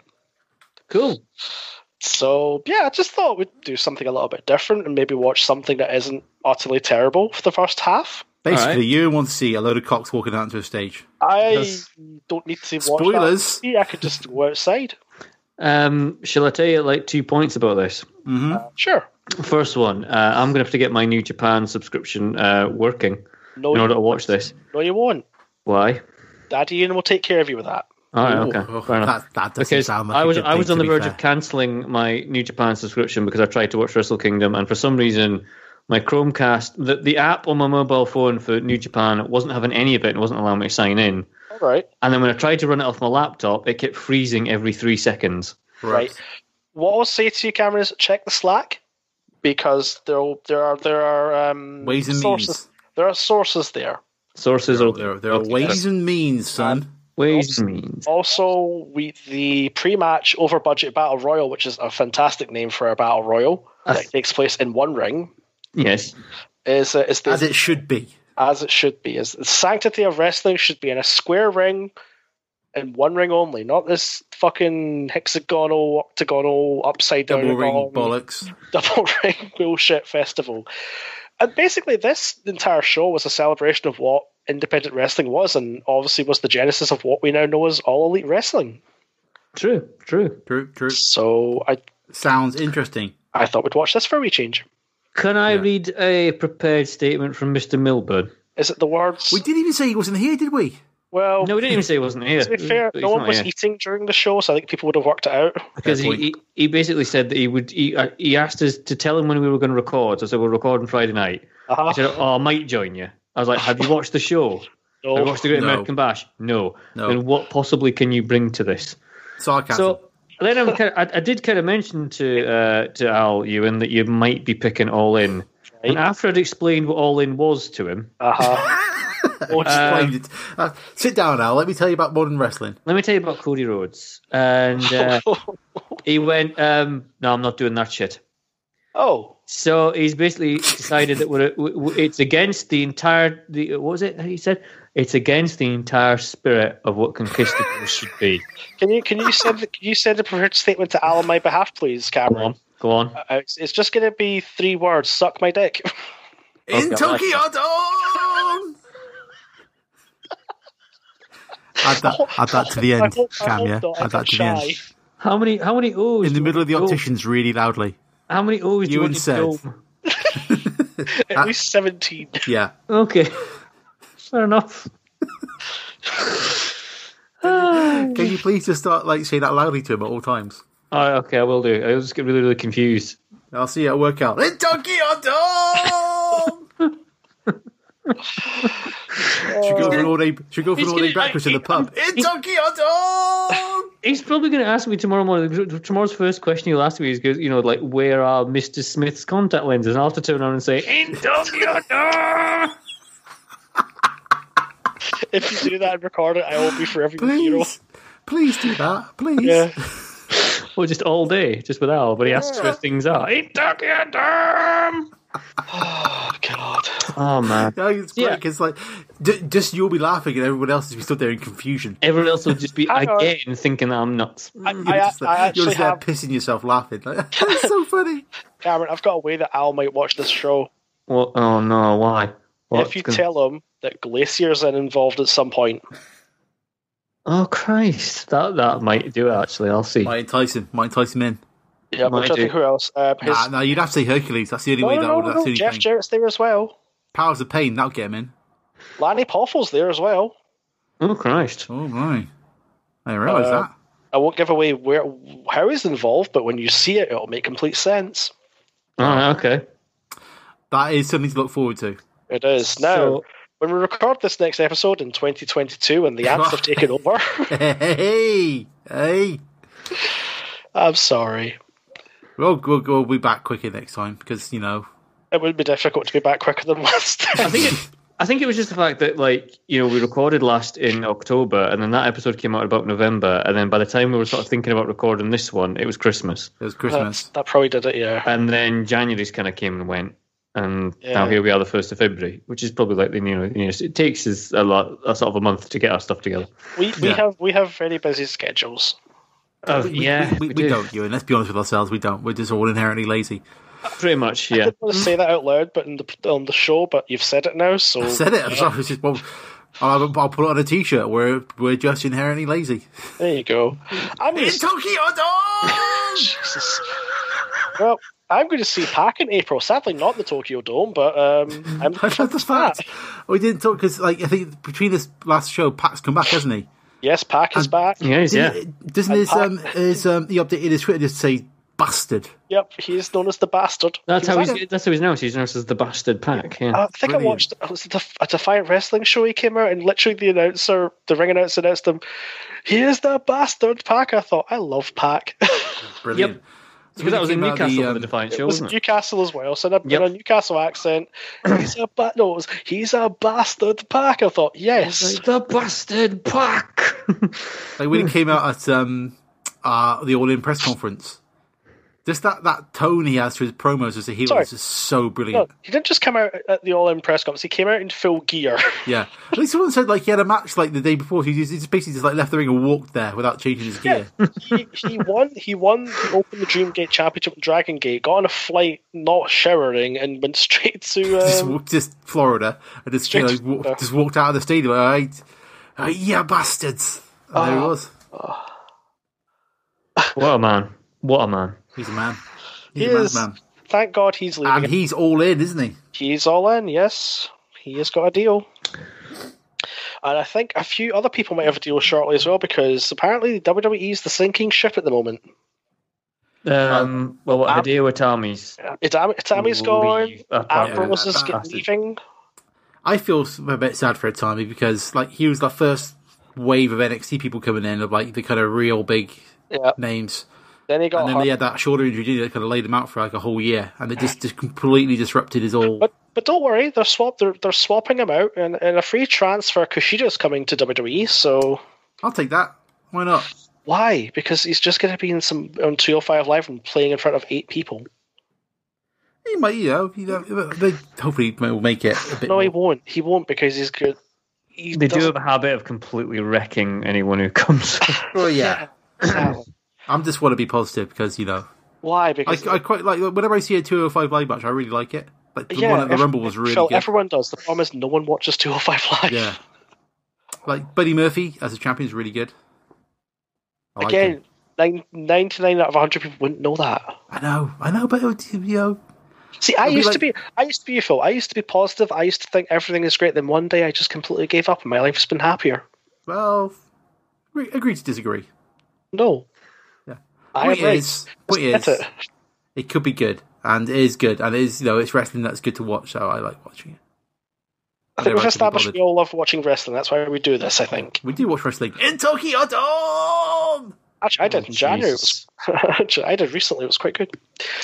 Cool.
So yeah, I just thought we'd do something a little bit different and maybe watch something that isn't utterly terrible for the first half.
Basically,
All right.
you want to see a load of cocks walking out onto a stage.
I
Yes.
don't need to watch
Spoilers.
That. I could just go outside.
Um, shall I tell you like two points about this?
hmm
Sure.
First one, uh, I'm going to have to get my New Japan subscription uh, working
No,
in
you,
order to watch this.
no, you won't.
Why?
Daddy Ian will take care of you with that.
All right,
Ooh,
okay.
oh,
Fair enough.
that, that doesn't
Because
sound like
I was
a good
I was
thing,
on
to
the
be
verge
fair.
of cancelling my New Japan subscription because I tried to watch Wrestle Kingdom and for some reason my Chromecast the, the app on my mobile phone for New Japan wasn't having any of it and wasn't allowing me to sign in.
All right.
And then when I tried to run it off my laptop, it kept freezing every three seconds.
Right. What I'll say to you, Cameron, is check the Slack because there there are there are um,
Ways and
sources.
means.
There are sources there.
Sources
There
are
are, there are- there are ways and means, son.
ways and means.
Also, we the pre-match over budget battle royal, which is a fantastic name for a battle royal
I
that
th-
takes place in one ring,
Yes.
is uh, is the,
As it should be.
as it should be. Is the sanctity of wrestling should be in a square ring and one ring only, not this fucking hexagonal, octagonal, upside down
Double ring
wrong,
bollocks.
double ring bullshit festival. And basically, this entire show was a celebration of what independent wrestling was, and obviously was the genesis of what we now know as all elite wrestling.
True, true.
True, true.
So I
Sounds interesting.
I thought we'd watch this for a wee change.
Can I
Yeah.
read a prepared statement from Mr. Milburn?
Is it the words?
We didn't even say he wasn't here, did we?
well,
No, we didn't even say he wasn't here.
to be fair,
He's
no one
not
was
here.
eating during the show, so I think people would have worked it out.
because
Fair
he,
point.
he he basically said that he would he, uh, he asked us to tell him when we were going to record. So I said we're recording Friday night.
Uh-huh.
He said, "Oh, I might join you." I was like, "Have you watched the show? Have you
No.
watched the Great
No.
American Bash? No.
No.
Then what possibly can you bring to this?"
Sarcasm.
So then I'm kind of, I, I did kind of mention to uh, to Al Ewan that you might be picking All In, and after I'd explained what All In was to him, um,
Uh-huh.
Or just blamed it. Uh, sit down, Al. Let me tell you about modern wrestling.
let me tell you about Cody Rhodes, and uh, he went, um, "No, I'm not doing that shit."
oh,
So he's basically decided that we're, w- w- it's against the entire. The, what was it he said? It's against the entire spirit of what conquistadors should be.
can you can you send can you send a prepared statement to Al on my behalf, please,
Go
Cameron?
on, go on.
Uh, it's, it's just going to be three words: suck my dick.
In Tokyo Dome! add, that, add that to the
I
end,
hope- I
Cam,
hope
yeah?
not. I
Add that
got
to the
shy.
end.
How many? How many O's?
In the
do you
middle of the
Oh.
want to
opticians, really loudly.
film? How many O's do you
Ewan
want to
said.
film?
At least seventeen.
Yeah.
Okay, fair enough.
Can you please just start, like, saying that loudly to him at all times?
All right, okay, I will do. I was just get really, really confused.
I'll see you at workout. In Tokyo Dome! should go for an all-day, should go for an
He's
all-day
gonna-
breakfast in the pub. In Tokyo Dome!
He's probably going to ask me tomorrow morning. Tomorrow's first question he'll ask me is, goes, you know, like, where are Mr. Smith's contact lenses? And I'll have to turn around and say, in Tokyo. Dome."
If you do that and record it, I will be forever your hero.
Please, please do that, please.
Yeah.
Or just all day, just with Al, but he asks where things are. In Tokyo Dome!
Oh God.
Oh, man.
No, it's great
Yeah.
because like, d- just you'll be laughing and everyone else will be stood there in confusion.
Everyone else will just be,
Hang on.
again, thinking that I'm nuts.
I,
You're
I,
just, like-
I
you're
actually
just there
have
pissing yourself laughing. Like, That's so funny.
Cameron. I've got a way that Al might watch this show
What? Oh, no, why? What?
if you tell him that Glacier's in involved at some point.
Oh, Christ. That that might do it, actually. I'll see.
Might entice him. Might entice him in.
Yeah, I'm
Might
trying to think
do.
who else. Uh, his,
Nah, no, you'd have to say Hercules. That's the only
no,
way
no,
that
no,
would.
no,
That's the
no,
only
Jeff
thing.
Jarrett's there as well.
Powers of Pain. That'll get him in.
Lanny Poffel's there as well.
Oh Christ!
Oh right. I didn't realise
Uh,
that.
I won't give away where how he's involved, but when you see it, it'll make complete sense.
Oh, okay.
That is something to look forward to.
It is now. when we record this next episode in 2022, when the ants have taken over,
Hey, hey.
I'm sorry,
We'll, we'll, we'll be back quicker next time because you know.
it would be difficult to be back quicker than last time.
I think it, I think it was just the fact that like you know we recorded last in October, and then that episode came out about November, and then by the time we were sort of thinking about recording this one, it was Christmas,
It was
That's,
Christmas.
that probably did it, yeah.
and then January's kind of came and went, and
Yeah.
now here we are, the first of February, which is probably like the you know, you know it takes us a lot, a sort of a month to get our stuff together.
We we
Yeah.
have we have very busy schedules.
Oh
Uh,
yeah, we,
we, we,
do.
don't, Ewan. Let's be honest with ourselves. We don't. We're just all inherently lazy.
pretty much. Yeah,
I want to say that out loud, but in the on the show, but you've said it now, so
Said it. I was just, well, I'll, I'll put it on a t-shirt. We're we're just inherently lazy.
there you go. I'm gonna,
In Tokyo Dome.
Jesus. Well, I'm going to see Pack in April. Sadly, not the Tokyo Dome, but um, I'm
I love the fact we didn't talk because, like, I think between this last show, Pat's come back, hasn't he?
yes, Pack is back.
yeah, it is, yeah.
Doesn't- Doesn't his um his um he updated his Twitter just say bastard?
Yep, he is known as the bastard.
That's
He
how
was Uh,
he's that's how he's now. He's known as the bastard pack. Yeah.
I think I
Brilliant.
watched oh, it was a, Def- a Defiant Wrestling show. He came out and literally the announcer, the ring announcer, announced him. He is the bastard Pack. I thought I love Pack.
Brilliant.
Yep.
So
because that
we
was in
came out
Newcastle
of the,
the,
um,
the Defiant show,
it was
wasn't it?
Newcastle as well, so in a, in
Yep.
a Newcastle accent. He's a ba- no, it was, he's a bastard Pack. I thought yes,
The bastard pack.
Like when it came out at um, uh, the All In press conference, just that, that tone he has to his promos as a heel
Sorry.
is just so
no,
brilliant.
he didn't just come out at the All In press conference. He came out in full gear.
Yeah, at least someone said like he had a match like the day before. He just, he just basically just like left the ring and walked there without changing his gear.
he, he won. He won the Open the Dream Gate Championship, at Dragon Gate. Got on a flight, not showering, and went straight to.
Just
Um,
walked just Florida and just you know,
Straight
walked,
to-
just walked out of the stadium. I, I, yeah, bastards. And there he was.
what a man! What a man!
He's a man.
He
He's a man's
is.
man.
thank God he's leaving.
And he's all in, isn't he?
He's all in. Yes, he has got a deal. And I think a few other people might have a deal shortly as well because apparently WWE is the sinking ship at the moment.
Um, well, what
I'm-
Hideo Itami's
Itami, Itami's gone.
leave, apparently.
Ambrose is
that
get-
bastard.
leaving.
I feel a bit sad for Itami because like he was the first wave of NXT people coming in of like the kind of real big
Yeah.
names,
Then he got
and then
hurt.
they had that shoulder injury didn't they, that kind of laid him out for like a whole year, and it just, just completely disrupted his whole.
But but don't worry, they're swap they're, they're swapping him out and, and a free transfer Kushida's coming to WWE, so
I'll take that. Why not?
why? Because he's just gonna be in some on two oh five live and playing in front of eight people.
He might, you know, you know they hopefully will make it a bit.
No he
more-
won't. He won't because he's good he
They do have
doesn't-
a habit of completely wrecking anyone who comes.
Well, Oh, yeah.
exactly.
I'm just want to be positive because you know
Why?
I,
Because
I quite like whenever I see a 205 live match, I really like it. Like the one at the
ev-
Rumble was really
Phil,
good.
everyone does. The problem is no one watches two oh five live.
Yeah. Like Buddy Murphy as a champion is really good. I like him.
Again, nine, 99 out of hundred people wouldn't know that.
I know, I know, but it would, you know,
See, I
It'd be
used to
like-
be, I used to be Phil. I used to be positive. I used to think everything is great. Then one day, I just completely gave up, and my life has been happier.
well, re- agree to disagree.
No.
Yeah.
I
Point
am right.
is, point
That's
is,
it.
it. could be good, and it is good, and it is you know, it's wrestling that's good to watch, so I like watching it.
I
Whatever
think we've
can be
established
bothered.
we all love watching wrestling. That's why we do this. I think.
We do watch wrestling in Tokyo Dome.
Actually, I did
Oh,
in January.
Jesus.
It was- I did recently. It was quite good.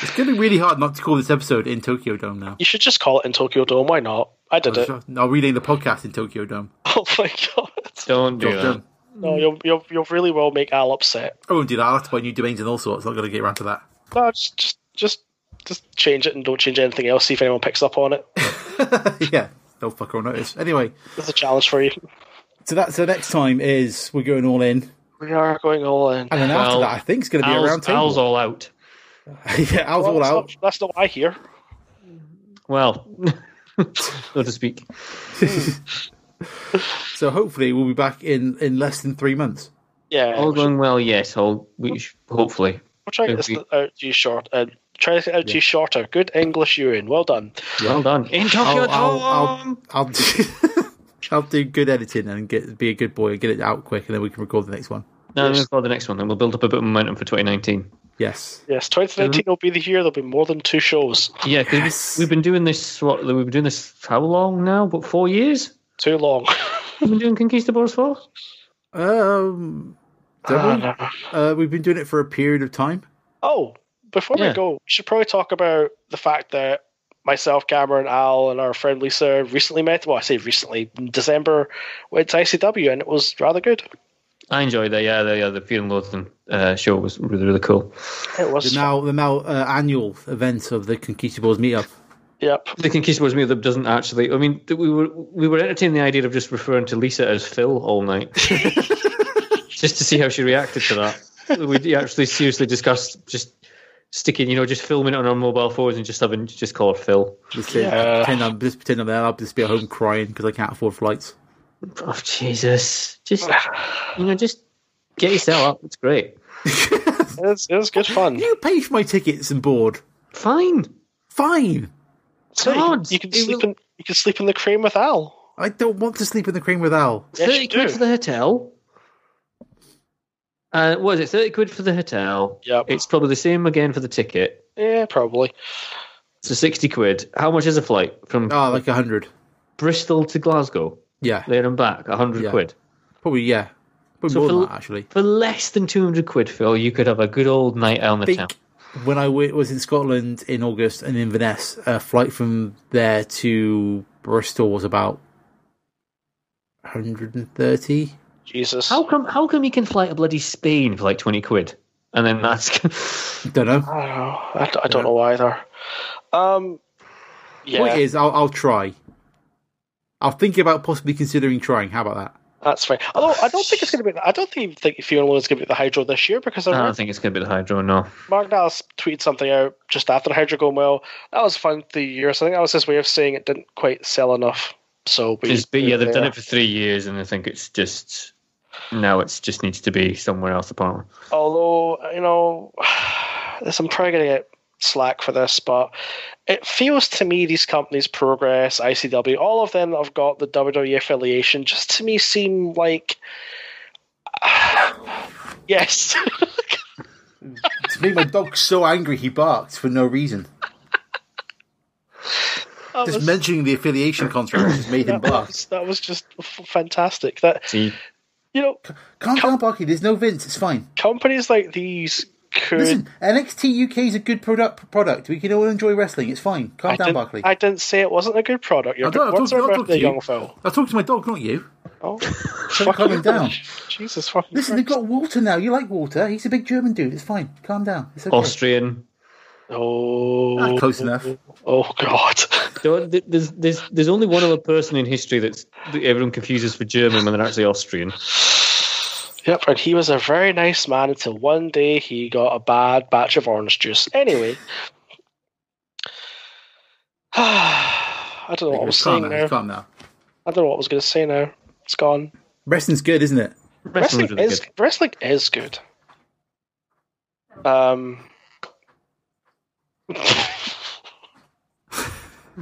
It's gonna be really hard not to call this episode in Tokyo Dome now.
You should just call it in Tokyo Dome. Why not? I did it.
I'll rename the podcast in Tokyo Dome.
Oh my god!
Don't do
Tokyo
that.
Dome.
No, you'll you'll, you'll really well make Al upset.
I won't do that. I'll have to buy new domains and all sorts. I'm not gonna get around to that.
No, just just just just change it and don't change anything else. See if anyone picks up on it.
yeah, no fucker will notice. Anyway,
It's a challenge for you.
so that so next time is we're going all in,
We are going all in.
and then after
Well,
that, I think it's going to be a round
Al's,
table.
Al's all out.
yeah, Al's all
that's,
out.
Not, that's not what I hear.
Well, so to speak.
So hopefully we'll be back in in less than three months.
Yeah.
All going well, yes. All we sh- hopefully.
We'll try to get this out to you short. Uh, try to get out to you shorter. Good English, Ewan. Well done.
Well done. In Tokyo
I'll, um, I'll, I'll, I'll, do, I'll do good editing and get be a good boy and get it out quick, and then we can record the next one.
No, I'm going to the next one, and we'll build up a bit of momentum for 2019.
Yes.
Yes, 2019 will be the year. There'll be more than two shows.
Yeah, 'cause we- we've been doing this. What we've been doing this? How long now? What four years?
Too long.
we've been doing Conquistadors for.
Um, don't we? uh, we've been doing it for a period of time.
Oh, before
Yeah.
we go, we should probably talk about the fact that myself, Cameron, Al, and our friend Lisa recently met. Well, I say recently, in December, went to ICW, and it was rather good.
I enjoyed that. Yeah, the, yeah, the Fear and Loathing uh, show was really, really cool.
It was.
The now the now uh, annual event of the Conquistadors meetup.
Yep.
The Conquistadors meetup doesn't actually. I mean, th- we were we were entertaining the idea of just referring to Lisa as Phil all night, just to see how she reacted to that. We actually seriously discussed just sticking, you know, just filming it on our mobile phones and just having just call her Phil.
Just, say-
Yeah.
pretend I'm just pretend I'm there. I'll just be at home crying because I can't afford flights.
Oh Jesus! Just you know, just get yourself up. It's great.
It was, it was good fun.
You pay for my tickets and board.
Fine.
Fine.
So you, can,
God,
you can
it
sleep
will-
in you can sleep in the cream with Al.
I don't want to sleep in the cream with Al.
Yes,
Thirty
you
quid
do.
for the hotel. Uh, what is it? Thirty quid for the hotel.
Yep.
It's probably the same again for the ticket.
Yeah, probably.
So sixty quid. How much is a flight from
Oh, like a hundred.
Bristol to Glasgow?
Yeah,
There and back, hundred
Yeah.
quid.
probably yeah. Probably
So
more
for-
than that actually.
For less than two hundred quid, Phil, you could have a good old night out in the town.
think when I w- was in Scotland in August and Inverness, a flight from there to Bristol was about 130.
Jesus.
How come? How come you can fly to bloody Spain for like twenty quid, and then that's
Don't know.
I don't know. I, d- I don't know either. Um. Yeah,
Point is, I'll, I'll try. I'll think about possibly considering trying. How about that?
that's fine. Although I don't think it's going to be. I don't think think funeral is going to be the hydro this year because I
I
read
don't think it's going to be the hydro. No.
Mark Dallas tweeted something out just after Hydra going well. That was fun for the year. So I think that was his way of saying it didn't quite sell enough. So we,
It's been- yeah, they've done it for three years, and I think it's just now it's just needs to be somewhere else. Apparently,
Although you know, this I'm probably going to get slack for this, but it feels to me these companies, Progress, ICW, all of them that have got the WWE affiliation, just to me seem like yes.
to me, my dog's so angry he barks for no reason. Just mentioning the affiliation contract has made him
that,
bark.
was, that was just f- fantastic. That
see,
you know,
Calm down, Barky. There's no Vince. It's fine.
companies like these could.
Listen, NXT UK is a good product. Product. We can all enjoy wrestling. It's fine. Calm
I
down,
didn't,
Barkley.
I didn't say it wasn't a good product. You're
I don't- I
what's
don't-
our
I don't
birthday,
do.
young fell?
I talked to my dog, not you.
Oh,
Calm
fuck you.
down.
Jesus fucking
Listen, they've got Walter now. You like Walter? He's a big German dude. It's fine. Calm down. It's okay.
Austrian.
Oh,
Ah, close enough.
Oh God.
There- There's, there's, there's only one other person in history that's that everyone confuses for German when they're actually Austrian.
Yep, and he was a very nice man until one day he got a bad batch of orange juice. Anyway. I don't know what I was
calm
saying
now.
now.
Calm now.
I don't know what I was going to say now. It's gone.
Wrestling's good, isn't it?
Wrestling was really
is
good.
wrestling is good. Um,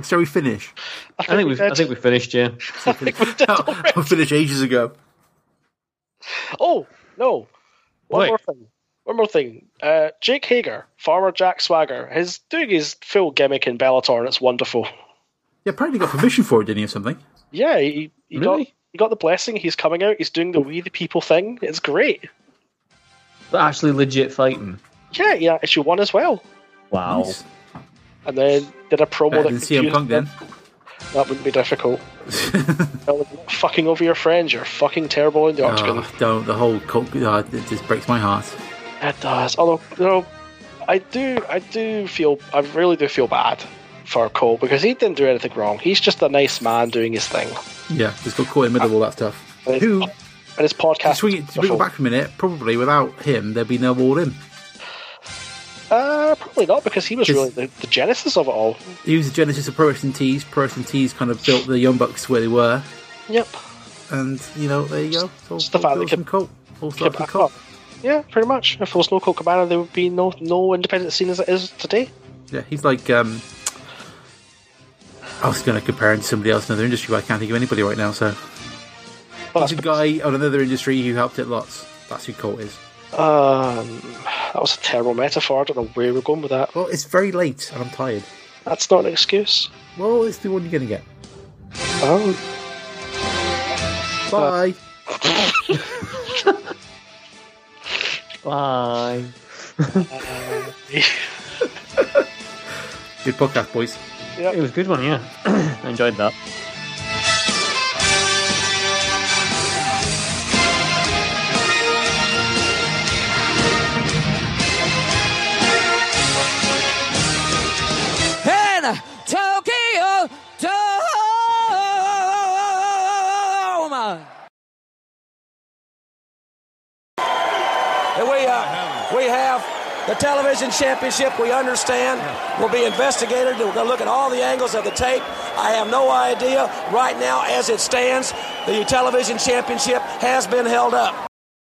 Shall we finish?
I think we've, I think we finished. Yeah,
I finished ages ago.
Oh no! One
Wait.
more thing. One more thing. Uh, Jake Hager, former Jack Swagger, is doing his full gimmick in Bellator, and it's wonderful.
Yeah, apparently got permission for it, didn't he, or something?
Yeah, he, he got
Really?
he got the blessing. He's coming out. He's doing the We the People thing. It's great.
but actually legit fighting.
Yeah, yeah. Issue one as well,
Wow.
Nice.
and then did a promo
Better
that
than CM
confused
Punk then.
them. That wouldn't be difficult. Well, if you're not fucking over your friends. You're fucking terrible in the octagon.
Oh, don't. The whole cult, oh, it just breaks my heart.
It does. Although, you know, I do, I do feel, I really do feel bad for Cole because he didn't do anything wrong. He's just a nice man doing his thing.
Yeah, just got caught in the middle of all that stuff.
And his-
Who,
and his podcast?
swing it, swing it back a minine probably without him, there'd be no All In.
Uh, probably not because he was
His-
really the, the genesis of it all.
He was the genesis of Pro Wrestling Tees. Pro Wrestling Tees kind of built the Young Bucks where they were.
Yep.
And, you know, there you go. It's all,
Just the fact
all
they
built from
could-
cult. All
Get
started from
back
cult.
up. Yeah, pretty much. If there was no Colt Cabana, there would be no no independent scene as it is today.
Yeah, he's like. Um, I was going to compare him to somebody else in another industry, but I can't think of anybody right now. So, he's a guy on another industry who helped it lots. That's who Colt is.
Um, that was a terrible metaphor. I don't know where we're going with that.
Well, it's very late and I'm tired.
That's not an excuse.
Well, it's the one you're going to get.
Oh, Uh,
Bye.
Bye.
Good podcast, boys.
It was a good one, yeah. I enjoyed that.
in Tokyo Dome.
And we, uh, we have the television championship. We understand will be investigated. We're going to look at all the angles of the tape. I have no idea right now, as it stands, the television championship has been held up.